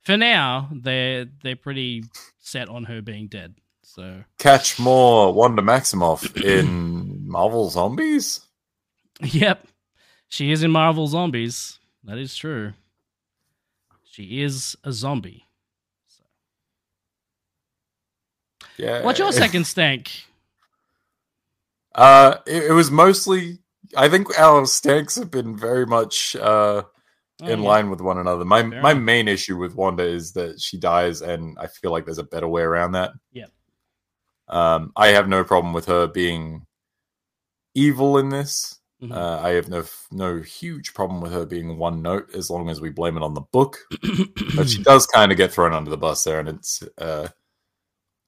Speaker 3: for now, they're they're pretty set on her being dead. So,
Speaker 4: Catch more Wanda Maximoff in Marvel Zombies.
Speaker 3: yep, She is in Marvel Zombies. That is true. She is a zombie.
Speaker 4: Yeah.
Speaker 3: What's your second stank?
Speaker 4: Uh, it, it was mostly. I think our stanks have been very much uh,
Speaker 3: Oh,
Speaker 4: in
Speaker 3: yeah.
Speaker 4: line with one another. My
Speaker 3: Fair
Speaker 4: my
Speaker 3: enough.
Speaker 4: main issue with Wanda is that she dies, and I feel like there's a better way around that.
Speaker 3: Yep.
Speaker 4: Um, I have no problem with her being evil in this.
Speaker 3: Mhm.
Speaker 4: Uh, I have no f- no huge problem with her being one note as long as we blame it on the book. But she does kind of get thrown under the bus there, and it's uh,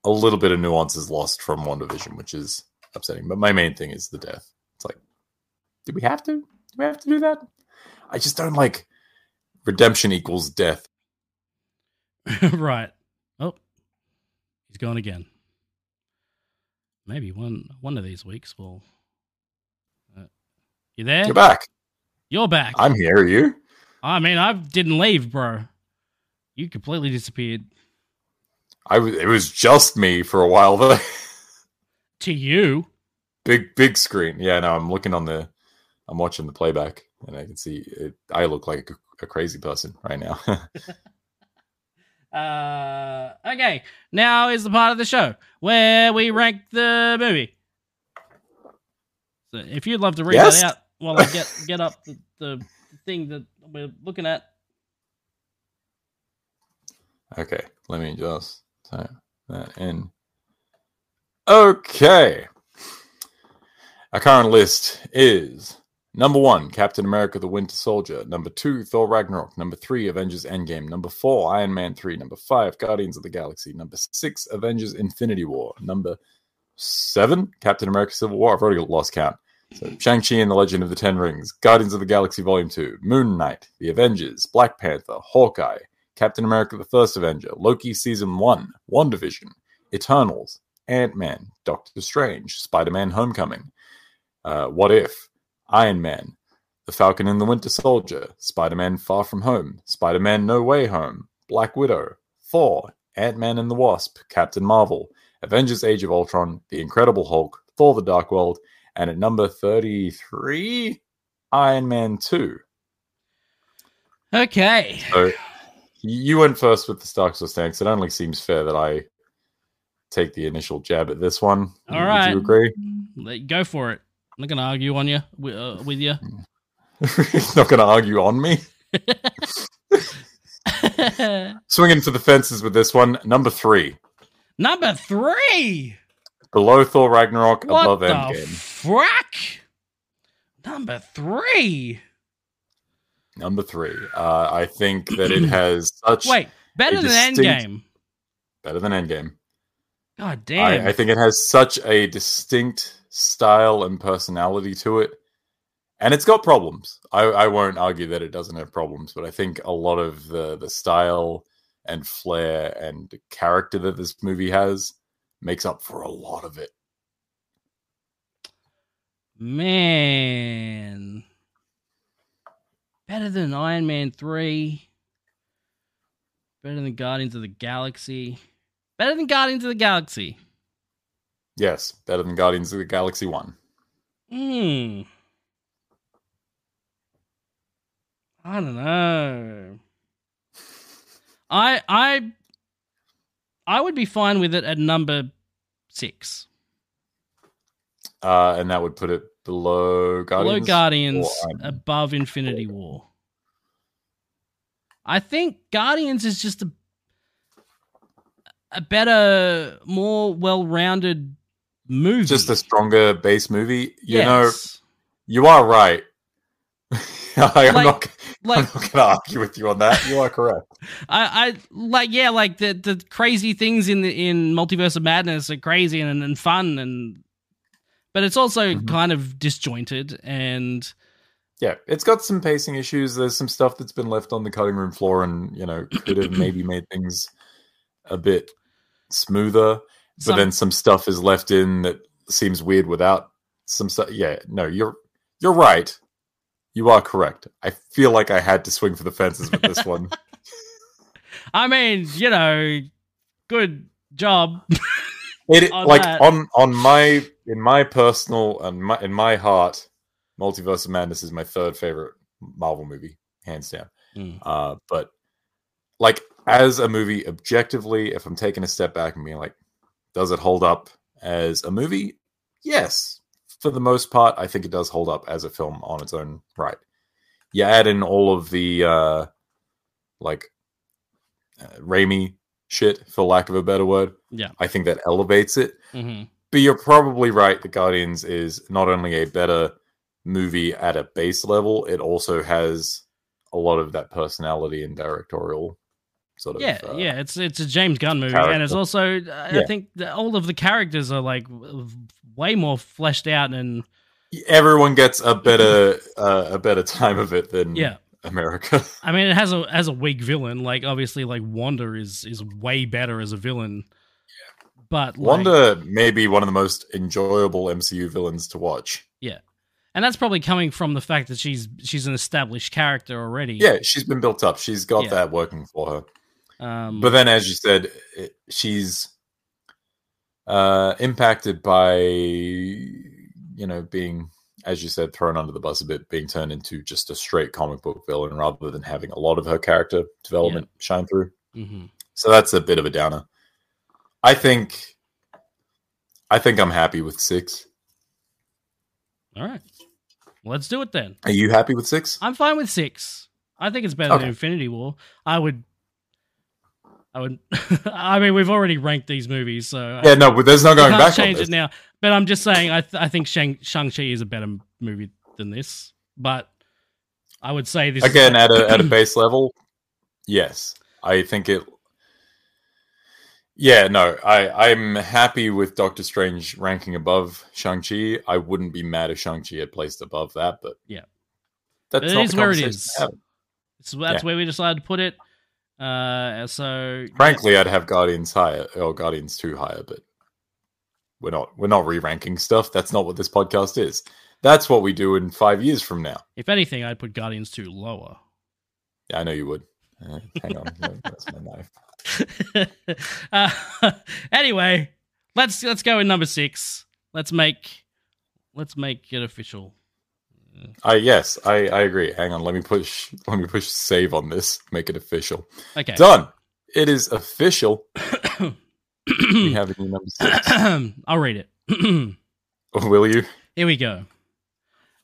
Speaker 4: a little bit of nuance is lost from WandaVision, which is upsetting. But my main thing is the death. It's like, did we have to? Do we have to do that? I just don't like redemption equals death.
Speaker 3: right. Oh, he's gone again. Maybe one one of these weeks we'll. Uh, you there?
Speaker 4: You're back.
Speaker 3: You're back.
Speaker 4: I'm here. Are you?
Speaker 3: I mean, I didn't leave, bro. You completely disappeared.
Speaker 4: I was. It was just me for a while though.
Speaker 3: To you,
Speaker 4: big big screen. Yeah. No, I'm looking on the. I'm watching the playback, and I can see it, I look like a, a crazy person right now.
Speaker 3: Uh, okay, now is the part of the show where we rank the movie. So if you'd love to read
Speaker 4: Yes.
Speaker 3: that out while I get get up the, the thing that we're looking at.
Speaker 4: Okay, let me just type that in. Okay. Our current list is number one, Captain America the Winter Soldier. Number two, Thor Ragnarok. Number three, Avengers Endgame. Number four, Iron Man 3. Number five, Guardians of the Galaxy. Number six, Avengers Infinity War. Number seven, Captain America Civil War. I've already lost count. So Shang-Chi and the Legend of the Ten Rings, Guardians of the Galaxy Volume 2, Moon Knight, The Avengers, Black Panther, Hawkeye, Captain America the First Avenger, Loki Season 1, WandaVision, Eternals, Ant Man, Doctor Strange, Spider Man Homecoming, uh, What If, Iron Man, The Falcon and the Winter Soldier, Spider Man Far From Home, Spider Man No Way Home, Black Widow, Thor, Ant Man and the Wasp, Captain Marvel, Avengers Age of Ultron, The Incredible Hulk, Thor the Dark World, and at number 33, Iron Man 2.
Speaker 3: Okay,
Speaker 4: So you went first with the Starks or Stanks. It only seems fair that I take the initial jab at this one.
Speaker 3: All
Speaker 4: Would
Speaker 3: right.
Speaker 4: you agree?
Speaker 3: Let- go for it. I'm not gonna argue on you with, uh, with you.
Speaker 4: He's not going to argue on me. Swinging for the fences with this one. Number three,
Speaker 3: Number three.
Speaker 4: below Thor Ragnarok,
Speaker 3: What
Speaker 4: above
Speaker 3: the
Speaker 4: Endgame.
Speaker 3: frack? Number three.
Speaker 4: Number three. Uh, I think that it has such
Speaker 3: Wait, better
Speaker 4: A
Speaker 3: than
Speaker 4: distinct-
Speaker 3: Endgame.
Speaker 4: better than Endgame.
Speaker 3: God damn.
Speaker 4: I, I think it has such a distinct style and personality to it. And it's got problems. I, I won't argue that it doesn't have problems, but I think a lot of the, the style and flair and character that this movie has makes up for a lot of it.
Speaker 3: Man. Better than Iron Man 3. Better than Guardians of the Galaxy. Better than Guardians of the Galaxy.
Speaker 4: Yes, better than Guardians of the Galaxy 1.
Speaker 3: Hmm. I don't know. I I I would be fine with it at number 6.
Speaker 4: Uh, and that would put it below Guardians.
Speaker 3: Below Guardians,
Speaker 4: or Iron Man?
Speaker 3: above Infinity War. I think Guardians is just a a better, more well-rounded movie.
Speaker 4: Just a stronger base movie. You know, you are right. I, am
Speaker 3: Like-
Speaker 4: not,
Speaker 3: know, like
Speaker 4: I'm not going to argue with you on that. You are correct.
Speaker 3: I, I like yeah, like the the crazy things in the in Multiverse of Madness are crazy and, and fun and but it's also
Speaker 4: Mhm.
Speaker 3: kind of disjointed and
Speaker 4: yeah, it's got some pacing issues. There's some stuff that's been left on the cutting room floor, and you know could have maybe made things a bit smoother.
Speaker 3: some-
Speaker 4: But then some stuff is left in that seems weird without some stuff. Yeah, no, you're you're right. You are correct. I feel like I had to swing for the fences with this one.
Speaker 3: I mean, you know, good job.
Speaker 4: It
Speaker 3: On
Speaker 4: like
Speaker 3: that.
Speaker 4: on on my in my personal and my in my heart, Multiverse of Madness is my third favorite Marvel movie, hands down.
Speaker 3: Mm.
Speaker 4: Uh, but like as a movie, objectively, if I'm taking a step back and being like, does it hold up as a movie? Yes, for the most part, I think it does hold up as a film on its own right. You add in all of the uh, like uh, Raimi shit, for lack of a better word.
Speaker 3: Yeah.
Speaker 4: I think that elevates it.
Speaker 3: hmm
Speaker 4: But you're probably right. The Guardians is not only a better movie at a base level, it also has a lot of that personality and directorial sort of.
Speaker 3: Yeah,
Speaker 4: uh,
Speaker 3: yeah, it's it's a James Gunn movie, and it's
Speaker 4: character.
Speaker 3: also I- I
Speaker 4: Yeah.
Speaker 3: think that all of the characters are like w- w- way more fleshed out and
Speaker 4: Mm-hmm. Everyone gets a better uh, a better time of it than
Speaker 3: yeah.
Speaker 4: America.
Speaker 3: I mean, it has a has a weak villain. Like obviously, like Wanda is is way better as a villain. But like,
Speaker 4: Wanda may be one of the most enjoyable MCU villains to watch.
Speaker 3: and that's probably coming from the fact that she's she's an established character already.
Speaker 4: Yeah, she's been built up. She's got
Speaker 3: Yeah.
Speaker 4: that working for her.
Speaker 3: Um,
Speaker 4: but then as you said it- she's uh impacted by you know being as you said thrown under the bus a bit being turned into just a straight comic book villain rather than having a lot of her character development shine through
Speaker 3: Mhm.
Speaker 4: so that's a bit of a downer i think i think i'm happy with six
Speaker 3: all right, let's do it then.
Speaker 4: are you happy with six
Speaker 3: I'm fine with six. I think it's better
Speaker 4: Okay.
Speaker 3: than Infinity War. I would. I would. I mean, we've already ranked these movies, so
Speaker 4: yeah no but there's no
Speaker 3: I, I
Speaker 4: going
Speaker 3: can't
Speaker 4: back on
Speaker 3: change
Speaker 4: this.
Speaker 3: it now. But I'm just saying, I th- I think Shang Shang Chi is a better m- movie than this. But I would say this is-
Speaker 4: again at a at a base level yes i think it yeah no i i'm happy with doctor strange ranking above shang-chi i wouldn't be mad if shang-chi had placed above that but
Speaker 3: Yeah.
Speaker 4: that's
Speaker 3: It
Speaker 4: not
Speaker 3: is
Speaker 4: the
Speaker 3: where it
Speaker 4: conversation
Speaker 3: is.
Speaker 4: to have.
Speaker 3: so that's
Speaker 4: yeah.
Speaker 3: where we decided to put it. Uh, so
Speaker 4: frankly i'd have guardians higher or guardians 2 higher but we're not we're not re-ranking stuff that's not what this podcast is that's what we do in five years from now
Speaker 3: if anything, I'd put Guardians two lower.
Speaker 4: yeah i know you would Uh, hang on that's my knife
Speaker 3: uh, anyway, let's let's go with number six. Let's make let's make it official.
Speaker 4: I yes, I I agree. Hang on, let me push let me push save on this, make it official.
Speaker 3: Okay.
Speaker 4: Done. It is official. We have a new number six.
Speaker 3: I'll read it.
Speaker 4: Will you?
Speaker 3: Here we go.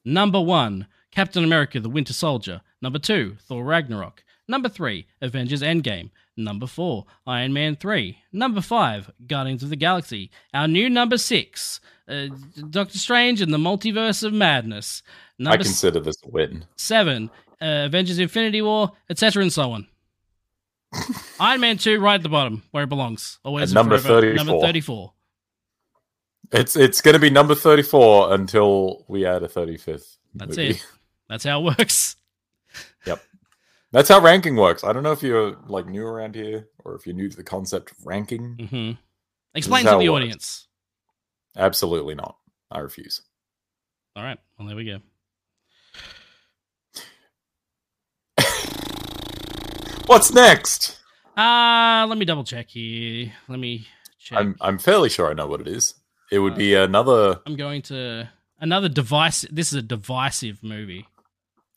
Speaker 3: Number one, Captain America the Winter Soldier. Number two, Thor Ragnarok. Number three, Avengers Endgame. Number four, Iron Man 3. Number five, Guardians of the Galaxy. Our new number six, uh, Doctor Strange and the Multiverse of Madness.
Speaker 4: I
Speaker 3: Number
Speaker 4: consider this a win.
Speaker 3: seven, uh, Avengers Infinity War, etc., and so on. Iron Man 2, right at the bottom, where it belongs. Always
Speaker 4: And
Speaker 3: and
Speaker 4: number
Speaker 3: forever. Number
Speaker 4: 34.
Speaker 3: 34.
Speaker 4: It's it's gonna be number thirty four until we add a thirty fifth.
Speaker 3: That's it. That's how it works.
Speaker 4: That's how ranking works. I don't know if you're like new around here or if you're new to the concept of ranking.
Speaker 3: hmm Explain
Speaker 4: is how
Speaker 3: to
Speaker 4: it
Speaker 3: the
Speaker 4: works.
Speaker 3: audience.
Speaker 4: Absolutely not. I refuse.
Speaker 3: All right. Well, there we go.
Speaker 4: What's next?
Speaker 3: Uh, let me double check here. Let me check.
Speaker 4: I'm
Speaker 3: I'm,
Speaker 4: I'm fairly sure I know what it is. It
Speaker 3: Uh,
Speaker 4: would be another
Speaker 3: going to another device. This is a divisive movie.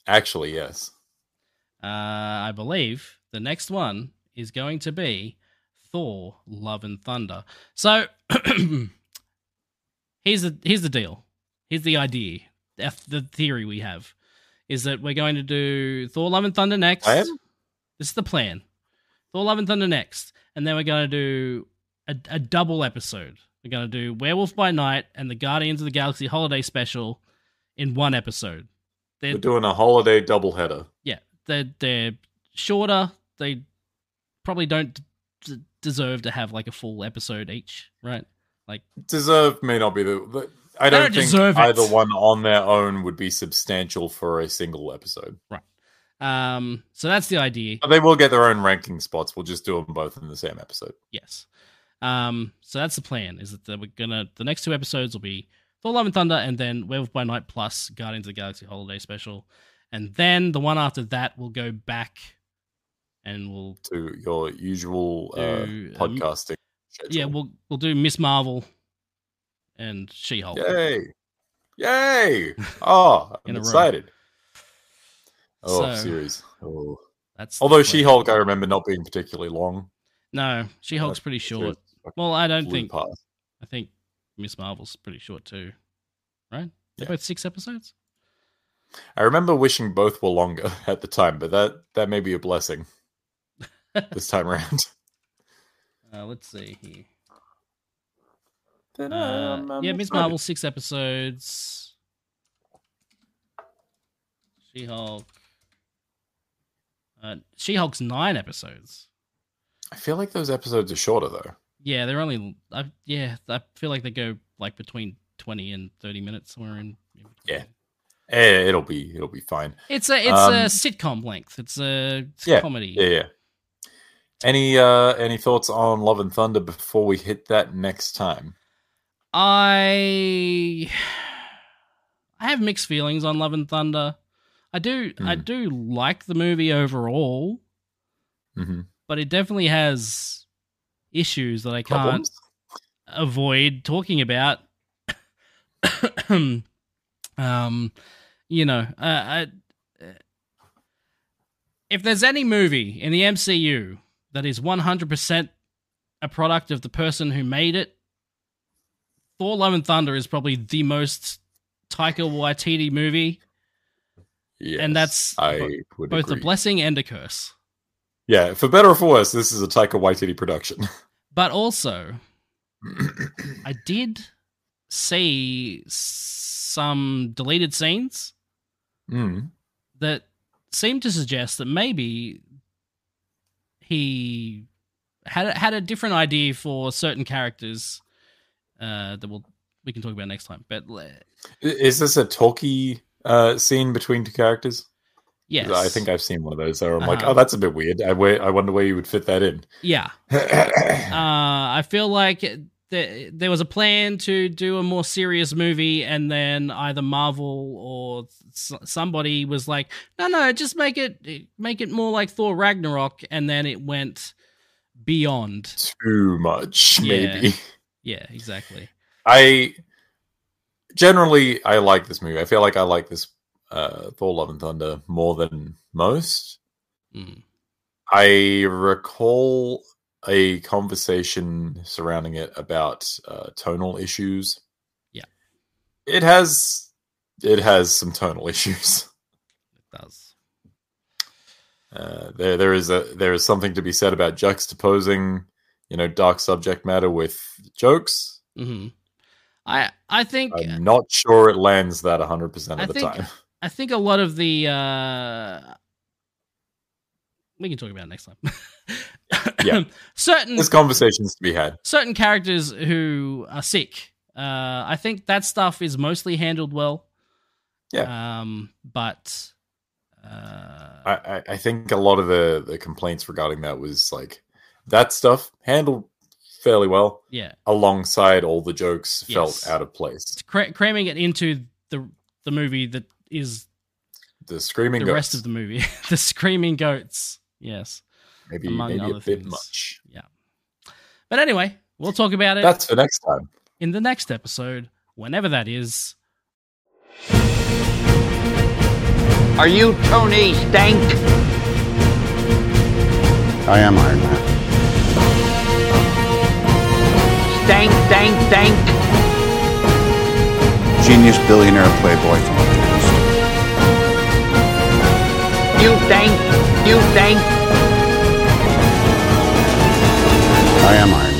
Speaker 4: actually, yes.
Speaker 3: Uh, I believe the next one is going to be Thor: Love and Thunder. So here's the here's the deal. Here's the idea. The the theory we have is that we're going to do Thor: Love and Thunder next.
Speaker 4: Plan?
Speaker 3: This is the plan. Thor: Love and Thunder next, and then we're going to do a, a double episode. We're going to do Werewolf by Night and the Guardians of the Galaxy Holiday Special in one episode. They're-
Speaker 4: We're doing a holiday doubleheader.
Speaker 3: they're they're shorter. They probably don't d- deserve to have like a full episode each, right?
Speaker 4: deserve may not be the. the I
Speaker 3: They
Speaker 4: don't,
Speaker 3: don't
Speaker 4: think
Speaker 3: deserve it.
Speaker 4: either one on their own would be substantial for a single episode.
Speaker 3: Um, so that's the idea.
Speaker 4: But they will get their own ranking spots. We'll just do them both in the same episode.
Speaker 3: Yes. Um, so that's the plan. Is that we're gonna the next two episodes will be Thor: Love and Thunder, and then Werewolf by Night plus Guardians of the Galaxy Holiday Special, and then the one after that will go back, and we'll
Speaker 4: To your usual uh,
Speaker 3: Do, um,
Speaker 4: podcasting.
Speaker 3: yeah
Speaker 4: schedule.
Speaker 3: we'll we'll do Miss Marvel and She Hulk.
Speaker 4: Yay! Yay! Oh,
Speaker 3: In
Speaker 4: I'm
Speaker 3: a row.
Speaker 4: excited. Oh,
Speaker 3: So-
Speaker 4: series. Oh.
Speaker 3: That's
Speaker 4: Although uh,
Speaker 3: like-
Speaker 4: She Hulk, I remember not being particularly long.
Speaker 3: No, She
Speaker 4: uh,
Speaker 3: Hulk's pretty short. Well, I don't think.
Speaker 4: Past.
Speaker 3: I think Miss Marvel's pretty short too, right? They're
Speaker 4: Yeah.
Speaker 3: both six episodes.
Speaker 4: I remember wishing both were longer at the time, but that that may be a blessing this time around.
Speaker 3: Uh, let's see here. Uh, yeah, Miss
Speaker 4: excited.
Speaker 3: Marvel six episodes. She Hulk. Uh, she Hulk's nine episodes.
Speaker 4: I feel like those episodes are shorter though.
Speaker 3: Yeah, they're only. I, yeah, I feel like they go like between twenty and thirty minutes somewhere in. in between.
Speaker 4: Yeah. Eh, it'll be it'll be fine.
Speaker 3: it's a it's a
Speaker 4: Um,
Speaker 3: sitcom length. It's a it's
Speaker 4: Yeah,
Speaker 3: comedy.
Speaker 4: Yeah, yeah. Any uh any thoughts on Love and Thunder before we hit that next time?
Speaker 3: I I have mixed feelings on Love and Thunder. I do I
Speaker 4: Mm.
Speaker 3: do like the movie overall,
Speaker 4: Mm-hmm.
Speaker 3: but it definitely has issues that I can't avoid talking about. um, you know, uh, I, uh, if there's any movie in the MCU that is 100% a product of the person who made it, Thor: Love and Thunder is probably the most Taika Waititi movie,
Speaker 4: Yes,
Speaker 3: and that's
Speaker 4: I would
Speaker 3: both a
Speaker 4: agree.
Speaker 3: blessing and a curse.
Speaker 4: Yeah, for better or for worse, this is a Taika Waititi production.
Speaker 3: But also, I did see some deleted scenes
Speaker 4: Mm.
Speaker 3: that seem to suggest that maybe he had had a different idea for certain characters uh, that we'll we can talk about next time. But le-
Speaker 4: I- Is this a talky uh, scene between two characters?
Speaker 3: yes,
Speaker 4: I think I've seen one of those. Where I'm like,
Speaker 3: Uh-huh.
Speaker 4: oh, that's a bit weird. I, wa- I wonder where you would fit that in.
Speaker 3: yeah. Uh, I feel like th- there was a plan to do a more serious movie, and then either Marvel or s- somebody was like, "No, no, just make it make it more like Thor Ragnarok," and then it went beyond.
Speaker 4: Too much,
Speaker 3: Yeah.
Speaker 4: maybe.
Speaker 3: Yeah, exactly.
Speaker 4: I generally I like this movie. I feel like I like this uh, Thor: Love and Thunder more than most.
Speaker 3: Mm.
Speaker 4: I recall a conversation surrounding it about uh, tonal issues.
Speaker 3: Yeah.
Speaker 4: it has it has some tonal issues.
Speaker 3: It does.
Speaker 4: Uh, there there is a there is something to be said about juxtaposing, you know, dark subject matter with jokes.
Speaker 3: hmm I I think
Speaker 4: I'm not sure it lands that 100% of
Speaker 3: I
Speaker 4: the
Speaker 3: think-
Speaker 4: time.
Speaker 3: I think a lot of the uh, we can talk about it next time.
Speaker 4: Yeah.
Speaker 3: certain
Speaker 4: There's conversations to be had.
Speaker 3: certain characters who are sick. Uh, I think that stuff is mostly handled well. Yeah. Um, but uh,
Speaker 4: I, I, I think a lot of the, the complaints regarding that was like that stuff handled fairly well
Speaker 3: yeah,
Speaker 4: alongside all the jokes
Speaker 3: Yes.
Speaker 4: felt out of place.
Speaker 3: it's cra- cramming it into the the movie that is
Speaker 4: The screaming
Speaker 3: the rest of the movie, the screaming goats. Yes.
Speaker 4: maybe,
Speaker 3: among
Speaker 4: maybe a
Speaker 3: other
Speaker 4: bit
Speaker 3: things.
Speaker 4: much.
Speaker 3: But anyway, we'll talk about it
Speaker 4: That's for next time.
Speaker 3: in the next episode, whenever that is.
Speaker 1: Are you Tony Stank?
Speaker 2: I am Iron Man.
Speaker 1: Stank, stank, stank.
Speaker 2: Genius, billionaire, playboy, philanthropist.
Speaker 1: You stank. You stank.
Speaker 2: I am Iron Man.